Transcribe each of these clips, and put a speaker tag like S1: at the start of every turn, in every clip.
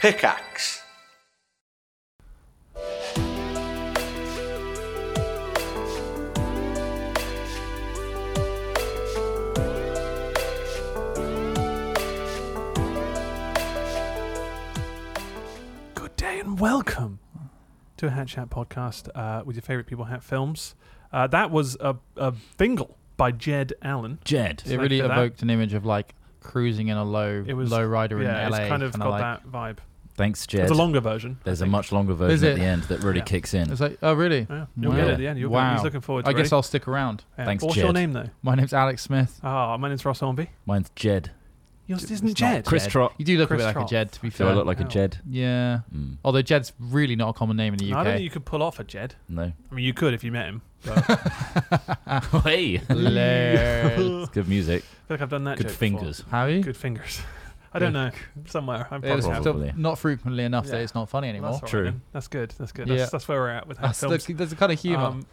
S1: Pickaxe.
S2: Good day and welcome to a Hat Chat podcast uh, with your favorite people, Hat Films. Uh, that was a, a bingle by Jed Allen.
S3: Jed.
S2: Thank
S4: It really
S2: you for that.
S4: evoked an image of like cruising in a low
S2: It was-
S4: low rider
S2: yeah,
S4: in LA.
S2: it's kind of
S4: kinda
S2: got
S4: like,
S2: that vibe.
S3: Thanks, Jed.
S2: It's a longer version.
S3: There's a much longer version
S4: Is
S3: at
S4: it?
S3: the end that really
S2: Yeah.
S3: kicks in.
S4: It's like, oh really?
S2: Yeah, you'll
S3: Wow.
S2: get it at the end. You'll get it.
S4: Wow.
S2: He's looking forward to
S4: I
S2: it.
S4: guess I'll stick around.
S2: Yeah.
S3: Thanks,
S2: What's your
S3: Jed.
S2: name, though?
S4: My name's Alex Smith.
S2: Oh, my name's Ross Hornby.
S3: Mine's Jed.
S2: Yours
S4: It's
S2: isn't
S4: not
S2: Jed.
S3: Chris
S4: Jed.
S3: Trott.
S4: You do look
S2: Chris
S4: a bit like
S2: Trott.
S4: a Jed, to be
S3: Do
S4: fair.
S3: I look like a
S2: Ow.
S3: Jed?
S4: yeah.
S3: Mm,
S4: Although Jed's really not a common name in the UK.
S2: I don't think you could pull off a Jed.
S3: no.
S2: I mean, you could if you met him.
S3: hey,
S4: Lol.
S3: it's good music.
S2: I feel like I've done that.
S3: Good
S2: joke
S3: fingers.
S4: Have you?
S2: Before. Good fingers. I don't know. Somewhere. I'm
S4: It's
S2: probably
S3: Probably.
S2: out.
S4: still not frequently enough that
S2: Yeah.
S4: it's not funny anymore.
S2: That's all right
S3: True.
S2: then. That's good. That's good.
S4: Yeah.
S2: That's, that's where we're at with Hat
S4: That's
S2: Films.
S4: the, there's a kind of humour.
S2: Um,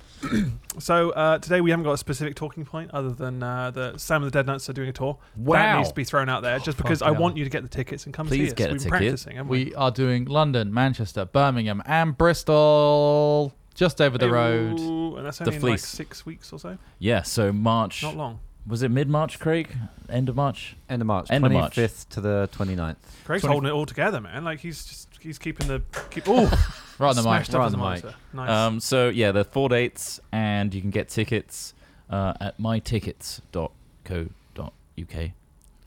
S2: so uh, today we haven't got a specific talking point other than uh, that Sam and the Dead Nuts are doing a tour. That
S3: Wow.
S2: needs to be thrown out there just
S4: fuck
S2: because I
S4: yeah.
S2: want you to get the tickets and come see us.
S3: Please get a
S2: We've been
S3: ticket.
S2: practicing, haven't we?
S4: we are doing London, Manchester, Birmingham, and Bristol. Just over the road.
S2: Ooh, And that's
S3: The
S2: only in like
S3: fleece.
S2: six weeks or so.
S3: Yeah. So March
S2: Not long.
S3: was it mid March, Craig? End of March.
S5: End of March.
S3: End of March.
S5: 25th to the 29th.
S2: Craig's
S4: 20
S2: holding it all together, man. Like he's just he's keeping the keep oh
S4: Right on the mic.
S2: smashed up
S5: Right
S2: as
S5: on the
S2: a
S5: mic.
S2: monitor. Nice.
S3: Um, so yeah, the four dates, and you can get tickets uh, at mytickets.co.uk.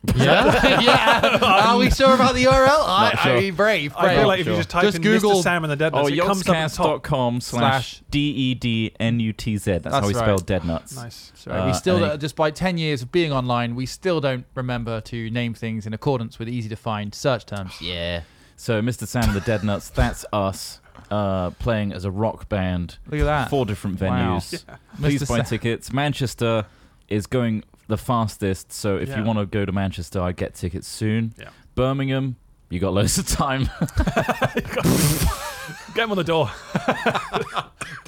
S4: Yeah, yeah. Are we sure about the URL? I,
S3: Um, sure.
S4: I mean, brave, brave.
S2: I feel like if you
S3: sure.
S2: just type
S4: Just
S2: in Mr.
S4: Google-
S2: Sam and the Dead
S3: Oh,
S2: Nuts, it comes up at the top.
S3: yogscast.com slash
S4: Slash.
S3: D E D N U T Z. That's, how
S4: That's
S3: we
S4: right.
S3: spell dead nuts.
S2: Nice.
S4: Sorry,
S3: Uh,
S4: we still,
S3: and it-
S4: don't- despite 10 years of being online, we still don't remember to name things in accordance with easy to find search terms.
S3: Yeah. So, Mr. Sam and the Dead Nuts, that's us uh, playing as a rock band.
S4: Look at that.
S3: Four different
S4: Wow.
S3: venues. Please
S4: Mr.
S3: buy
S4: Sam.
S3: tickets. Manchester is going the fastest. So, if
S2: Yeah.
S3: you want to go to Manchester, I get tickets soon.
S2: Yeah.
S3: Birmingham, you got loads of time.
S2: Get him on the door.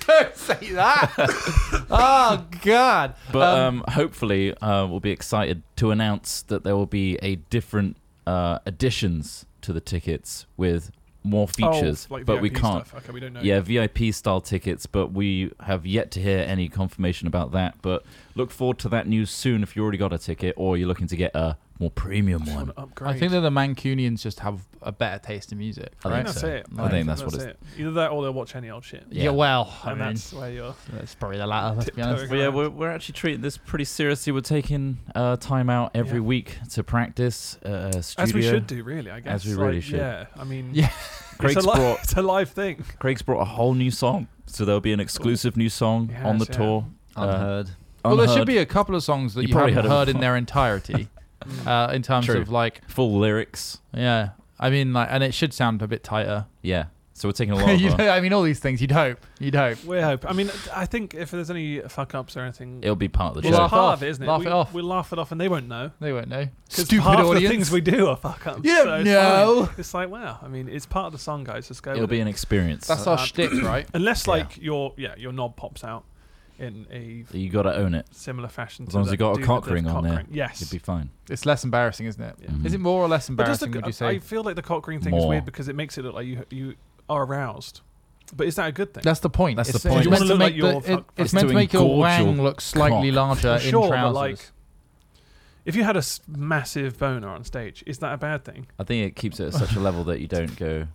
S4: Don't say that. oh, God.
S3: But um, hopefully, uh, we'll be excited to announce that there will be a different uh, additions to the tickets with more features.
S2: Oh, like
S3: but
S2: VIP
S3: we can't.
S2: Stuff. Okay, we don't know.
S3: Oh, Yeah, VIP style tickets, but we have yet to hear any confirmation about that. But look forward to that news soon if you already got a ticket or you're looking to get a more premium
S2: Just
S3: one.
S2: want to upgrade.
S4: I think that the Mancunians just have a better taste in music.
S3: I
S2: I
S3: think
S2: think
S4: Right?
S2: that's
S3: so.
S2: it.
S3: I think that's what
S2: it. Either that or they'll watch any old shit.
S3: Yeah.
S4: Yeah. well, I
S2: And
S4: mean,
S2: that's where you're.
S4: that's probably the latter, let's be honest.
S3: Well, yeah, we're, we're actually treating this pretty seriously. We're taking uh, time out every
S2: Yeah.
S3: week to practice uh, studio.
S2: As we should do, really, I guess.
S3: As we
S2: Like,
S3: really should.
S2: Yeah, I mean,
S4: Yeah.
S2: it's, a
S3: Craig's
S2: li-
S3: brought
S2: it's a live thing.
S3: Craig's brought a whole new song, so there'll be an exclusive new song
S2: Yes,
S3: on the
S2: yeah.
S3: tour. Uh,
S5: Unheard.
S4: Well, there should
S3: unheard,
S4: be a couple of songs that
S3: You
S4: you,
S3: probably
S4: haven't
S3: heard of
S4: heard in
S3: before.
S4: their entirety uh, in terms
S3: True.
S4: of like,
S3: full lyrics.
S4: yeah. I mean, like, and it should sound a bit tighter.
S3: Yeah, so we're taking a lot. Of,
S4: you
S3: uh,
S4: know, I mean, all these things you'd hope. You'd hope.
S2: We hope. I mean, I think if there's any fuck ups or anything,
S3: it'll be part of the
S2: it's
S4: Well,
S3: show.
S4: laugh
S2: part
S4: off.
S2: of it, isn't it?
S4: Laugh
S2: we,
S4: it off.
S2: We laugh it off, and they won't know.
S4: They won't know.
S2: 'Cause
S4: Stupid
S2: half
S4: audience.
S2: the things we do are fuck ups.
S4: Yeah,
S2: so it's
S4: no.
S2: fine. It's like wow. I mean, it's part of the song, guys. Just go.
S3: It'll
S2: with
S3: be
S2: it.
S3: an experience.
S4: That's our shtick, right?
S2: unless
S3: Yeah.
S2: like your yeah your knob pops out in a
S3: you got to own it.
S2: similar fashion.
S3: As
S2: to
S3: long as
S2: that
S3: you got a
S2: dude that
S3: cock
S2: does
S3: ring on
S2: cock
S3: there,
S2: ring. Yes,
S3: You'll be fine.
S4: It's less embarrassing, isn't it?
S2: Yeah.
S3: Mhm.
S4: Is it more or less
S2: But does
S4: embarrassing?
S2: the,
S4: would you
S2: I
S4: say?
S2: feel like the cock ring thing is
S3: More.
S2: weird because it makes it look like you you are aroused. But is that a good thing?
S4: That's the point.
S3: That's
S4: it's,
S3: the point.
S4: It's
S3: You
S4: meant
S2: wanna
S4: to
S2: look
S4: make,
S2: like you're
S4: the, it,
S2: fucked.
S4: it's
S3: It's
S4: meant
S3: to
S4: to make your
S3: engorge
S4: wang
S3: your
S4: look slightly
S3: cock.
S4: larger in
S2: sure, but
S4: trousers.
S2: like, if you had a s- massive boner on stage, is that a bad thing?
S3: I think it keeps it at such a level that you don't go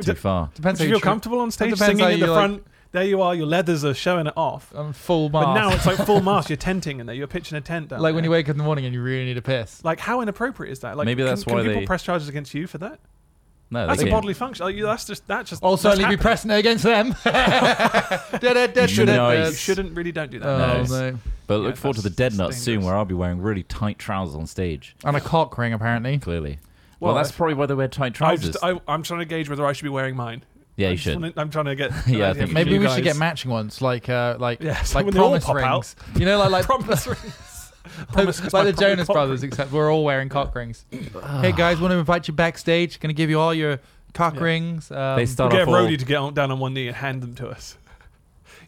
S3: too
S2: d-
S3: far.
S4: Depends
S2: Do
S4: how
S2: you
S4: you
S2: feel
S4: treat-
S2: comfortable on stage
S4: depends
S2: singing
S4: how
S2: in the
S4: you, like-
S2: front? there you are. Your leathers are showing it off.
S3: Oh,
S4: I'm full mask.
S2: But now it's like full mask. You're tenting in there. You're pitching a tent down.
S4: like when
S2: there.
S4: you wake up in the morning and you really need a piss.
S2: Like how inappropriate is that? Like
S3: Maybe
S2: can-
S3: that's
S2: can,
S3: why
S2: people
S3: they-
S2: press charges against you for that.
S3: No,
S2: That's
S3: they
S2: a
S3: don't.
S2: bodily function. Like, you- that's just that's just.
S4: I'll
S2: that's
S4: certainly be
S2: happened.
S4: pressing it against them.
S3: Nice.
S2: You shouldn't really don't do that.
S3: No.
S4: Oh,
S3: Nice.
S4: no.
S3: But
S2: Yeah,
S3: look forward to the
S2: that's-
S3: dead
S2: that's
S3: nuts soon,
S2: dangerous.
S3: where I'll be wearing really tight trousers on stage.
S4: And a cock ring, apparently.
S3: Clearly.
S2: Well,
S3: Well, that's
S2: if-
S3: probably why they wear tight
S2: I
S3: trousers.
S2: just, I, I'm trying to gauge whether I should be wearing mine.
S3: yeah,
S2: I
S3: you
S2: just
S3: should.
S2: wanna- I'm trying to get.
S3: Yeah, I think you
S4: Maybe
S3: You
S4: we should get matching ones, like uh, like
S2: Yeah, so
S4: like
S2: when they all
S4: promise
S2: pop out.
S4: rings. You know, like like
S2: Promise rings. Promise
S4: like,
S2: is my
S4: the
S2: proper
S4: Jonas
S2: cock
S4: Brothers,
S2: ring.
S4: except we're all wearing cock rings. hey guys, want to invite you backstage? Gonna give you all your cock
S2: Yeah.
S4: rings. Um,
S3: They start
S2: Get
S3: off all,
S2: Rody to get on, down on one knee and hand them to us.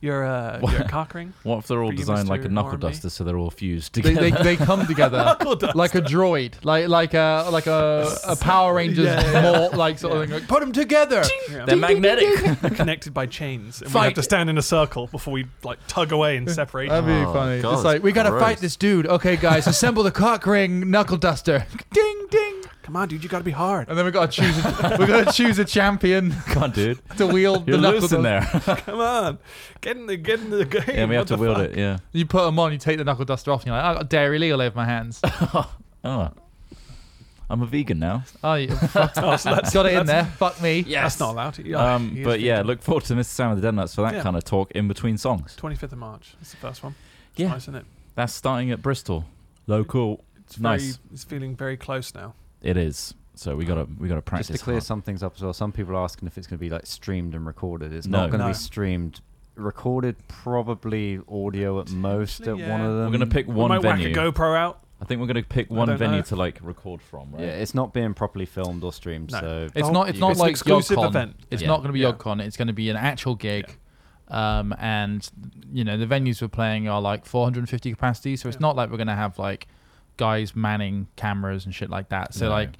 S2: your uh,
S3: What?
S2: your cock ring.
S3: What if they're all
S2: For you,
S3: designed like
S2: Mr.
S3: a knuckle
S2: Army?
S3: duster, so they're all fused
S4: They,
S3: together?
S4: they, they come together
S2: Knuckle dust.
S4: like a droid, like like a like a, a Power Rangers
S2: Yeah.
S4: more like sort
S2: Yeah.
S4: of thing. Like, put them together.
S2: Yeah.
S3: They're magnetic.
S2: connected by chains, and we have
S4: Fight.
S2: to stand in a circle before we like tug away and separate.
S4: That'd be
S3: Oh,
S4: funny.
S3: God,
S4: it's like we gotta
S3: gross.
S4: fight this dude. Okay, guys, assemble the cock ring knuckle duster. ding ding.
S2: Come on, dude, you got to be hard.
S4: And then we gotta choose. A, we gotta choose a champion
S3: Come on, dude.
S4: to wield
S3: You're
S4: the knuckle
S3: loose in
S4: duster.
S3: there.
S2: Come on, get in the get in the game.
S3: yeah, we have
S2: What
S3: to
S2: the
S3: wield
S2: fuck?
S3: it. Yeah.
S4: You put them on. You take the knuckle duster off. and You're like, I got Dairy Lee all over my hands.
S3: Oh, I'm a vegan now.
S4: Oh, you fuck-
S2: Oh, so that's,
S4: got it in
S2: that's-
S4: there. Fuck me.
S2: That's not allowed. To,
S3: Um, but yeah, look forward to Mr. Sam and the Deadnuts for that
S2: Yeah.
S3: kind of talk in between songs.
S2: twenty fifth of March. That's the first one. It's
S3: Yeah,
S2: nice, isn't it?
S3: that's starting at Bristol. Local,
S2: It's very,
S3: Nice.
S2: It's feeling very close now.
S3: it is. So we gotta we gotta practice.
S1: Just to clear
S3: hard.
S1: some things up as well, some people are asking if it's going to be like streamed and recorded. It's
S3: No.
S1: not going to
S2: No.
S1: be streamed. Recorded, probably audio at most at
S2: Potentially,
S1: one of
S2: yeah.
S1: them.
S3: We're gonna pick
S2: we
S3: one
S2: might
S3: venue.
S2: whack a GoPro out.
S3: I think we're gonna pick
S2: I
S3: one
S2: don't
S3: venue
S2: know.
S3: to like record from, right?
S1: Yeah, it's not being properly filmed or streamed.
S2: No.
S1: So
S4: It's
S2: Oh,
S4: not. It's
S1: you
S4: not
S1: could-
S2: an
S4: like
S2: exclusive
S4: YogCon.
S2: event.
S4: It's
S3: Yeah.
S4: not going to be
S2: Yeah.
S4: YogCon. It's going to be an actual gig. Um, and you know the venues we're playing are like 450 capacity, so it's
S2: Yeah.
S4: not like we're going to have like guys manning cameras and shit like that. So
S3: No.
S4: like,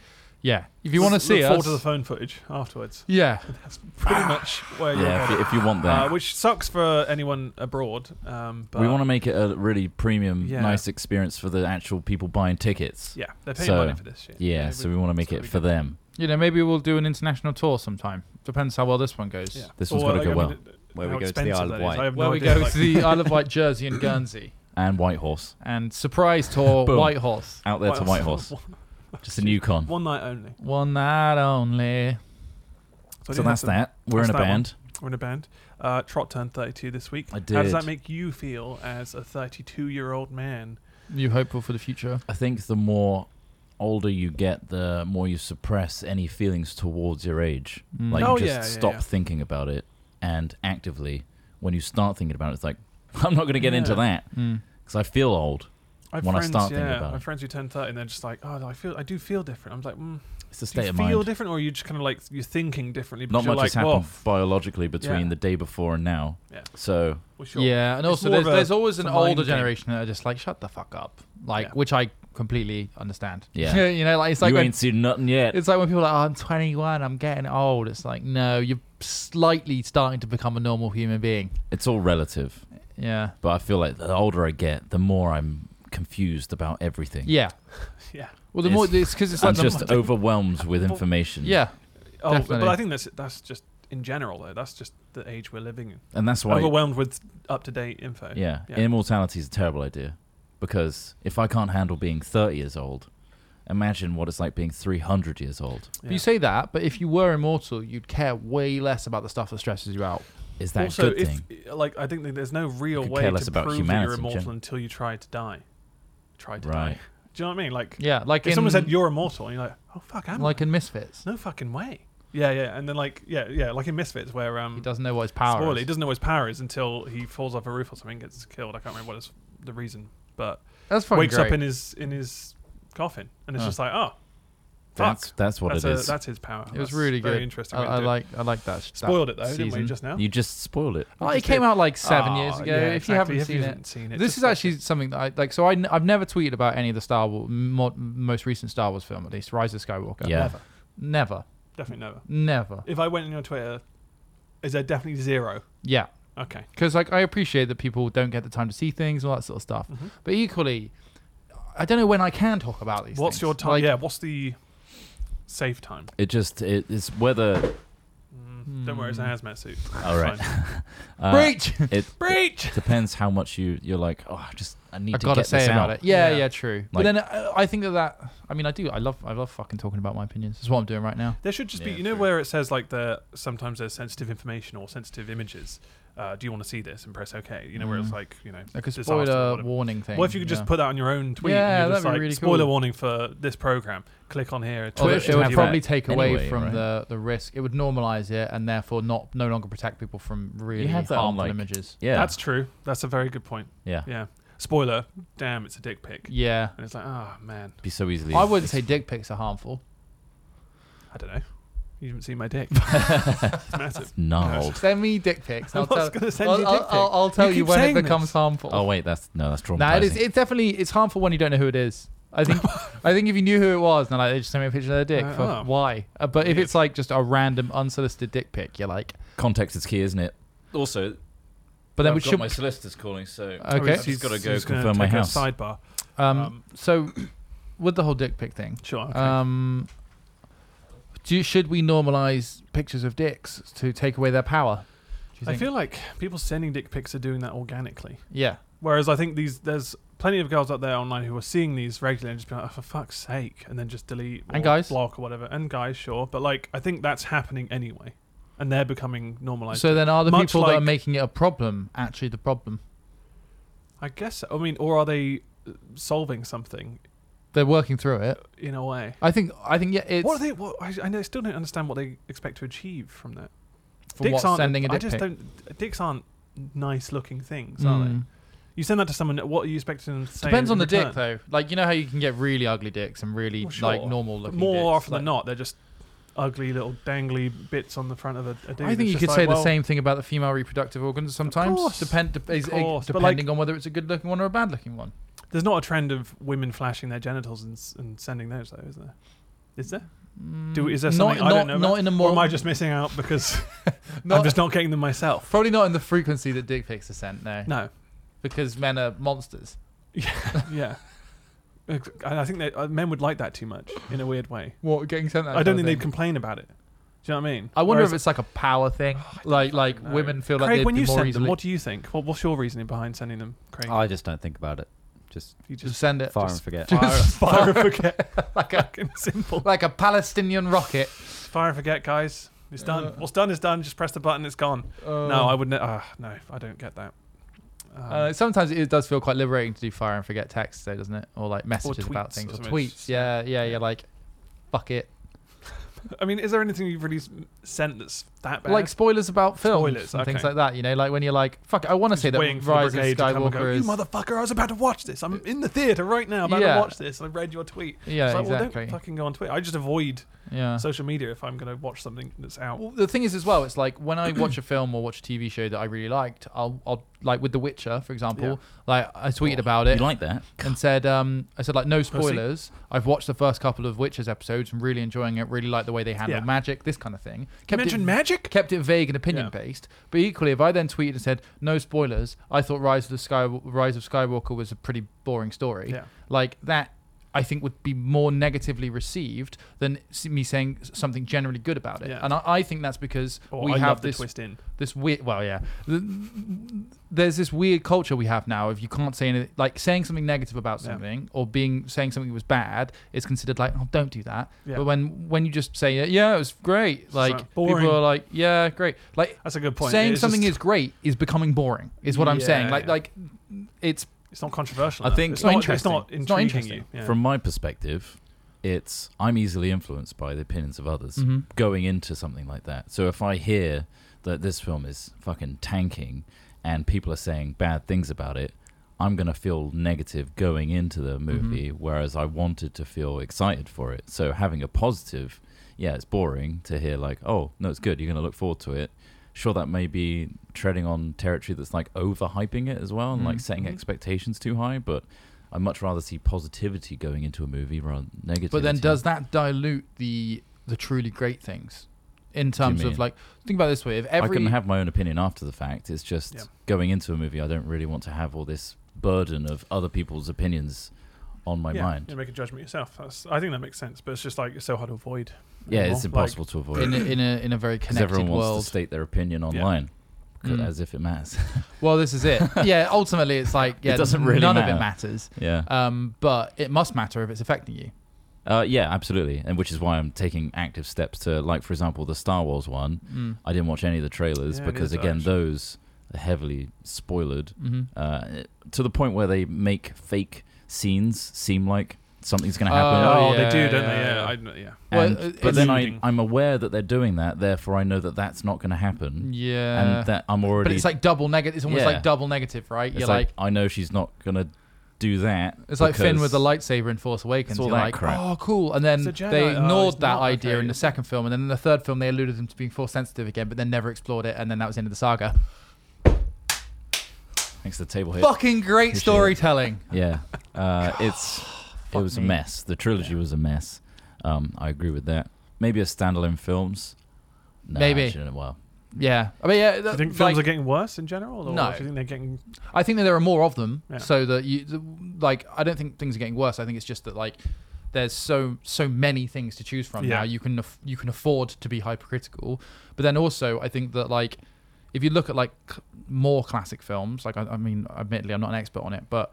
S4: yeah, if you want to
S2: Look
S4: see
S2: forward
S4: us,
S2: to the phone footage afterwards.
S4: yeah,
S2: That's pretty much where you're
S3: Ah. Yeah, if you, if you want
S2: Uh,
S3: that.
S2: which sucks for anyone abroad. Um, but
S3: we want to make it a really premium,
S2: Yeah.
S3: nice experience for the actual people buying tickets.
S2: Yeah, they're paying
S3: So,
S2: money for this shit.
S3: Yeah, so we want to make
S2: gotta
S3: it
S2: be
S3: for
S2: good.
S3: them.
S4: you know maybe we'll do an international tour sometime. Depends how well this one goes.
S2: Yeah.
S3: This one's gotta go well.
S1: Where we
S2: how
S1: go to the
S2: expensive
S1: Isle of
S2: that is.
S1: Wight.
S2: I have
S4: Where
S2: no
S4: we
S2: idea,
S4: go
S2: like-
S4: to the Isle of Wight, Jersey, and Guernsey,
S3: And Whitehorse.
S4: and surprise tour
S3: Boom.
S4: Whitehorse.
S3: Out there to
S2: Wight-
S3: Whitehorse.
S2: One-
S3: Just a new con.
S2: One night only.
S4: One night only.
S2: I
S3: So
S2: think
S3: that's
S2: the-
S3: that. We're
S2: that's
S3: in a
S2: that one.
S3: band.
S2: We're in a band. Uh, Trot turned 32 this week.
S3: I
S2: How
S3: did.
S2: does that make you feel as a 32 year old man?
S4: You hopeful for the future?
S3: I think the more older you get, the more you suppress any feelings towards your age.
S4: Mm.
S3: Like,
S2: Oh,
S3: you just
S2: yeah, yeah,
S3: stop
S2: yeah.
S3: thinking about it and actively, when you start thinking about it, it's like, I'm not going to get into
S2: Yeah.
S3: that
S4: Mm.
S3: because I feel old.
S2: I have
S3: When I
S2: friends,
S3: start
S2: yeah,
S3: thinking about
S2: I
S3: it.
S2: have friends who turn 30 and they're just like, oh, I feel, I do feel different. I'm like, mm,
S3: It's a
S2: do
S3: state
S2: you
S3: of
S2: feel
S3: mind.
S2: different, or are you just kind of like you're thinking differently?
S3: Not
S2: you're
S3: much
S2: like,
S3: has happened
S2: "Whoa,
S3: biologically between
S2: Yeah.
S3: the day before and now.
S2: Yeah.
S3: So,
S2: well, sure."
S4: Yeah, and
S2: It's
S4: also
S2: more
S4: there's,
S2: of a-
S4: there's always an
S2: it's a mind
S4: older
S2: game.
S4: generation that are just like, shut the fuck up, like
S2: Yeah.
S4: which I completely understand.
S3: Yeah.
S4: you know, like it's like
S3: you
S4: when,
S3: ain't seen nothing yet.
S4: it's like when people are like, oh, I'm 21, I'm getting old. It's like, no, you're slightly starting to become a normal human being.
S3: It's all relative.
S4: Yeah,
S3: But I feel like the older I get, the more I'm confused about everything.
S4: yeah.
S2: yeah.
S4: Well, the
S3: It's-
S4: more it's because it's
S3: I'm
S4: like the,
S3: just overwhelmed with
S2: Well,
S3: information.
S4: yeah,
S2: Oh, but
S4: Definitely.
S2: I think that's that's just in general though. That's just the age we're living in.
S3: And that's why
S2: Overwhelmed with up to date info.
S3: yeah,
S2: Yeah.
S3: immortality is a terrible idea because if I can't handle being 30 years old, imagine what it's like being 300 years old.
S4: But You say that, but if you were immortal, you'd care way less about the stuff that stresses you out.
S3: Is that
S2: also,
S3: a good
S2: if
S3: thing?
S2: like I think that there's no real
S3: could
S2: way
S3: care
S2: to
S3: less about
S2: prove
S3: humanity
S2: that
S3: in
S2: you're immortal
S3: general.
S2: until you try to die. Try to
S3: Right.
S2: die. Do you know what I mean? Like
S4: Yeah, like
S2: if
S4: in,
S2: someone said you're immortal, and you're like, oh fuck, am
S4: like
S2: I?
S4: in Misfits,
S2: no fucking way. Yeah, yeah, and then like yeah, yeah, like in Misfits where um
S4: he doesn't know what his power.
S2: spoiler,
S4: is.
S2: he doesn't know what his power is until he falls off a roof or something, gets killed. I can't remember what is the reason, but
S4: That's fucking
S2: wakes
S4: great.
S2: up in his in his coffin, and it's
S3: Huh.
S2: just like oh. Fuck.
S3: That's that's what
S2: that's
S3: it
S2: a-
S3: is.
S2: That's his power.
S4: it was
S2: That's
S4: really
S2: very
S4: good.
S2: Interesting.
S4: I,
S2: way to
S4: I
S2: do it.
S4: like I like that. sh-
S2: Spoiled
S4: that
S2: it though, didn't
S4: season.
S2: we? Just now.
S3: You just spoiled it.
S4: Oh,
S2: We
S4: it
S2: just
S4: came
S2: did.
S4: out like seven years
S2: Ah,
S4: ago.
S2: yeah,
S4: if
S2: exactly.
S4: you haven't
S2: If
S4: seen it,
S2: haven't seen it,
S4: this
S2: just
S4: is
S2: watch
S4: actually
S2: it.
S4: something that I like. So I n- I've never tweeted about any of the Star Wars, mo- most recent Star Wars film, at least Rise of Skywalker.
S3: Yeah.
S2: Never.
S4: Never,
S2: definitely never.
S4: never.
S2: If I went on your Twitter, is there definitely zero?
S4: Yeah,
S2: Okay.
S4: because like I appreciate that people don't get the time to see things and all that sort of stuff.
S2: Mhm.
S4: But equally, I don't know when I can talk about these.
S2: What's
S4: things.
S2: your time?
S4: Like,
S2: yeah. What's the safe time?
S3: It just it, it's whether
S2: Mm, Don't worry, it's a
S4: Hmm.
S2: hazmat suit.
S3: All right. uh,
S4: Breach.
S3: It
S2: Breach.
S3: depends how much you you're like. Oh, I just I need
S4: I
S3: to
S4: gotta
S3: get
S4: say
S3: this
S4: about
S3: out.
S4: it. Yeah,
S2: Yeah.
S4: yeah, true. but
S3: Like-
S4: then uh, I, I think that that. I mean, I do. I love. I love fucking talking about my opinions. It's what I'm doing right now.
S2: There should just be.
S3: Yeah,
S2: You know
S3: true.
S2: where it says like the sometimes there's sensitive information or sensitive images. Uh, do you want to see this and press OK? You know where it's
S4: Mhm.
S2: like you know
S4: Like a
S2: disaster
S4: spoiler
S2: whatever.
S4: warning thing.
S2: Well, if you could
S4: yeah.
S2: just put that on your own tweet,
S4: Yeah,
S2: and you're just
S4: that'd
S2: like,
S4: be really
S2: spoiler
S4: cool.
S2: warning for this program. Click on here. Twitter
S4: Although
S3: Twitch
S4: it
S2: should
S4: would
S2: have
S4: probably
S2: that.
S4: take away
S3: anyway,
S4: from
S3: right?
S4: the, the risk. It would normalize it and therefore not no longer protect people from really
S3: have that on,
S4: harmful
S3: like-
S4: images.
S3: Yeah,
S2: That's true. That's a very good point.
S3: yeah.
S2: Yeah. Spoiler. Damn, it's a dick pic.
S4: Yeah,
S2: And it's like, oh man,
S3: Be so easily.
S4: I wouldn't say dick pics are harmful.
S2: I don't know. You haven't seen my dick. it's massive.
S3: Gnarled.
S4: Send me dick pics.
S2: I
S4: I'll
S2: was
S4: tell,
S2: gonna send
S4: I'll,
S2: you
S4: I'll-
S2: dick
S4: I'll- I'll tell you,
S2: keep
S4: when it
S2: saying this.
S4: becomes harmful.
S3: Oh wait, that's no, that's traumatizing.
S4: No, it is. It's definitely it's harmful when you don't know who it is. I think I think if you knew who it was, then like they just sent me a picture of their dick.
S2: Uh,
S4: for,
S2: oh.
S4: Why? Uh, but if
S2: Weird.
S4: it's like just a random unsolicited dick pic, you're like.
S3: Context is key, isn't it? Also,
S4: But then
S3: I've
S4: we
S3: got
S4: should.
S3: my solicitor's calling, so
S4: Okay.
S2: Obviously,
S3: I've just gotta
S2: he's-
S3: go
S2: he's gonna
S3: confirm my
S2: take a
S3: house.
S2: Sidebar.
S4: um,
S2: um,
S4: so with the whole dick pic thing,
S2: Sure. Okay.
S4: um, do you- should we normalize pictures of dicks to take away their power?
S2: I
S4: Do you think?
S2: feel like people sending dick pics are doing that organically.
S4: yeah.
S2: Whereas I think these there's plenty of girls out there online who are seeing these regularly and just being like, oh, for fuck's sake, and then just delete or
S4: And guys.
S2: block or whatever. And guys, sure, but like I think that's happening anyway, and they're becoming normalized.
S4: So then, are the
S2: Much
S4: people that are
S2: like-
S4: making it a problem actually the problem?
S2: I guess I mean, or are they uh, solving something
S4: They're working through it.
S2: in a way?
S4: I think. I think. Yeah. It's
S2: what are they? What, I, I know- still don't understand what they expect to achieve from that.
S4: from what
S2: aren't-
S4: sending a dick
S2: I just
S4: pic.
S2: don't. Dicks aren't nice looking things, are they?
S4: Mm.
S2: You send that to someone. What are you expecting them to say?
S4: Depends
S2: in
S4: on the
S2: return?
S4: dick, though. Like you know how you can get really ugly dicks and really
S2: Well, sure.
S4: like normal
S2: But
S4: looking.
S2: more
S4: dicks.
S2: often
S4: like,
S2: than not, they're just ugly little dangly bits on the front of a, a dude.
S4: I
S2: It's
S4: think you
S2: just
S4: could
S2: like,
S4: say the
S2: well,
S4: same thing about the female reproductive organs sometimes.
S2: course.
S4: Depend dep- is-
S2: Of course, but, like-
S4: depending on whether it's a good looking one or a bad looking one.
S2: There's not a trend of women flashing their genitals and, s- and sending those, though, is there? Is there? Do is there
S4: Mm,
S2: something
S4: not,
S2: I
S4: not-
S2: don't know?
S4: Not
S2: about?
S4: in a
S2: or
S4: more.
S2: am I just missing out because
S4: not-
S2: I'm just not getting them myself?
S4: probably not in the frequency that dick pics are sent. No,
S2: No.
S4: because men are monsters.
S2: Yeah. I I think that uh, men would like that too much in a weird way.
S4: What getting sent? That
S2: I
S4: kind
S2: don't
S4: of
S2: think they'd
S4: thing.
S2: complain about it. Do you know what I mean?
S4: I wonder
S2: Whereas- Oh,
S4: if it's like a power thing. Like like
S2: No.
S4: women feel like
S2: Craig,
S4: they'd
S2: when
S4: be
S2: you
S4: more
S2: send
S4: easily.
S2: them, what do you think? What, what's your reasoning behind sending them, Craig?
S1: I just don't think about it. Just
S2: you
S4: just
S2: just
S4: send it
S1: fire
S2: just
S1: and forget.
S4: just-
S2: fire, fire and forget.
S4: like a
S2: Fucking simple.
S4: like a Palestinian rocket.
S2: Fire and forget, guys. It's done.
S4: Uh,
S2: What's done is done. Just press the button. It's gone. no, I wouldn't. Uh, no, I don't get that. Um,
S4: Um, Uh, sometimes it does feel quite liberating to do fire and forget texts, though, doesn't it? Or like messages about
S2: tweets
S4: things
S2: or
S4: or
S2: something.
S4: tweets. Yeah, yeah,
S2: yeah.
S4: you're like, fuck it.
S2: I mean, is there anything you've really s- sent that's that bad?
S4: Like spoilers about films
S2: Spoilers,
S4: and things
S2: okay.
S4: like that. You know, like when you're like, fuck, it, I want to
S2: Just
S4: say that
S2: waiting for the
S4: Rise of
S2: brigade to come and go,
S4: Skywalker
S2: You
S4: is.
S2: motherfucker! I was about to watch this. I'm in the theater right now. About
S4: Yeah.
S2: to watch this. I read your tweet.
S4: yeah,
S2: it's like,
S4: exactly.
S2: well, don't fucking go on Twitter. I just avoid
S4: yeah.
S2: social media if I'm going to watch something that's out.
S4: Well, the thing is as well, it's like when I watch a film or watch a TV show that I really liked, I'll, I'll like with The Witcher, for example, like I
S2: Oh,
S4: tweeted about it.
S3: You like that?
S4: and said, um, I said like no
S2: Pussy.
S4: spoilers. I've watched the first couple of Witches episodes and really enjoying it. Really like the way they handle
S2: Yeah.
S4: magic, this kind of thing.
S2: You
S4: Kept
S2: mentioned
S4: it,
S2: magic.
S4: kept it vague and opinion based. But equally, if I then tweeted and said no spoilers, I thought Rise of the Sky Rise of Skywalker was a pretty boring story.
S2: Yeah.
S4: Like that. I think would be more negatively received than s- me saying s- something generally good about it,
S2: Yeah.
S4: and I, I think that's because
S2: Or
S4: we
S2: Oh, I
S4: have
S2: love the
S4: this
S2: twist in.
S4: this weird well yeah Th- there's this weird culture we have now if you can't say anything like saying something negative about
S2: Yeah.
S4: something or being saying something was bad is considered like oh don't do that
S2: Yeah.
S4: but when when you just say yeah it was great like
S2: boring.
S4: people are like yeah great like
S2: That's a good point.
S4: saying
S2: It's
S4: something
S2: just-
S4: is great is becoming boring is what i'm saying
S2: Yeah,
S4: like
S2: yeah.
S4: like it's
S2: it's not controversial.
S3: I
S2: enough.
S3: think-
S2: it's not, it's
S4: Interesting.
S2: not
S4: It's not
S2: intriguing
S4: interesting.
S2: you. Yeah.
S3: From my perspective, it's I'm easily influenced by the opinions of others going into something like that. So if I hear that this film is fucking tanking and people are saying bad things about it, I'm gonna feel negative going into the movie, whereas I wanted to feel excited for it. So having a positive, yeah, it's boring to hear like, oh no, it's good. You're gonna look forward to it. Sure, that may be treading on territory that's like overhyping it as well and like
S4: Mm.
S3: setting
S2: Mhm.
S3: expectations too high, but I'd much rather see positivity going into a movie rather than negativity.
S4: But then does that dilute the the truly great things in terms
S3: mean?
S4: of like think about it this way if
S3: I
S4: every
S3: can have my own opinion after the fact. It's just
S2: Yeah.
S3: going into a movie, I don't really want to have all this burden of other people's opinions on my
S2: yeah,
S3: mind.
S2: You make a judgment yourself. That's, I think that makes sense, but it's just like it's so hard to avoid.
S3: Yeah,
S2: anymore.
S3: it's impossible to
S4: in a,
S3: avoid
S4: in a in a very
S3: because
S4: connected
S3: everyone wants
S4: world
S3: to state their opinion online. c-
S4: Mm.
S3: As if it matters.
S4: Well, this is it. Yeah, ultimately, it's like yeah,
S3: doesn't really
S4: none of
S3: matter.
S4: it matters.
S3: yeah.
S4: Um, but it must matter if it's affecting you.
S3: Uh, yeah, absolutely. And which is why I'm taking active steps to, like, for example, the Star Wars one.
S4: Mm.
S3: I didn't watch any of the trailers
S2: Yeah, neither
S3: because,
S2: did I,
S3: again,
S2: actually.
S3: those are heavily spoiled.
S4: hmm
S3: uh, to the point where they make fake scenes seem like something's going to
S4: Oh,
S3: happen.
S2: Oh,
S4: yeah,
S2: they do, don't
S4: yeah, yeah.
S2: they? Yeah, I, yeah.
S3: and,
S4: well,
S3: but then I,
S2: alluding.
S3: I'm aware that they're doing that, therefore I know that that's not going to happen,
S4: Yeah,
S3: and that I'm already.
S4: but it's like double negative. It's almost
S3: Yeah.
S4: like double negative, right?
S3: it's
S4: You're
S3: like,
S4: like,
S3: I know she's not going to do that.
S4: It's like Finn
S3: because-
S4: with the lightsaber in Force Awakens.
S3: It's all
S4: You're
S3: that
S4: like,
S3: crap.
S4: oh, cool. And then
S2: It's a Jedi.
S4: they
S2: Oh,
S4: ignored
S2: it's
S4: that
S2: not,
S4: idea
S2: okay.
S4: in the second film, and then in the third film they alluded them to being force sensitive again, but then never explored it, and then that was the end of the saga.
S3: Thanks to the table here.
S4: Fucking great
S3: Appreciate it.
S4: storytelling.
S3: Yeah, uh, it's it
S4: Fuck
S3: was
S4: me.
S3: a mess. The trilogy was a mess. Um, I agree with that. Maybe as standalone films. No,
S4: Maybe.
S3: actually, well,
S4: Yeah, I mean, yeah.
S2: Do you
S4: that-
S2: think films
S4: like,
S2: are getting worse in general? Or
S4: No.
S2: Do you think they're getting
S4: I think that there are more of them,
S2: Yeah.
S4: so that you the- like. I don't think things are getting worse. I think it's just that like there's so so many things to choose from
S2: Yeah.
S4: now. You can aff- you can afford to be hypercritical, but then also I think that like if you look at like c- more classic films, like I, I mean, admittedly I'm not an expert on it, but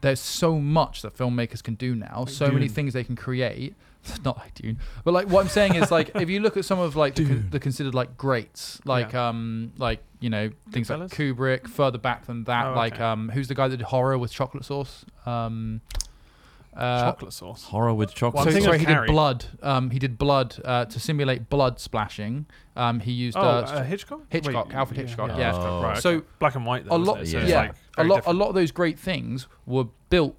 S4: there's so much that filmmakers can do now.
S2: Like
S4: so many
S2: Dune.
S4: things they can create. not like Dune, but like what I'm saying is like if you look at some of like the, con-
S2: Dune.
S4: the considered like greats, like um like you know things like
S2: Goodfellas?
S4: Kubrick, further back than that,
S2: Oh,
S4: like
S2: okay.
S4: um, who's the guy that did horror with chocolate sauce? Um, uh,
S2: chocolate sauce?
S3: horror with
S2: Well,
S3: chocolate.
S4: so
S2: I'm thinking
S4: sorry,
S2: of
S4: he did
S2: Carrie.
S4: blood. Um, he did blood uh, to simulate blood splashing. Um, he used
S2: Oh,
S4: uh,
S2: uh, Hitchcock.
S4: Hitchcock, Alfred Hitchcock, yeah.
S3: Oh.
S2: Right,
S4: So-
S2: so black and white. Though,
S4: a lot,
S2: isn't it?
S3: so
S4: yeah,
S2: it's like
S4: a
S2: very
S4: lot,
S2: different.
S4: a lot of those great things were built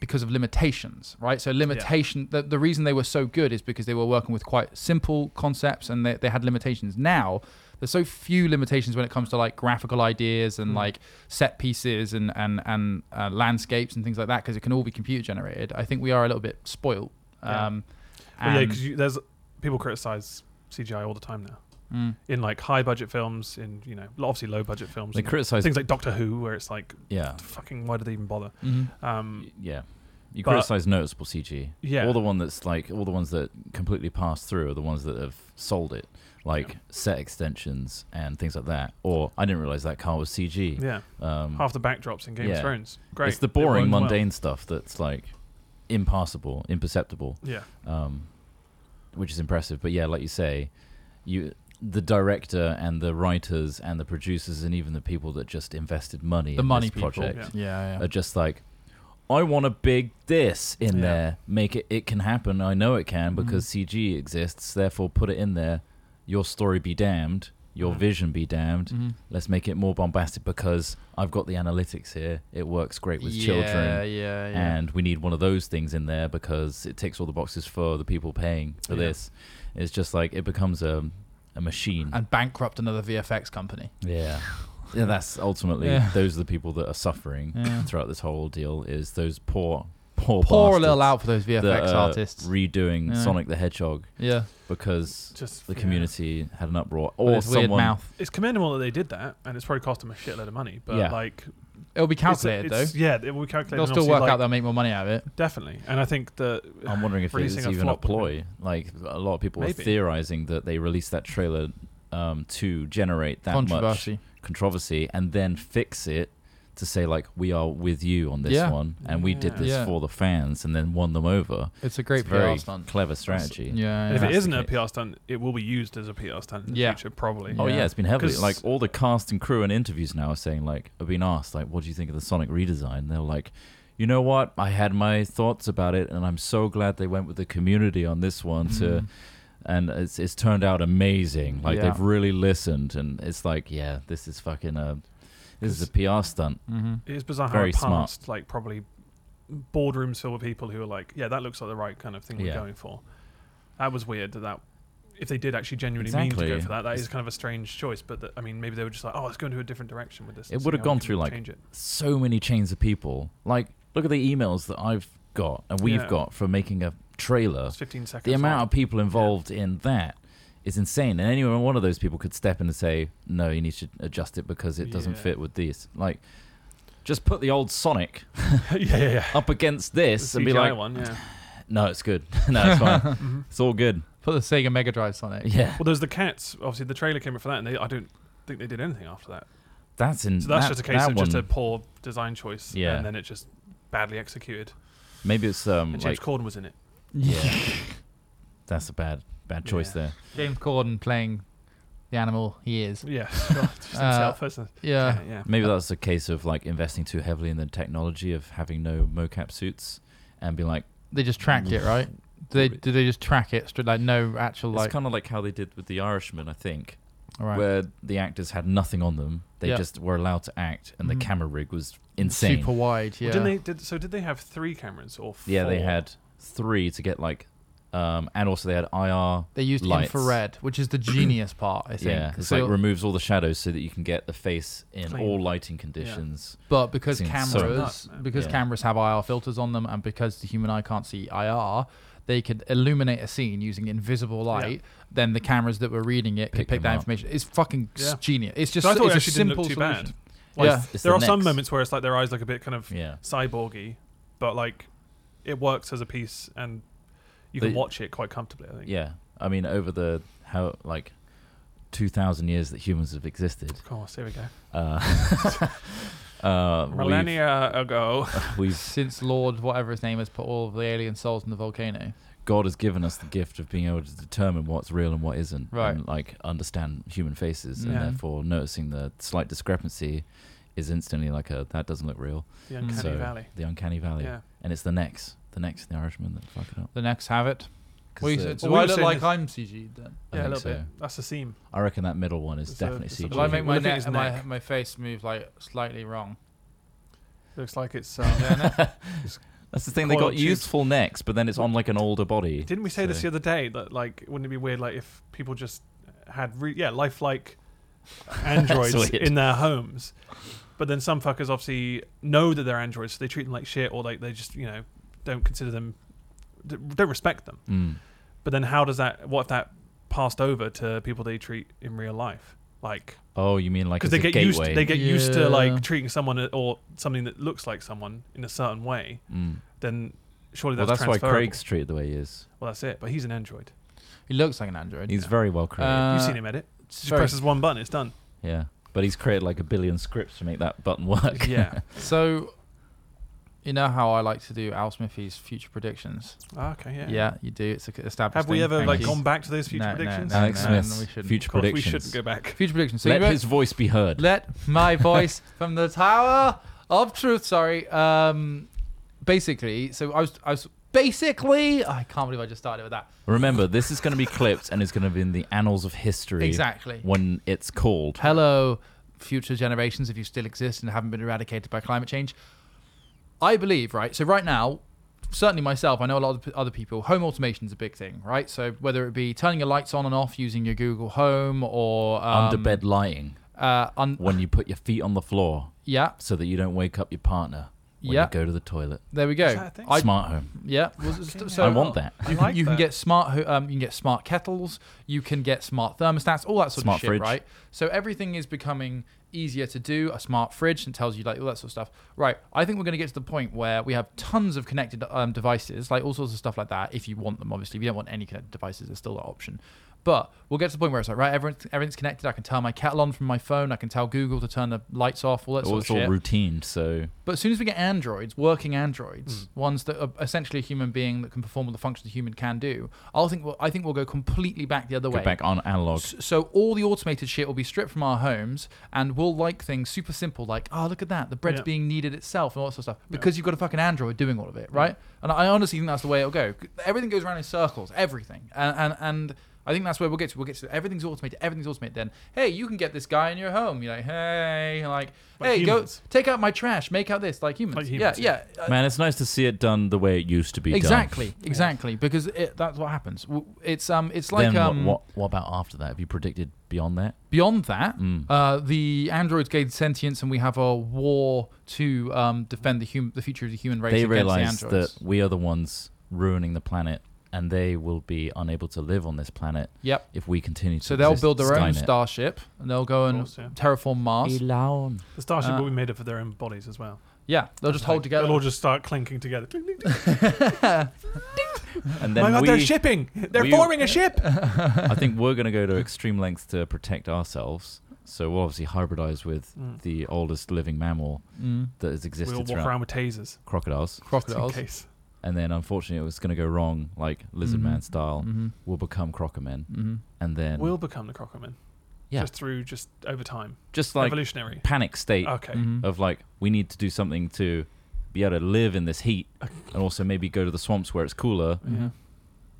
S4: because of limitations, right? So limitation. The, the reason they were so good is because they were working with quite simple concepts and they, they had limitations. Now there's so few limitations when it comes to like graphical ideas and
S2: Mm.
S4: like set pieces and and and uh, landscapes and things like that because it can all be computer generated. I think we are a little bit spoilt.
S2: Yeah.
S4: Um,
S2: Well, yeah,
S4: and-
S2: because there's people criticize CGI all the time now
S4: Mm.
S2: in like high budget films, in you know obviously low budget films,
S3: They
S2: and
S3: criticize.
S2: things like Doctor Who, where it's like
S3: yeah,
S2: fucking why did they even bother?
S4: Mhm.
S2: Um,
S3: yeah. You
S2: But-
S3: criticize noticeable CG.
S2: yeah,
S3: All the one that's like all the ones that completely pass through are the ones that have sold it, like set extensions and things like that. Or I didn't realize that car was CG.
S2: yeah,
S3: Um,
S2: half the backdrops in Game
S3: Yeah.
S2: of Thrones. Great,
S3: It's the
S2: It worked
S3: boring,
S2: well.
S3: mundane stuff that's like impassable, imperceptible.
S2: Yeah,
S3: um, which is impressive. But yeah, like you say, you the director and the writers and the producers and even the people that just invested money
S4: the
S3: in
S4: money
S3: this
S4: people.
S3: project
S4: Yeah, yeah.
S3: are just like, I want a big this in
S2: Yeah.
S3: there. Make it. It can happen. I know it can because
S4: Mm-hmm.
S3: CG exists. Therefore, put it in there. Your story be damned. Your
S2: Mhm.
S4: Mm.
S3: vision be damned.
S4: Mhm.
S3: Let's make it more bombastic because I've got the analytics here. It works great with
S4: yeah,
S3: children
S4: Yeah, yeah.
S3: and we need one of those things in there because it ticks all the boxes for the people paying for
S2: Yeah.
S3: this. It's just like it becomes a a machine.
S4: and bankrupt another VFX company.
S3: yeah. Yeah, that's ultimately
S4: Yeah.
S3: those are the people that are suffering
S4: Yeah.
S3: throughout this whole deal is those poor poor
S4: Pour a
S3: bastards
S4: little out for those
S3: that uh,
S4: VFX
S3: are
S4: artists.
S3: redoing
S4: Yeah.
S3: Sonic the Hedgehog
S4: yeah,
S3: because
S2: just
S3: the
S2: yeah.
S3: community had an uproar
S4: with
S3: or
S4: its weird
S3: someone
S4: mouth.
S2: It's commendable that they did that, and it's probably cost them a shitload of money. But
S3: Yeah.
S2: like,
S4: It'll be
S2: it's-
S4: calculated
S2: it's-
S4: though.
S2: Yeah, it will calculate.
S4: They'll
S2: and
S4: still
S2: obviously,
S4: work
S2: like,
S4: out they'll make more money out of it.
S2: Definitely, and I think that
S3: I'm wondering if it's
S2: Releasing a
S3: even a
S2: flop would
S3: ploy. Like a lot of people are
S2: Maybe.
S3: theorizing that they released that trailer um, to generate that much
S4: Controversy.
S3: controversy and then fix it to say like we are with you on this
S4: Yeah.
S3: one and we did
S2: Yeah.
S3: this
S4: Yeah.
S3: for the fans and then won them over.
S4: It's a great
S3: it's a
S4: PR
S3: very
S4: stunt.
S3: clever strategy.
S4: Yeah,
S2: And if
S4: yeah.
S2: it
S3: that's
S2: isn't
S3: the
S2: a
S3: case.
S2: PR stunt, it will be used as a PR stunt in the
S4: Yeah.
S2: future, probably.
S3: Oh yeah.
S4: Yeah.
S3: it's been heavily
S2: 'Cause-
S3: like all the cast and crew and interviews now are saying like are being asked like what do you think of the Sonic redesign? And they're like, you know what? I had my thoughts about it and I'm so glad they went with the community on this one to
S4: Mm.
S3: and it's it's turned out amazing. Like
S4: Yeah.
S3: they've really listened and it's like, yeah, this is fucking a this is a PR stunt.
S4: Mhm.
S2: It is bizarre how
S3: Very
S2: it
S3: smart.
S2: passed, like probably boardrooms filled with people who are like, yeah, that looks like the right kind of thing
S3: Yeah.
S2: we're going for. That was weird that, that if they did actually genuinely mean to
S3: Exactly.
S2: go for that, that
S3: It's-
S2: is kind of a strange choice. But that I mean, maybe they were just like, oh, let's go into a different direction with this.
S3: It
S2: and see
S3: would've
S2: how we
S3: gone
S2: can
S3: through, like,
S2: change it.
S3: so many chains of people. Like, look at the emails that I've got and we've
S2: Yeah.
S3: got for making a trailer.
S2: It's 15 seconds.
S3: The amount
S2: long.
S3: of people involved in that is insane. And any one of those people could step in and say, no, you need to adjust it because it doesn't
S2: Yeah.
S3: fit with this. Like, just put the old Sonic
S2: yeah, yeah, yeah.
S3: up against this
S2: The
S3: and be
S2: CGI
S3: like,
S2: one, yeah.
S3: no, it's good. no, it's fine.
S2: Mhm.
S3: It's all good.
S4: Put the Sega Mega Drive Sonic.
S3: Yeah.
S2: Well, there's the cats. Obviously, the trailer came up for that, and they, I don't think they did anything after that.
S3: That's in
S2: So that's
S3: that-
S2: just a case
S3: that
S2: of just a
S3: one-
S2: poor design choice,
S3: Yeah.
S2: and then it just badly executed.
S3: Maybe it's um
S2: And James
S3: like
S2: Corden was in it.
S3: yeah. that's a bad bad choice
S2: Yeah.
S3: there.
S4: James Corden playing the animal he is.
S2: Yeah, just
S3: Uh,
S2: himself. isn't it?
S4: Yeah.
S2: yeah, yeah.
S3: Maybe that's a case of like investing too heavily in the technology of having no mocap suits and be like,
S4: They just tracked it, right?
S3: Mm-hmm.
S4: Do they do they just track it straight like no actual like
S3: it's kind of like how they did with the Irishman, I think.
S4: All right.
S3: where the actors had nothing on them. They
S4: Yeah.
S3: just were allowed to act, and
S4: Mhm.
S3: the camera rig was insane.
S4: Super wide. Yeah.
S2: Well, didn't they, did, so did they have three cameras or four?
S3: yeah, they had three to get like, um, and also they had IR.
S4: They used
S3: lights.
S4: infrared, which is the genius part, I think.
S3: Yeah, it's
S4: So-
S3: like removes all the shadows so that you can get the face in
S2: Clean.
S3: all lighting conditions.
S4: but because
S3: Seems so
S4: cameras,
S2: nuts, man.
S4: because
S3: Yeah.
S4: cameras have IR filters on them, and because the human eye can't see IR, they could illuminate a scene using invisible light. Then the cameras that were reading it could
S3: Pick
S4: pick
S3: them
S4: that
S3: up.
S4: information. It's fucking s-
S2: Yeah.
S4: genius. It's just
S2: So I thought it
S4: it's a
S2: actually didn't
S4: simple
S2: look too
S4: solution.
S2: bad.
S3: Well,
S4: Yeah.
S3: it's- it's
S2: there
S3: the
S2: are some
S3: next.
S2: moments where it's like their eyes look a bit kind of
S3: Yeah,
S2: cyborgy, but like it works as a piece and you can
S3: They-
S2: watch it quite comfortably, I think.
S3: yeah. I mean, over the how like two thousand years that humans have existed,
S2: Of course, here we go.
S3: uh, uh, we've,
S2: Millennia ago.
S3: we've
S4: Since Lord whatever his name has put all of the alien souls in the volcano.
S3: God has given us the gift of being able to determine what's real and what isn't,
S4: Right.
S3: And like understand human faces, and
S4: Yeah.
S3: therefore noticing the slight discrepancy is instantly like a that doesn't look real.
S2: The
S4: Mm.
S2: Uncanny
S3: So-
S2: Valley.
S3: The uncanny valley,
S2: Yeah.
S3: and it's the next, the next in the Irishman that fuck it up.
S4: The next have it. Well, you
S3: the-
S4: said,
S2: Well,
S4: so
S2: we
S4: I
S2: were
S4: look
S2: saying
S4: like
S2: this-
S4: I'm CG then.
S3: I
S2: Yeah, a
S3: think
S2: little bit.
S3: so.
S2: That's the seam.
S3: I reckon that middle one is
S2: It's a-
S3: definitely
S2: it's a
S3: CG.
S4: Will I
S2: Well,
S4: make
S2: I
S4: my
S2: think
S4: neck,
S2: it's
S4: my
S2: neck.
S4: my face move like slightly wrong?
S2: Looks like it's. Um,
S3: That's the thing. They
S2: Coil
S3: got
S2: tubes.
S3: youthful necks, but then it's on like an older body.
S2: Didn't we say this
S3: So-
S2: the other day that like wouldn't it be weird like if people just had re- yeah lifelike androids
S3: That's weird.
S2: in their homes, but then some fuckers obviously know that they're androids, so they treat them like shit, or like they just you know don't consider them, d- don't respect them.
S3: Mm.
S2: But then how does that? What if that passed over to people they treat in real life? Like
S3: Oh, you mean like
S2: because
S3: as
S2: they get
S3: a gateway?
S2: used they get used to
S4: Yeah.
S2: like treating someone uh, or something that looks like someone in a certain way.
S3: Mm.
S2: Then surely
S3: Well,
S2: that's,
S3: that's why
S2: transferable.
S3: Craig's treated the way he is.
S2: Well, that's it. But he's an android.
S4: He looks like an android.
S3: He's very well created.
S4: Uh,
S2: You've seen him edit. Just
S4: sorry.
S2: presses one button, it's done.
S3: yeah, but he's created like a billion scripts to make that button work.
S2: Yeah.
S4: So, you know how I like to do Al Smithy's future predictions.
S2: Ah, okay, yeah.
S4: Yeah, you do. It's a established.
S2: Have we
S4: thing.
S2: ever
S4: Thank
S2: like
S4: you.
S2: gone back to those future
S4: No, no,
S2: predictions?
S4: no,
S3: Alex
S4: no,
S3: Smith's
S4: we shouldn't.
S3: future
S2: Of course,
S3: predictions.
S2: we shouldn't go back.
S4: Future predictions. So
S3: Let
S4: you wrote-
S3: his voice be heard.
S4: let my voice from the tower of truth. Sorry. Um, basically, so I was, I was basically. I can't believe I just started with that.
S3: Remember, this is going to be clipped and it's going to be in the annals of history.
S4: Exactly.
S3: When it's called.
S4: Hello, future generations, if you still exist and haven't been eradicated by climate change. I believe, right? So, right now, certainly myself, I know a lot of p- other people, home automation is a big thing, right? So, whether it be turning your lights on and off using your Google Home or. Um,
S3: Under bed lighting.
S4: Uh, un-
S3: When you put your feet on the floor
S4: yeah,
S3: so that you don't wake up your partner when
S4: Yeah.
S3: you go to the toilet.
S4: there we go.
S2: Is that a thing?
S4: I,
S3: Smart home.
S4: yeah. was it st- so uh,
S3: I want that.
S2: I
S4: You,
S2: like
S4: can, you can
S2: that.
S4: get smart, ho- um, you can get smart kettles, you can get smart thermostats, all that sort
S3: Smart
S4: of shit,
S3: fridge.
S4: right? So everything is becoming easier to do. A smart fridge and tells you like all that sort of stuff, right? I think we're going to get to the point where we have tons of connected um, devices, like all sorts of stuff like that. If you want them, obviously, if you don't want any connected devices, there's still that option. But we'll get to the point where it's like, right, everything's, everything's connected. I can turn my kettle on from my phone. I can tell Google to turn the lights off, all that
S3: Well,
S4: sort of
S3: Oh, it's all
S4: shit.
S3: routine, so
S4: But as soon as we get androids, working
S3: Mm.
S4: androids, ones that are essentially a human being that can perform all the functions a human can do, I'll think we'll, I think we'll go completely back the other
S3: go
S4: way.
S3: back on analog.
S4: S- So all the automated shit will be stripped from our homes, and we'll like things super simple, like oh look at that, the bread's
S2: Yeah.
S4: being kneaded itself and all that sort of stuff, because you've got a fucking android doing all of it, right? And I honestly think that's the way it'll go. Everything goes around in circles, everything, and and, and I think that's where we'll get to. We'll get to everything's automated, everything's automated. Then hey, you can get this guy in your home. You're like hey, like
S2: Like
S4: hey,
S2: humans.
S4: go take out my trash, make out this, like humans.
S2: Like humans,
S4: yeah, yeah. Uh,
S3: Man, it's nice to see it done the way it used to be
S4: Exactly,
S3: done.
S4: exactly, because it, that's what happens. W- It's um, it's like
S3: Then what-
S4: um,
S3: what, what, about after that? Have you predicted beyond that?
S4: Beyond that,
S3: Mm.
S4: uh, the androids gain sentience, and we have a war to um, defend the hum- the future of the human race
S3: they
S4: against the
S3: realize that
S4: androids.
S3: we are the ones ruining the planet and they will be unable to live on this planet
S4: Yep.
S3: if we continue to
S4: So they'll
S3: exist.
S4: build their own
S3: Skynet.
S4: starship, and they'll go
S2: Of
S4: and
S2: course, yeah.
S4: terraform Mars.
S3: Elon.
S2: The starship
S4: Uh,
S2: will be made up of their own bodies as well.
S4: yeah, they'll just hold
S2: Like,
S4: together.
S2: They'll all just start clinking together.
S3: And
S2: My
S3: then
S2: God,
S3: we,
S2: they're shipping! They're
S3: we-
S2: forming a ship!
S3: I think we're going to go to extreme lengths to protect ourselves. So we'll obviously hybridize with
S2: Mm.
S3: the oldest living mammal
S4: Mm.
S3: that
S2: We
S3: has
S2: all
S3: existed
S2: walk
S3: throughout
S2: around with tasers.
S3: crocodiles.
S2: Just in
S4: Crocodiles.
S2: case.
S3: And then unfortunately it was going to go wrong, like lizard
S4: Mhm.
S3: man style.
S4: Mm-hmm.
S3: We'll become crockermen.
S4: Mm-hmm.
S3: And then
S2: We'll become the Crockerman.
S3: Yeah.
S2: Just through, just over time.
S3: just like
S2: Evolutionary.
S3: panic state
S2: Okay.
S4: Mm-hmm.
S3: of like we need to do something
S4: Mm-hmm.
S3: to be able to live in this heat and also maybe go to the swamps where it's cooler
S2: Yeah.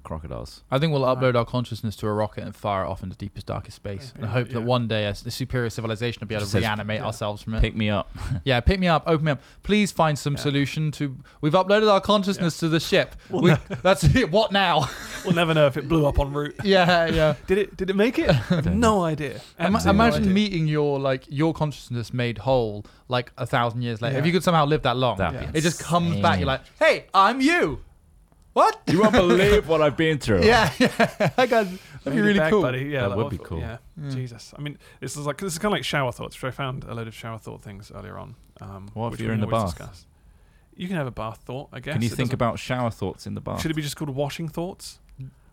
S3: crocodiles.
S4: I think we'll
S2: Right.
S4: upload our consciousness to a rocket and fire it off into deepest, darkest space,
S2: Yeah,
S4: and hope that
S2: yeah.
S4: one day a, s- a superior civilization will be able
S3: Just
S4: to
S3: says-
S4: reanimate
S2: Yeah.
S4: ourselves from it.
S3: Pick me up.
S4: yeah, pick me up, open me up. Please find some
S2: Yeah.
S4: solution to. We've uploaded our consciousness to the ship. We, that's it. What now?
S2: We'll never know if it blew up en route.
S4: yeah, yeah.
S2: Did it? Did it make it? I have no idea.
S4: Ima-
S2: Absolutely no
S4: imagine
S2: idea.
S4: meeting your like your consciousness made whole like a thousand years later.
S2: Yeah.
S4: If you could somehow live that long,
S3: That'd
S2: Yeah.
S3: be
S4: it just comes
S3: insane.
S4: back. You're like, hey, I'm you. What?
S3: you won't believe what I've been through.
S4: Yeah, yeah. I got.
S2: Made
S4: That'd be
S2: it
S4: really
S2: back,
S4: cool.
S2: buddy. Yeah,
S3: That would
S2: what
S3: be
S2: if-
S3: cool.
S2: Yeah.
S3: Mm.
S2: Jesus. I mean, this is like this is kind of like shower thoughts, which I found a load of shower thought things earlier on. Um,
S3: What if
S2: which
S3: you're
S2: we
S3: in
S2: can
S3: the
S2: always
S3: bath?
S2: discuss. You can have a bath thought, I guess.
S3: Can you
S2: It
S3: think
S2: doesn't-
S3: about shower thoughts in the bath?
S2: Should it be just called washing thoughts,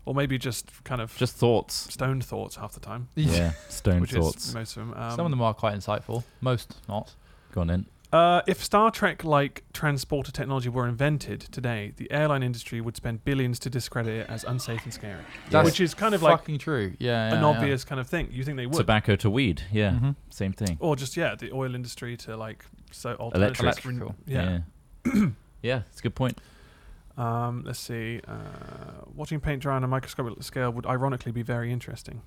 S2: or maybe just kind of
S3: just thoughts.
S2: stoned thoughts half the time,
S3: Yeah, stone
S2: which
S3: thoughts.
S2: is most of them. Um,
S4: Some of them are quite insightful. Most not.
S3: Go on in.
S2: Uh, if Star Trek like transporter technology were invented today, the airline industry would spend billions to discredit it as unsafe and scary.
S4: That's
S2: Which is kind of like
S4: fucking true. Yeah,
S2: an
S4: yeah, yeah.
S2: obvious kind of thing. You think they would.
S3: Tobacco to weed. Yeah,
S4: Mhm.
S3: same thing.
S2: or just, yeah, the oil industry to like so alternatives.
S3: Electric.
S4: Electrical.
S2: Yeah.
S3: Yeah. Yeah, it's a good point.
S2: Um, let's see. Uh, watching paint dry on a microscopic scale would ironically be very interesting.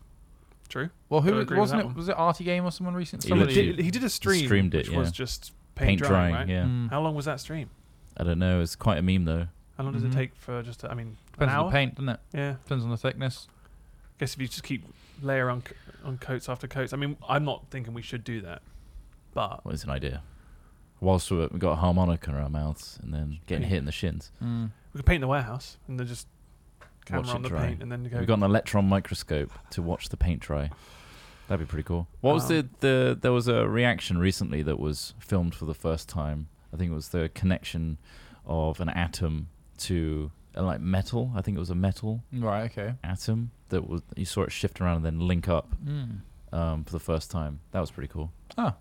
S2: True.
S4: Well,
S2: Gotta
S4: who
S2: agree with
S4: wasn't
S2: that
S4: it?
S2: one.
S4: Was it Artie Game or someone recently?
S3: He
S2: Somebody
S4: Somebody.
S3: legit-
S2: did, he did a stream,
S3: streamed it,
S2: which was
S3: yeah.
S2: just paint,
S3: Paint,
S2: drying.
S3: drying.
S2: right?
S3: Yeah,
S4: Mm.
S2: How long was that stream?
S3: I don't know. It's quite a meme though.
S2: How long does
S3: Mm-hmm.
S4: Mhm.
S2: it take for just? I mean, an
S4: Depends on
S2: hour.
S4: the paint, doesn't it?
S2: Yeah.
S4: Depends on the thickness.
S2: guess if you just keep layer on c- on coats after coats. I mean, I'm not thinking we should do that, but
S3: What is an idea? Whilst we we got a harmonica in our mouths and then getting hit in the shins.
S4: Mm.
S2: we could paint in the warehouse and then just camera
S3: Watch
S2: on
S3: it
S2: the
S3: dry.
S2: paint and then go.
S3: We got an electron microscope to watch the paint dry. That'd be pretty cool. What was the,
S2: Um,
S3: the there was a reaction recently that was filmed for the first time. I think it was the connection of an atom to uh, like metal. I think it was a metal
S4: Right. Okay.
S3: atom that was you saw it shift around and then link up
S4: Mm.
S3: um, for the first time. That was pretty cool.
S4: Ah.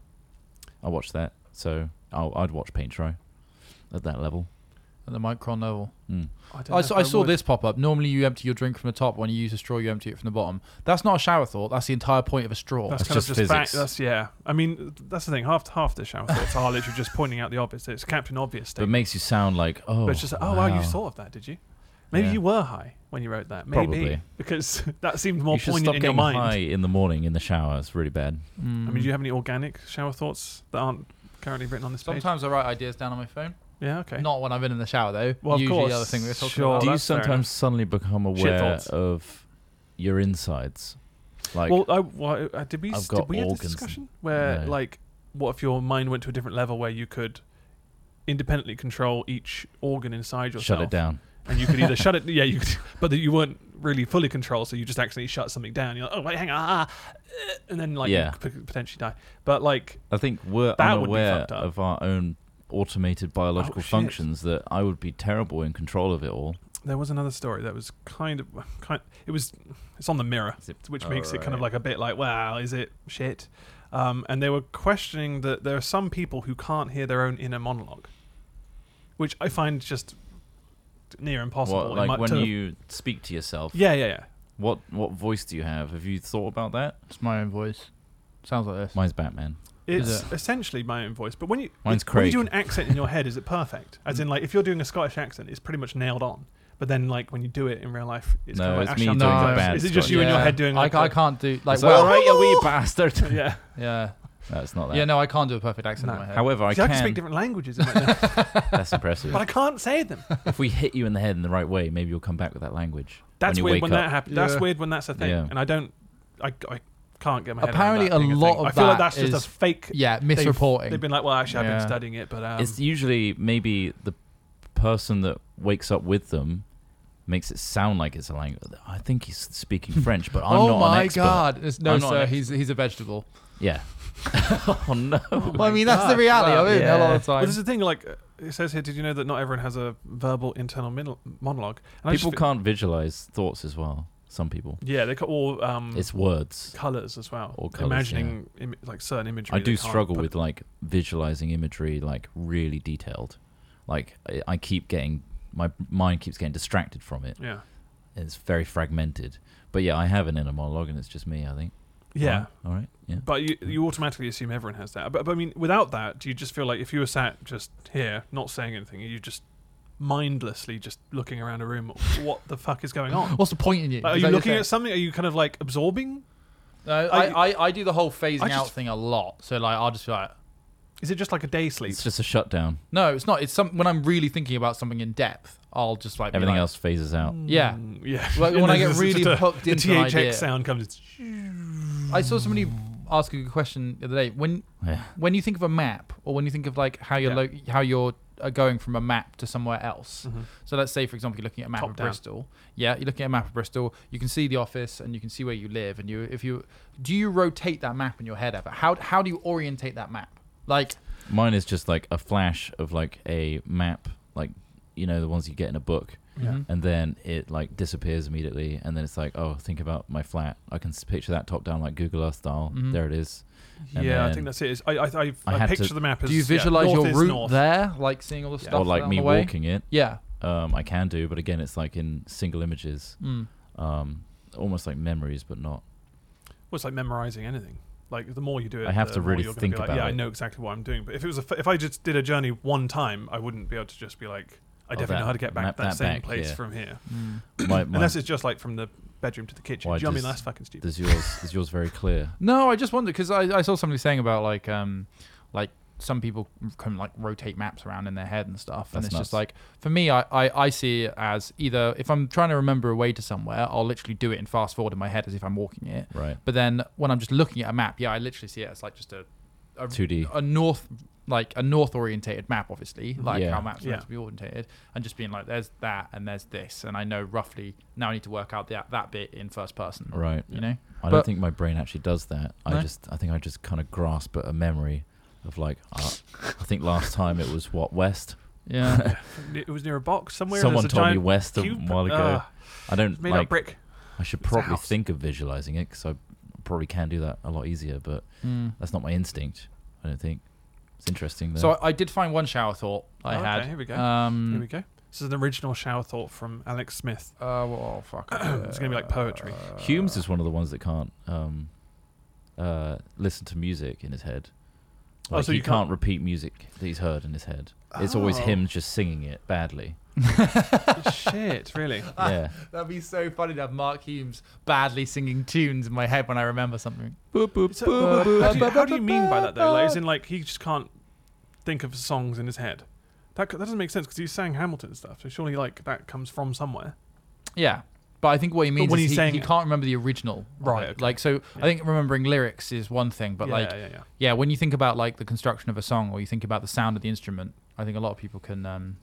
S3: I watched that. So I'll, I'd watch paint dry at that level.
S4: At the micron level.
S3: Mm.
S2: I, don't
S4: I
S2: know
S4: saw,
S2: if
S4: I saw
S2: would.
S4: this pop up. Normally, you empty your drink from the top. When you use a straw, you empty it from the bottom. That's not a shower thought. That's the entire point of a straw.
S2: That's,
S3: That's
S2: kind of
S3: just
S2: just back.
S3: physics.
S2: That's yeah. I mean, that's the thing. Half half the shower thoughts are literally just pointing out the obvious. It's Captain Obvious
S3: But it
S2: thing.
S3: makes you sound like oh,
S2: but it's just like, oh wow. you
S3: wow.
S2: thought of that, did you? Maybe
S3: Yeah.
S2: you were high when you wrote that. Maybe
S3: Probably.
S2: because that seemed more
S3: you should
S2: poignant
S3: stop
S2: in your
S3: getting
S2: mind.
S3: high Mm. in the morning in the shower. It's really bad.
S4: Mm.
S2: I mean, do you have any organic shower thoughts that aren't currently written on this page?
S4: sometimes I write ideas down on my phone.
S2: Yeah. Okay.
S4: Not when I've been in the shower though.
S2: Well, of
S4: Usually
S2: course.
S4: the other thing we we're talking
S2: Sure.
S4: about.
S3: Do you
S2: Oh, that's fair enough.
S3: sometimes suddenly become
S2: Shit
S3: aware
S2: thoughts.
S3: of your insides? Like
S2: well, I, well, uh, did we
S3: I've
S2: did
S3: got
S2: we have this
S3: organs and-
S2: discussion where
S3: No.
S2: like what if your mind went to a different level where you could independently control each organ inside yourself?
S3: shut it down.
S2: and you could either shut it. Yeah, you could, but that you weren't really fully controlled, so you just accidentally shut something down. You're like, oh wait, hang on, ah, uh," and then like
S3: Yeah.
S2: you could pot- potentially die. But like,
S3: I think we're
S2: That would be
S3: unaware
S2: fucked up. Oh,
S3: of our own automated biological
S2: shit.
S3: functions that I would be terrible in control of it all.
S2: there was another story that was kind of kind. It was it's on the mirror,
S3: Is it-
S2: which makes it kind of like
S3: Alright.
S2: a bit like, wow, is it shit? Um, and they were questioning that there are some people who can't hear their own inner monologue, which I find just near impossible.
S3: What,
S2: It
S3: like
S2: might-
S3: when
S2: to-
S3: you speak to yourself,
S2: yeah, yeah, yeah.
S3: what what voice do you have? Have you thought about that?
S4: It's my own voice. Sounds like this.
S3: Mine's Batman.
S2: It's
S4: Is
S2: essentially my own voice, but when you
S3: Mine's
S2: when you do
S3: Craig.
S2: an
S3: Mm.
S2: accent in your head, is it perfect? As in, like if you're doing a Scottish accent, it's pretty much nailed on. But then, like when you do it in real life, it's
S3: No,
S2: kind of like
S3: it's
S2: actually,
S3: me
S2: I'm
S3: doing
S2: not
S3: the
S2: close.
S3: bad
S2: Is it just you and your
S4: Yeah.
S2: head doing? Like,
S4: I, I
S2: the-
S4: can't do like
S3: It's
S4: well.
S3: alright, you wee bastard.
S2: Yeah,
S4: Yeah.
S3: That's not that.
S4: Yeah. No, I can't do a perfect accent
S2: No.
S4: in my head.
S3: However, I
S2: See, I can
S3: can.
S2: speak different languages, in my head,
S3: That's impressive.
S2: but I can't say them.
S3: if we hit you in the head in the right way, maybe you'll come back with that language.
S2: That's
S3: you
S2: weird
S3: wake
S2: when
S3: up.
S2: that happens. That's
S4: Yeah.
S2: weird when that's a thing,
S3: Yeah.
S2: and I don't. I, I can't get my head. around
S4: Apparently
S2: that
S4: a
S2: being
S4: lot
S2: thing.
S4: of
S2: I feel like
S4: that
S2: that's just
S4: is-
S2: a fake.
S4: yeah,
S2: they've-
S4: misreporting.
S2: They've, been like, well, actually, I've
S4: Yeah.
S2: been studying it, but um,
S3: it's usually maybe the person that wakes up with them makes it sound like it's a language. I think he's speaking French, but I'm
S4: oh
S3: not an
S4: my
S3: expert.
S4: god! It's, no,
S3: I'm not an
S4: sir,
S3: expert.
S4: he's he's a vegetable.
S3: Yeah. oh no.
S4: well, I mean, that's the reality of it.
S3: Yeah.
S4: A lot of
S2: Well,
S4: times.
S2: this is the thing. Like uh, it says here, did you know that not everyone has a verbal internal min- monologue? And I just
S3: People
S2: fe-
S3: can't visualize thoughts as well. Some people.
S2: Yeah, they got all um,
S3: It's words.
S2: colors as well.
S3: All colours,
S2: Imagining Im- like certain imagery.
S3: I
S2: they
S3: do
S2: can't
S3: struggle
S2: put-
S3: with like visualizing imagery, like really detailed. Like I, I keep getting my mind keeps getting distracted from it.
S2: Yeah,
S3: and It's very fragmented. But yeah, I have an inner monologue, and it's just me. I think.
S2: yeah.
S3: All right. Yeah.
S2: But you, you automatically assume everyone has that. But, but I mean, without that, do you just feel like if you were sat just here, not saying anything, you just mindlessly just looking around a room. What the fuck is going on?
S4: What's the point in you?
S2: Like, are
S4: Is
S2: you
S4: that your
S2: looking
S4: thing?
S2: at something? Are you kind of like absorbing?
S4: No, I, I, I do the whole phasing
S2: I
S4: out
S2: just-
S4: thing a lot. So like I'll just be like,
S2: Is it just like a day sleep?
S3: It's just a shutdown.
S4: no, it's not. It's some when I'm really thinking about something in depth, I'll just like be
S3: Everything
S4: like-
S3: else phases out.
S4: Yeah.
S2: Mm, yeah.
S4: Like, when
S2: And
S4: I
S2: then
S4: get
S2: it's
S4: really
S2: just a-
S4: hooked
S2: the
S4: into an
S2: THX
S4: idea. Mm-hmm.
S2: sound comes.
S4: I saw somebody ask a good question the other day. When
S3: Yeah.
S4: when you think of a map, or when you think of like how you're
S2: Yeah.
S4: lo- how you're uh, going from a map to somewhere else.
S2: Mhm.
S4: So let's say, for example, you're looking at a map
S2: Top
S4: of
S2: down.
S4: Bristol. Yeah, you're looking at a map of Bristol. You can see the office and you can see where you live. And you, if you, do you rotate that map in your head ever? How how do you orientate that map? Like
S3: Mine is just like a flash of like a map, like you know the ones you get in a book,
S2: Yeah.
S4: Mhm.
S3: and then it like disappears immediately, and then it's like, oh, think about my flat. I can s- picture that top down like Google Earth style.
S4: Mhm.
S3: There it is. And
S2: Yeah, I
S3: then-
S2: think that's it. It's- I, I, I,
S3: I
S2: I,
S3: had
S2: picture
S3: to-
S2: the map as
S4: do you
S2: yeah,
S4: visualize
S2: north
S4: your
S2: is
S4: route
S2: north.
S4: there, like seeing all the
S2: Yeah.
S4: stuff?
S3: or like
S4: along
S3: me
S4: the way?
S3: walking it.
S4: Yeah.
S3: Um, I can do, but again, it's like in single images,
S4: Mm.
S3: um, almost like memories, but not.
S2: Well, it's like memorizing anything. Like the more you do it,
S3: I have
S2: the
S3: to
S2: more
S3: really
S2: you're gonna
S3: think
S2: be like,
S3: about
S2: Yeah, I
S3: it.
S2: know exactly what I'm doing. But if it was, a f if I just did a journey one time, I wouldn't be able to just be like, I
S3: Oh,
S2: definitely
S3: that-
S2: know how to get back
S3: map
S2: to that,
S3: that
S2: same
S3: back,
S2: place
S3: yeah.
S2: from here.
S4: Mm.
S3: My, my,
S2: Unless it's just like from the bedroom to the kitchen.
S3: Why
S2: Do you know what I mean?
S3: does-
S2: That's fucking stupid.
S3: does yours is yours very clear?
S4: No, I just wondered because I, I saw somebody saying about like um like some people can like rotate maps around in their head and stuff, and
S3: That's
S4: it's just
S3: nuts.
S4: like for me, I, I I see it as either if I'm trying to remember a way to somewhere, I'll literally do it and fast forward in my head as if I'm walking it.
S3: Right.
S4: But then when I'm just looking at a map, yeah, I literally see it as like just a a,
S3: 2D.
S4: a north like a north orientated map, obviously, like
S3: Yeah.
S4: how maps are
S2: Yeah.
S4: meant to be orientated, and just being like, there's that and there's this, and I know roughly now I need to work out that that bit in first person,
S3: Right.
S4: You know,
S3: I
S4: But-
S3: don't think my brain actually does that.
S4: No?
S3: I just, I think I just kind of grasp at a memory of like, uh, I think last time it was what west.
S4: yeah.
S2: It was near a box somewhere.
S3: Someone
S2: there's a
S3: told me
S2: giant
S3: west a
S2: cube,
S3: while ago.
S2: uh,
S3: I don't
S2: made out of
S3: like.
S2: brick.
S3: I should
S2: It's a
S3: probably
S2: house.
S3: think of visualizing it because I probably can do that a lot easier. But
S4: Mm.
S3: that's not my instinct. I don't think. It's interesting though.
S4: So I, I did find one shower thought I
S2: Oh,
S4: had.
S2: okay, here we go.
S4: Um,
S2: Here we go. This is an original shower thought from Alex Smith.
S4: Uh, well, oh, fuck.
S2: It's gonna be like poetry.
S3: Humes
S2: uh,
S3: is one of the ones that can't um, uh, listen to music in his head.
S2: Oh,
S3: Like,
S2: so
S3: he
S2: you
S3: can't,
S2: can't-
S3: repeat music that he's heard in his head. It's always
S2: Oh.
S3: him just singing it badly. Uh,
S2: Shit, really?
S3: Yeah.
S4: That'd be so funny to have Mark Humes badly singing tunes in my head when I remember something. Boop, boop,
S2: So, how, do you, how do you mean by that though? Like, as in, like he just can't think of songs in his head. That, c- that doesn't make sense because he sang Hamilton and stuff. So surely, like that comes from somewhere.
S4: Yeah. But I think what he means
S2: when
S4: is
S2: he's
S4: he,
S2: saying
S4: he
S2: it.
S4: can't remember the original. of
S2: Right,
S4: it.
S2: okay.
S4: Like, so I
S2: Yeah.
S4: think remembering lyrics is one thing, but
S2: yeah,
S4: like,
S2: yeah, yeah.
S4: yeah, when you think about like the construction of a song or you think about the sound of the instrument, I think a lot of people can um,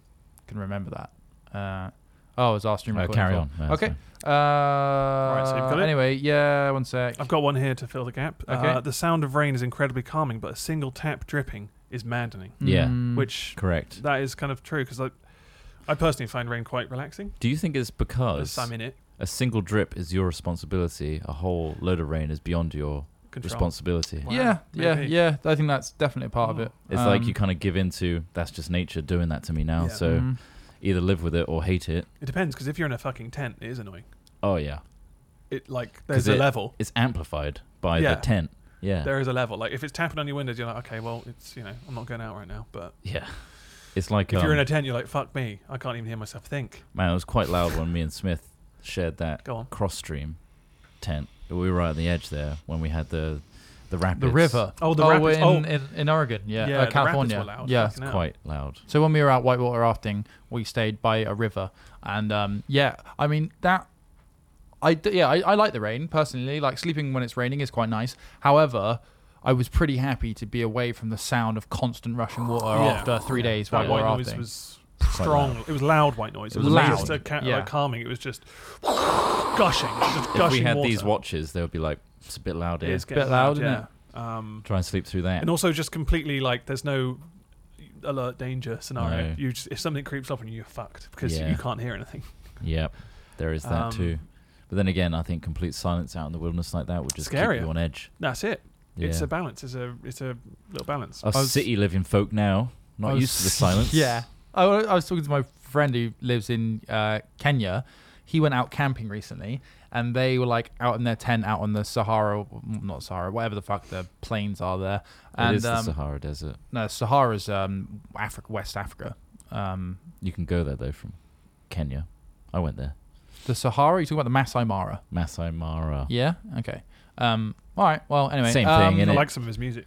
S4: can remember that. Uh, oh, I was asking.
S3: Oh, carry on. No, it's
S4: Okay.
S3: fine.
S4: Uh, right,
S2: so you've got it?
S4: Anyway, yeah, one sec.
S2: I've got one here to fill the gap. Uh,
S4: Okay.
S2: the sound of rain is incredibly calming, but a single tap dripping is maddening.
S3: Yeah.
S4: Mm.
S2: Which
S3: Correct.
S2: that is kind of true because I, I personally find rain quite relaxing.
S3: Do you think Oh, it's because
S2: Unless I'm in it.
S3: a single drip is your responsibility, a whole load of rain is beyond your
S2: Control.
S3: responsibility?
S2: Wow.
S4: yeah, yeah,
S2: maybe.
S4: yeah. I think that's definitely a part of
S2: Oh.
S4: it.
S3: It's like
S4: Um,
S3: you kind of give into that's just nature doing that to me now.
S2: Yeah. Mm-hmm.
S3: So
S4: mm.
S3: either live with it or hate it.
S2: It depends because if you're in a fucking tent, it is annoying.
S3: Oh yeah,
S2: It like there's
S3: 'Cause
S2: a
S3: it-
S2: level.
S3: it's amplified by
S2: Yeah.
S3: the tent. Yeah.
S2: There is a level. Like if it's tapping on your windows, you're like, okay, well, it's you know, I'm not going out right now. But
S3: yeah. It's like
S2: if you're in
S3: um,
S2: a tent, you're like, fuck me, I can't even hear myself think.
S3: Man, it was quite loud when me and Smith shared that
S2: Go on.
S3: cross stream tent. We were right at the edge there when we had the the rapids.
S4: the river.
S2: Oh, the
S4: oh,
S2: rapids.
S4: In,
S2: oh,
S4: in, in Oregon, yeah,
S2: Yeah,
S4: uh,
S2: the rapids
S4: California.
S2: were loud.
S4: Yeah.
S2: Fucking hell.
S3: Quite loud.
S4: So when we were out whitewater rafting, we stayed by a river, and um, yeah, I mean that. I d- yeah, I, I like the rain personally. Like sleeping when it's raining is quite nice. However, I was pretty happy to be away from the sound of constant rushing water
S2: Yeah.
S4: after three days
S2: That
S4: while
S2: white
S4: we're
S2: noise
S4: rafting.
S2: was
S3: quite
S2: strong. It was loud white noise. It was
S4: Loud,
S2: just a ca-
S4: yeah.
S2: like calming. It was just gushing. It was just
S3: If
S2: gushing
S3: we had
S2: water.
S3: these watches, they would be like, it's a bit loud
S2: it
S3: here.
S2: is getting
S4: Bit loud,
S2: yeah.
S4: isn't
S2: Um,
S3: Try and sleep through that.
S2: and also just completely like there's no alert danger scenario.
S3: No.
S2: You just, if something creeps up on you, you're fucked because
S3: Yeah.
S2: you can't hear anything.
S3: yep, there is that
S2: Um,
S3: too. But then again, I think complete silence out in the wilderness like that would just
S2: Scarier.
S3: keep you on edge.
S2: That's it.
S3: Yeah.
S2: It's a balance. It's a it's a little balance.
S3: Us
S4: I was-
S3: city living folk now, not
S4: I was-
S3: used to the silence.
S4: Yeah, I, wa- I was talking to my friend who lives in uh, Kenya. He went out camping recently, and they were like out in their tent out on the Sahara, not Sahara, whatever the fuck the plains are there.
S3: It
S4: And
S3: is
S4: um,
S3: the Sahara Desert.
S4: no, Sahara's um, Africa, West Africa. um,
S3: You can go there though from Kenya. I went there.
S4: the Sahara. You talking about the Masai Mara?
S3: Masai Mara.
S4: Yeah. Okay. Um, all right. Well, anyway.
S3: Same
S4: um,
S3: thing,
S2: I
S3: innit?
S2: like some of his music.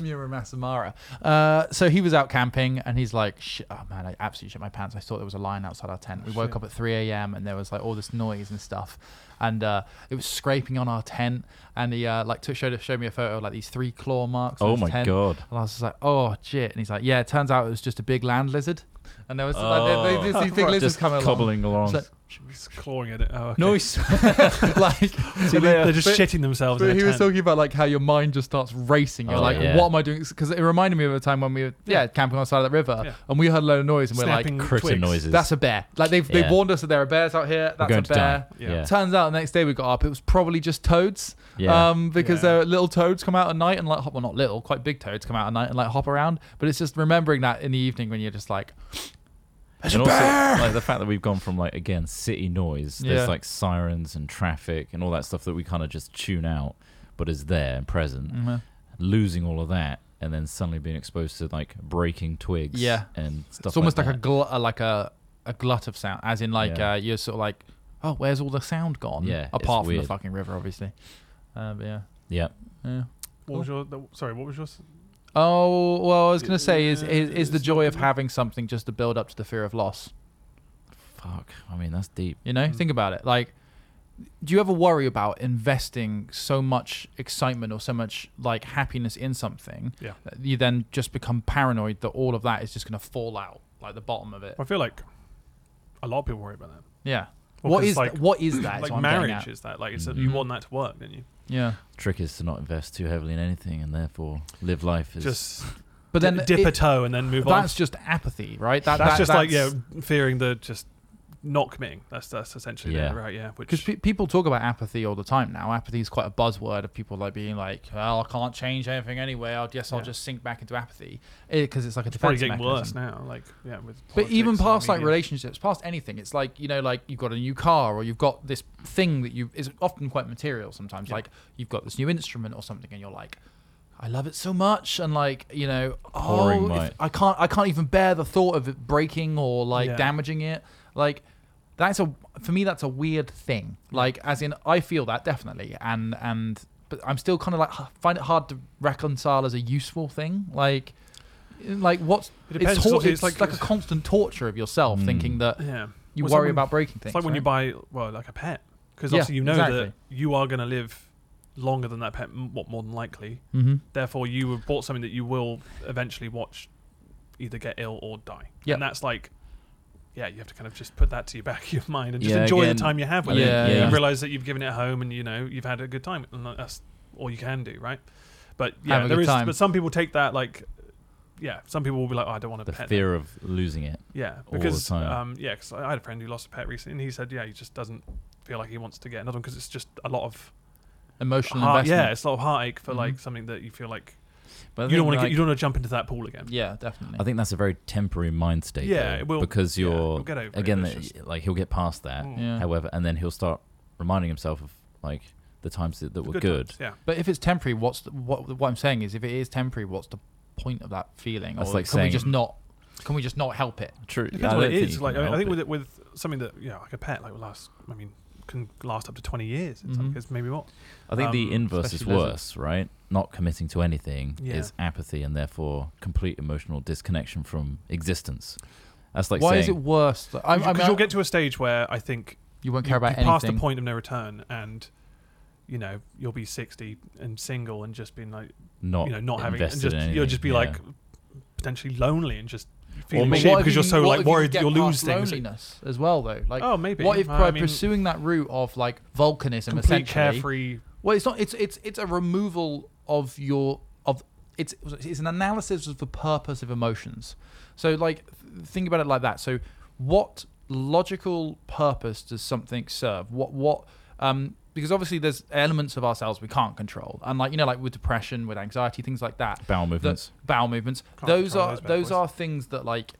S4: Mura Masamara. Uh, so he was out camping and he's like, shit, oh man, I absolutely shit my pants. I thought there was a lion outside our tent. We woke
S2: Shit.
S4: up at 3 a.m. and there was like all this noise and stuff. And uh, it was scraping on our tent. And he uh, like took, showed, showed me a photo of like these three claw marks. on
S3: Oh
S4: his
S3: my
S4: tent.
S3: god.
S4: And I was just like, oh, shit. And he's like, yeah, it turns out it was just a big land lizard. And there was like, they- they- these big lizards
S3: Just
S4: coming along.
S3: cobbling along.
S4: It's like,
S2: He's clawing at it. Oh, okay.
S4: Noise. like,
S2: So they, are just
S4: But-
S2: shitting themselves
S4: But
S2: in a
S4: he was
S2: tent.
S4: talking about like how your mind just starts racing. You're
S3: Oh,
S4: like,
S3: yeah.
S4: what am I doing? Because it reminded me of a time when we were yeah,
S2: Yeah.
S4: camping on the side of that river,
S2: Yeah.
S4: and we heard a load of noise, and we're
S2: Snapping
S4: like,
S3: critter
S2: twigs.
S3: noises.
S4: that's a bear. Like they've
S3: Yeah.
S4: they've warned us that there are bears out here.
S3: We're
S4: That's a
S3: going to
S4: bear.
S3: die. Yeah.
S2: Yeah.
S4: Turns out the next day we got up, it was probably just toads.
S3: Yeah.
S4: Um, because
S2: Yeah.
S4: there are little toads come out at night and like hop. Well, not little, quite big toads come out at night and like hop around. But it's just remembering that in the evening when you're just like,
S3: and also like the fact that we've gone from like again city noise
S4: Yeah.
S3: there's like sirens and traffic and all that stuff that we kind of just tune out but is there and present
S2: Mm.
S4: "Mm,
S3: losing all of that and then suddenly being exposed to like breaking twigs
S4: Yeah.
S3: and stuff
S4: it's almost like, a
S3: that.
S4: glut, uh, like a a glut of sound, as in like
S3: Yeah.
S4: uh, you're sort of like, oh, where's all the sound gone?
S3: Yeah, it's
S4: apart from the
S3: weird.
S4: fucking river, obviously. Uh, but yeah,
S3: yeah
S4: yeah.
S2: What was your? the- sorry, what was yours?
S4: Oh well, I was gonna say is
S2: Yeah,
S4: is, is the
S2: it's
S4: joy of
S2: not-
S4: having something just to build up to the fear of loss.
S3: fuck i mean that's deep
S4: You know,
S2: Mm.
S4: think about it. Like, do you ever worry about investing so much excitement or so much like happiness in something?
S2: Yeah.
S4: that You then just become paranoid that all of that is just gonna fall out, like the bottom of it.
S2: I feel like a lot of people worry about that.
S4: Yeah.
S2: Well,
S4: what
S2: 'cause,
S4: is
S2: like-
S4: what is that? is
S2: like
S4: what I'm getting
S2: marriage
S4: at.
S2: is that like it's that you
S4: Mhm.
S2: want that to work, don't you?
S4: Yeah.
S3: trick is to not invest too heavily in anything and therefore live life as
S2: Just
S4: But then
S2: dip
S4: it-
S2: a toe and then move on.
S4: that's just apathy, right? That,
S2: that's
S4: that-
S2: just like yeah,
S4: that's-
S2: fearing the just not committing. That's that's essentially
S3: Yeah.
S2: it, right. Yeah, which
S4: because pe- people talk about apathy all the time now. Apathy is quite a buzzword of people like being like, "Well, I can't change anything anyway. I'll guess I'll
S2: Yeah.
S4: just sink back into apathy," because it's like a
S2: it's probably
S4: defense
S2: getting
S4: mechanism.
S2: worse now. Like yeah, with
S4: But
S2: politics
S4: even
S2: and the
S4: past like
S2: media.
S4: relationships, past anything, it's like you know, like you've got a new car or you've got this thing that you is often quite material. Sometimes,
S2: Yeah.
S4: like you've got this new instrument or something, and you're like, I love it so much, and like you know,
S3: Pouring
S4: oh,
S3: my-
S4: if- I can't, I can't even bear the thought of it breaking or like
S2: Yeah.
S4: damaging it. Like that's a for me, that's a weird thing.
S2: Mm.
S4: Like as in, I feel that definitely, and and but I'm still kind of like h- find it hard to reconcile as a useful thing. Like. Like what's
S2: It depends,
S4: it's, tor-
S2: obviously,
S4: it's
S2: it's
S4: like,
S2: like-
S4: a constant torture of yourself,
S3: Mm.
S4: thinking that
S2: yeah,
S4: you
S2: Well, it's like
S4: worry
S2: when-
S4: about breaking things.
S2: it's like when you
S4: right?
S2: buy well like a pet because
S4: Yeah,
S2: obviously you know that
S4: exactly.
S2: you are going to live longer than that pet, m- what more than likely.
S3: Mm-hmm.
S4: Mhm.
S2: Therefore, you have bought something that you will eventually watch either get ill or die.
S4: Yeah.
S2: and that's like. Yeah, you have to kind of just put that to your back of your mind and just
S3: Yeah,
S2: enjoy
S3: again,
S2: the time you have with
S4: yeah,
S2: it.
S4: yeah.
S2: You realize that you've given it a home and you know you've had a good time, and that's all you can do, right? But
S4: Have
S2: yeah,
S4: a
S2: there
S4: good
S2: is.
S4: time.
S2: But some people take that like, yeah, some people will be like, oh, I don't want to
S3: the
S2: pet. them."
S3: fear of losing it
S2: Yeah,
S3: all the
S2: because
S3: time.
S2: um, yeah, 'cause I I had a friend who lost a pet recently, and he said, yeah, he just doesn't feel like he wants to get another one because it's just a lot of
S4: emotional
S2: heart, yeah,
S4: investment.
S2: it's a lot of heartache for
S4: Mhm.
S2: like something that you feel like
S3: but I
S2: you
S3: think,
S2: don't want to
S3: like,
S2: get, you don't want to jump into that pool again.
S4: Yeah, definitely.
S3: i think that's a very temporary mind state
S2: Yeah,
S3: though,
S2: it will-
S3: because
S2: yeah,
S3: you're
S2: we'll get over it,
S3: again
S2: but it's
S3: that-
S2: just-
S3: like he'll get past that
S2: Mm.
S4: yeah.
S3: however, and then he'll start reminding himself of like the times that, that were good.
S2: times, Yeah,
S4: But if it's temporary, what's the, what? What I'm saying is, if it is temporary, what's the point of that feeling?
S3: That's
S4: or
S3: like
S4: can we
S3: saying-
S4: just not? Can we just not help it?
S3: True.
S2: depends what it is. Like I, I think with it, with something that yeah, like a pet, like will last. I mean, can last up to twenty years. In
S4: Mhm.
S2: some cases, maybe more.
S3: I think
S2: um,
S3: the inverse is
S4: especially lizards.
S3: worse, right? Not committing to anything
S2: Yeah.
S3: is apathy and therefore complete emotional disconnection from existence. That's like
S4: Why
S3: saying
S4: is it worse? Like, I,
S2: Because
S4: I mean,
S2: you'll get to a stage where I think
S4: you won't
S2: you-
S4: care about
S2: you
S4: anything.
S2: past the point of no return and. You know, you'll be sixty and single, and just being like,
S3: not
S2: you know, not having, and
S3: invested
S2: just
S3: in anything.
S2: you'll just be
S3: yeah.
S2: like potentially lonely and just
S4: But
S2: feeling
S4: what
S2: shit
S4: if
S2: because
S4: you-
S2: you're so
S4: what
S2: like
S4: if you
S2: worried
S4: get
S2: that you'll lose
S4: past
S2: things.
S4: Loneliness as well, though. Like,
S2: oh, maybe.
S4: what if
S2: I
S4: by
S2: mean,
S4: pursuing that route of like volcanism,
S2: complete
S4: essentially,
S2: carefree?
S4: Well, it's not. It's it's it's a removal of your of it's it's an analysis of the purpose of emotions. So like th- think about it like that. So what logical purpose does something serve? What what um because obviously there's elements of ourselves we can't control, and like you know like with depression, with anxiety, things like that.
S3: bowel
S4: The-
S3: movements.
S4: bowel movements.
S2: Can't
S4: those
S2: control
S4: are
S2: those bad
S4: those
S2: boys.
S4: are things that like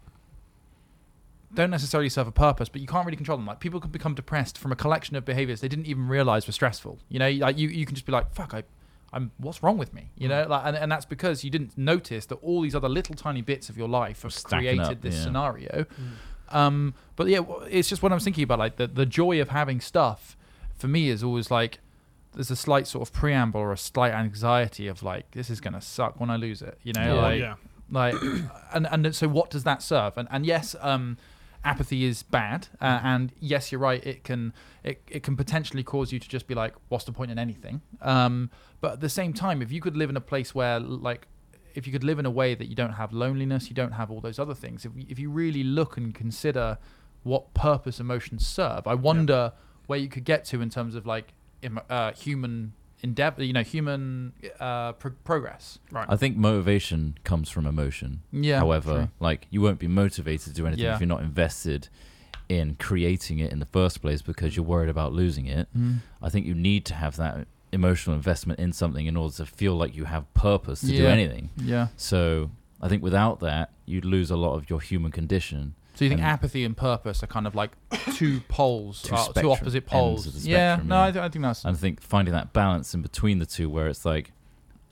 S4: don't necessarily serve a purpose, but you can't really control them. Like people can become depressed from a collection of behaviors they didn't even realize were stressful. You know, like you, you can just be like, fuck, I, I'm what's wrong with me? You
S3: Mm.
S4: know, like, and, and that's because you didn't notice that all these other little tiny bits of your life have
S3: Stacking
S4: created
S3: up,
S4: this
S3: yeah.
S4: scenario. Um, but yeah, w- it's just what I'm thinking about. Like the, the joy of having stuff for me is always like there's a slight sort of preamble or a slight anxiety of like this is gonna suck when I lose it. You know,
S3: Yeah.
S4: like
S2: yeah.
S4: like and and so what does that serve and and yes um apathy is bad uh, and yes you're right it can it, it can potentially cause you to just be like what's the point in anything um but at the same time if you could live in a place where like if you could live in a way that you don't have loneliness you don't have all those other things if, you- if you really look and consider what purpose emotions serve i wonder where you could get to in terms of like em- uh, human endeavor you know human uh pro- progress
S2: Right.
S3: I think motivation comes from emotion.
S4: Yeah,
S3: However,
S4: true.
S3: like you won't be motivated to do anything
S4: Yeah.
S3: if you're not invested in creating it in the first place because you're worried about losing it. I think you need to have that emotional investment in something in order to feel like you have purpose to do
S4: Yeah.
S3: anything.
S4: yeah
S3: So I think without that, you'd lose a lot of your human condition.
S4: So you think
S3: And-
S4: apathy and purpose are kind of like two poles,
S3: Two
S4: uh,
S3: spectrum-
S4: two opposite
S3: ends
S4: poles?
S3: of the
S4: yeah,
S3: spectrum,
S4: no,
S3: yeah.
S4: I, th- I think that's
S3: And I think finding that balance in between the two, where it's like,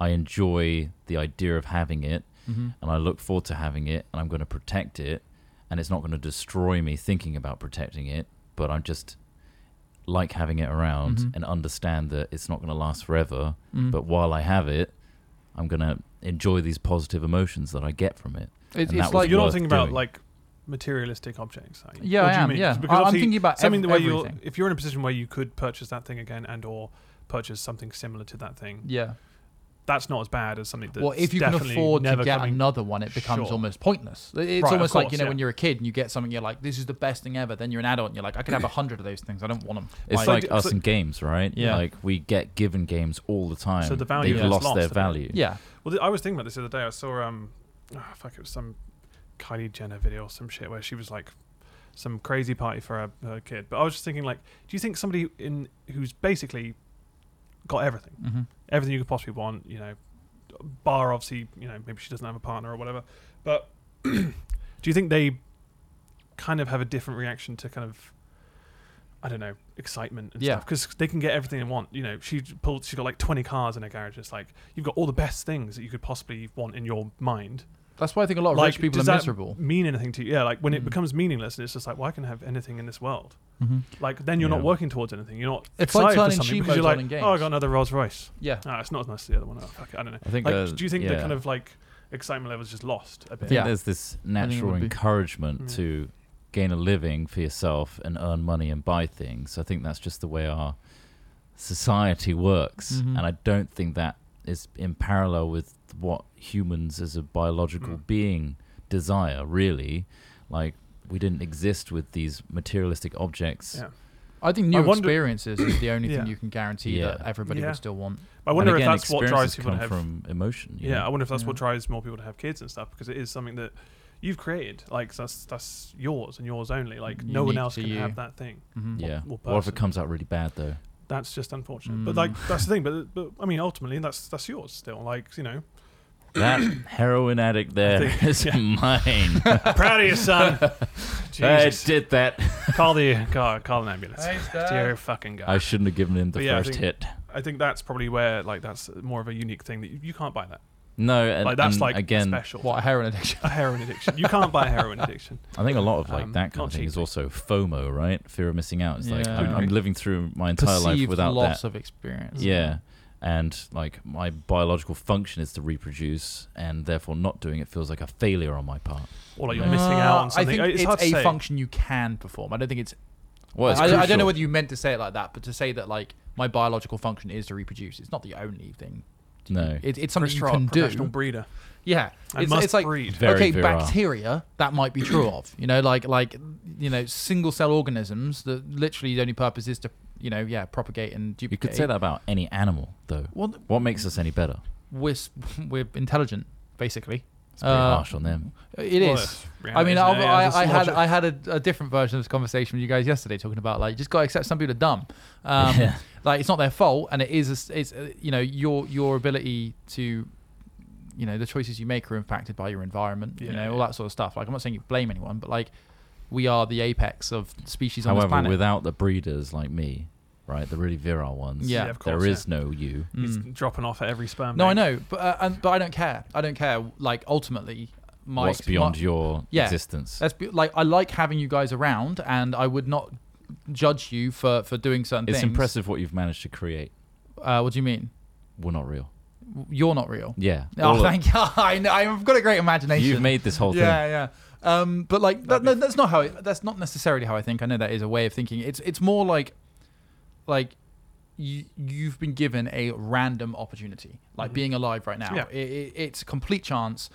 S3: I enjoy the idea of having it
S4: Mhm.
S3: and I look forward to having it and I'm going to protect it and it's not going to destroy me thinking about protecting it, but I'm just like having it around
S4: Mhm.
S3: and understand that it's not going to last forever.
S2: Mm-hmm.
S4: Mhm.
S3: But while I have it, I'm going to enjoy these positive emotions that I get from it.
S4: It-
S3: and that
S4: it's
S3: was
S2: So
S4: like
S2: you're not
S3: worth
S2: thinking about
S3: doing.
S2: like materialistic objects. Are you?
S4: Yeah,
S2: Or
S4: I
S2: do you
S4: am,
S2: mean-
S4: yeah.
S2: because
S4: I- I'm
S2: obviously
S4: thinking about
S2: something
S4: ev-
S2: where you
S4: everything.
S2: if you're in a position where you could purchase that thing again and or purchase something similar to that thing,
S4: yeah.
S2: that's not as bad as something that's
S4: Well, if you can
S2: definitely
S4: afford to
S2: never
S4: get
S2: coming.
S4: another one, it becomes
S2: Sure.
S4: almost pointless. It's
S2: Right, of
S4: almost like you
S2: course,
S4: know
S2: yeah.
S4: when you're a kid and you get something, you're like, "This is the best thing ever." Then you're an adult, and you're like, "I could have a hundred of those things. I don't want them."
S3: It's
S2: So
S3: like
S2: do-
S3: us
S2: so-
S3: in games, right?
S4: Yeah.
S3: Like we get given games all the time.
S2: So the value
S3: They've
S2: is
S3: lost,
S2: lost,
S3: their
S2: isn't it?
S3: value.
S4: yeah,
S2: Well, th- I was thinking about this the other day. I saw um, ah, fuck, it was some Kylie Jenner video or some shit where she was like some crazy party for her, her kid. But I was just thinking, like, do you think somebody in who's basically got everything,
S4: hmm
S2: everything you could possibly want, you know, bar obviously, you know, maybe she doesn't have a partner or whatever, but do you think they kind of have a different reaction to kind of I don't know excitement and
S4: Yeah.
S2: stuff because they can get everything they want. You know, she pulled. She's got like twenty cars in her garage. It's like you've got all the best things that you could possibly want in your mind.
S4: that's why I think a lot of
S2: like,
S4: Oh, rich people
S2: does
S4: are
S2: that
S4: miserable.
S2: Mean anything to you? Yeah, like when it
S4: Mm.
S2: becomes meaningless and it's just like, well, I can have anything in this world.
S4: Mm-hmm.
S2: Like then you're not
S3: Yeah.
S2: working towards anything. You're not
S4: It's like
S2: excited for
S4: turning
S2: something
S4: cheap
S2: because you're
S4: modes on
S2: like,
S4: in
S2: oh, I
S4: games.
S2: got another Rolls Roce.
S4: Yeah,
S2: Ah, it's not as nice as the other one. Oh, fuck it. I don't know.
S3: I think.
S2: Like,
S3: uh,
S2: do you think
S3: yeah.
S2: the kind of like excitement level's just lost a
S3: I
S2: bit?
S3: think
S4: Yeah.
S3: there's this
S4: think it
S3: natural
S4: would be.
S3: encouragement
S2: Mm.
S3: to gain a living for yourself and earn money and buy things. I think that's just the way our society works,
S2: Mm-hmm.
S4: Mhm.
S3: and I don't think that is in parallel with what humans as a biological
S2: Mm.
S3: being desire. Really, like we didn't exist with these materialistic objects.
S2: Yeah.
S4: I think new
S2: I wonder-
S4: experiences is the only
S2: Yeah.
S4: thing you can guarantee that
S3: Yeah.
S4: everybody
S2: Yeah.
S4: would still want.
S2: I wonder
S3: and again,
S2: if that's what drives
S3: experiences
S2: people to
S3: come
S2: have.
S3: from emotion. you
S2: yeah,
S3: know?
S2: I wonder if that's what
S4: Yeah.
S2: drives more people to have kids and stuff because it is something that you've created. Like that's that's yours and yours only. Like no one
S4: Unique
S2: else
S4: to
S2: can
S4: you.
S2: have that thing.
S4: Mhm.
S3: yeah.
S2: or
S3: What if
S2: person.
S3: it comes out really bad though?
S2: That's just unfortunate. But like
S3: Mm.
S2: that's the thing. But but I mean, ultimately, that's that's yours still. Like you know,
S3: That heroin addict there
S2: think-
S3: is
S2: yeah.
S3: mine.
S2: proud of your son.
S3: I
S2: Jesus,
S3: did that.
S2: call the call, call an ambulance.
S4: Hey, Dad.
S2: Dear fucking guy.
S3: I shouldn't have given him the
S2: But yeah, I
S3: first
S2: think-
S3: hit.
S2: I think that's probably where like that's more of a unique thing that you, you can't buy that.
S3: No, and,
S2: Like that's
S3: and
S2: like
S3: again,
S2: special.
S4: What a heroin addiction.
S2: A heroin addiction. You can't buy a heroin addiction.
S3: I think a lot of like
S2: Um,
S3: that kind
S2: not
S3: of thing is
S2: cheaply.
S3: also FOMO, right? Fear of missing out. It's like
S4: Yeah.
S3: I'm, I'm
S2: Okay.
S3: living through my entire life
S4: Perceived
S3: without
S4: loss
S3: that.
S4: of experience.
S3: Yeah, and like my biological function is to reproduce, and therefore not doing it feels like a failure on my part.
S2: Or like you're
S3: No.
S2: missing out on
S4: Uh, I
S2: something.
S4: think
S2: it's,
S4: it's,
S2: hard to
S4: a
S2: say.
S4: function you can perform. I don't think it's.
S3: Well, it's
S4: I, I don't know
S3: crucial.
S4: whether you meant to say it like that, but to say that like my biological function is to reproduce, it's not the only thing.
S3: No.
S4: It, it's something you
S2: Professional-
S4: can
S2: professional
S4: do.
S2: breeder.
S4: Yeah,
S2: I
S4: it's,
S2: must
S4: it's like
S2: breed.
S3: Very
S4: okay,
S3: virile.
S4: bacteria that might be true of you know like like you know single cell organisms that literally the only purpose is to you know yeah propagate and
S3: you
S4: duplicate.
S3: could say that about any animal, though.
S4: Well,
S3: What makes us any better?
S4: we're s- we're intelligent basically.
S3: It's pretty
S4: Uh,
S3: harsh on them.
S4: It
S2: Well,
S4: is.
S2: that's reality,
S4: I mean,
S2: isn't
S4: I,
S2: it? Yeah,
S4: I,
S2: there's
S4: I had
S2: logic.
S4: I had a, a different version of this conversation with you guys yesterday, talking about like you just got to accept some people are dumb. Um,
S3: Yeah.
S4: Like it's not their fault, and it is a s it's uh, you know your your ability to you know the choices you make are impacted by your environment. you
S2: Yeah,
S4: know all
S2: yeah.
S4: that sort of stuff. Like I'm not saying you blame anyone, but like we are the apex of species on this
S3: However,
S4: planet.
S3: without the breeders like me, right? The really virile ones.
S4: Yeah.
S2: of course.
S3: There
S2: yeah.
S3: is no you.
S2: He's
S4: Mm.
S2: dropping off at every sperm.
S4: No, I
S2: bank.
S4: know, but uh, and, but I don't care. I don't care. Like ultimately, my
S3: What's beyond
S4: my-
S3: your
S4: Yeah.
S3: existence?
S4: That's be- like I like having you guys around, and I would not judge you for for doing certain
S3: It's
S4: things.
S3: impressive what you've managed to create.
S4: Uh, what do you mean?
S3: We're not real.
S4: You're not real.
S3: Yeah. all
S4: Oh,
S3: of-
S4: thank God! I know, I've got a great imagination.
S3: You've made this whole thing.
S4: yeah, yeah. Um, but like
S2: That'd
S4: that, no, that's not how. It, that's not necessarily how I think. I know that is a way of thinking. It's it's more like, like, you you've been given a random opportunity, like
S3: Mm-hmm.
S2: Mhm.
S4: being alive right now.
S2: Yeah.
S4: I- I- it's a complete chance.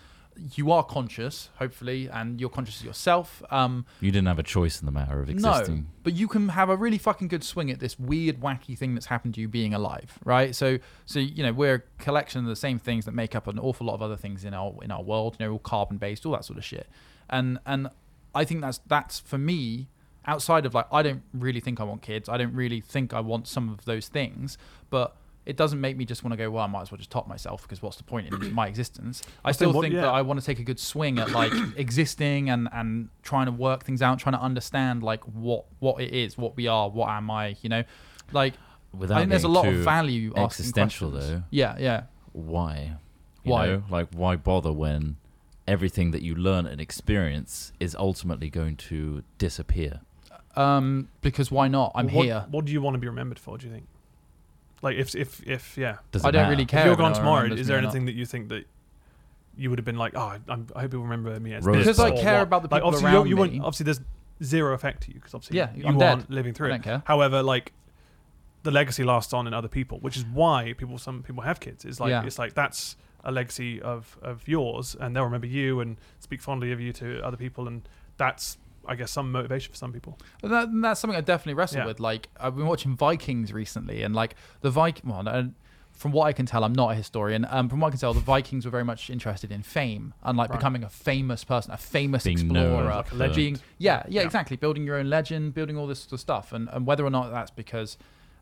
S4: You are conscious, hopefully, and you're conscious of yourself. Um,
S3: You didn't have a choice in the matter of
S4: no,
S3: existing.
S4: but you can have a really fucking good swing at this weird, wacky thing that's happened to you being alive, right? So, so you know, we're a collection of the same things that make up an awful lot of other things in our in our world. You know, all carbon based, all that sort of shit. And and I think that's that's for me outside of like I don't really think I want kids. I don't really think I want some of those things, but. It doesn't make me just want to go. Well, I might as well just top myself because what's the point in my existence? I
S2: think
S4: still
S2: what-
S4: think
S2: yeah.
S4: that I want to take a good swing at like existing and and trying to work things out, trying to understand like what what it is, what we are, what am I, you know, like
S3: Without
S4: I think there's a
S3: getting
S4: lot
S3: too
S4: of value asking
S3: existential,
S4: questions.
S3: though.
S4: Yeah, yeah,
S3: Why? You
S4: Why?
S3: know? Like, why bother when everything that you learn and experience is ultimately going to disappear?
S4: um, because why not? I'm
S2: What-
S4: here.
S2: What do you want to be remembered for? Do you think? Like if if if yeah,
S3: Does it
S4: I don't
S3: matter?
S4: really care.
S2: if you're
S4: whether
S2: gone
S4: no one
S2: tomorrow,
S4: remembers
S2: is
S4: me
S2: there
S4: or not.
S2: anything that you think that you would have been like, oh, I, I'm, I hope people remember me as
S3: Rose
S2: this
S3: Because I
S2: or
S4: care
S2: what?"
S4: about the
S2: like,
S4: people
S2: obviously
S4: around
S2: you, you won't-
S4: me.
S2: Obviously, there's zero effect to you because obviously
S4: Yeah,
S2: you
S4: I'm dead.
S2: aren't living
S4: I
S2: through
S4: don't
S2: it.
S4: care.
S2: However, like the legacy lasts on in other people, which is why people some people have kids. It's like
S4: Yeah.
S2: it's like that's a legacy of of yours, and they'll remember you and speak fondly of you to other people, and that's I guess some motivation for some people.
S4: And That, and that's something I definitely wrestle
S2: Yeah.
S4: with. Like I've been watching Vikings recently, and like the Viking. Well, no, from what I can tell, I'm not a historian. Um, from what I can tell, the Vikings were very much interested in fame and like
S2: Right.
S4: becoming a famous person, a famous
S3: Being
S4: explorer,
S3: known as
S2: like a legend.
S4: being yeah, yeah,
S2: Yeah.
S4: exactly. Building your own legend, building all this sort of stuff, and and whether or not that's because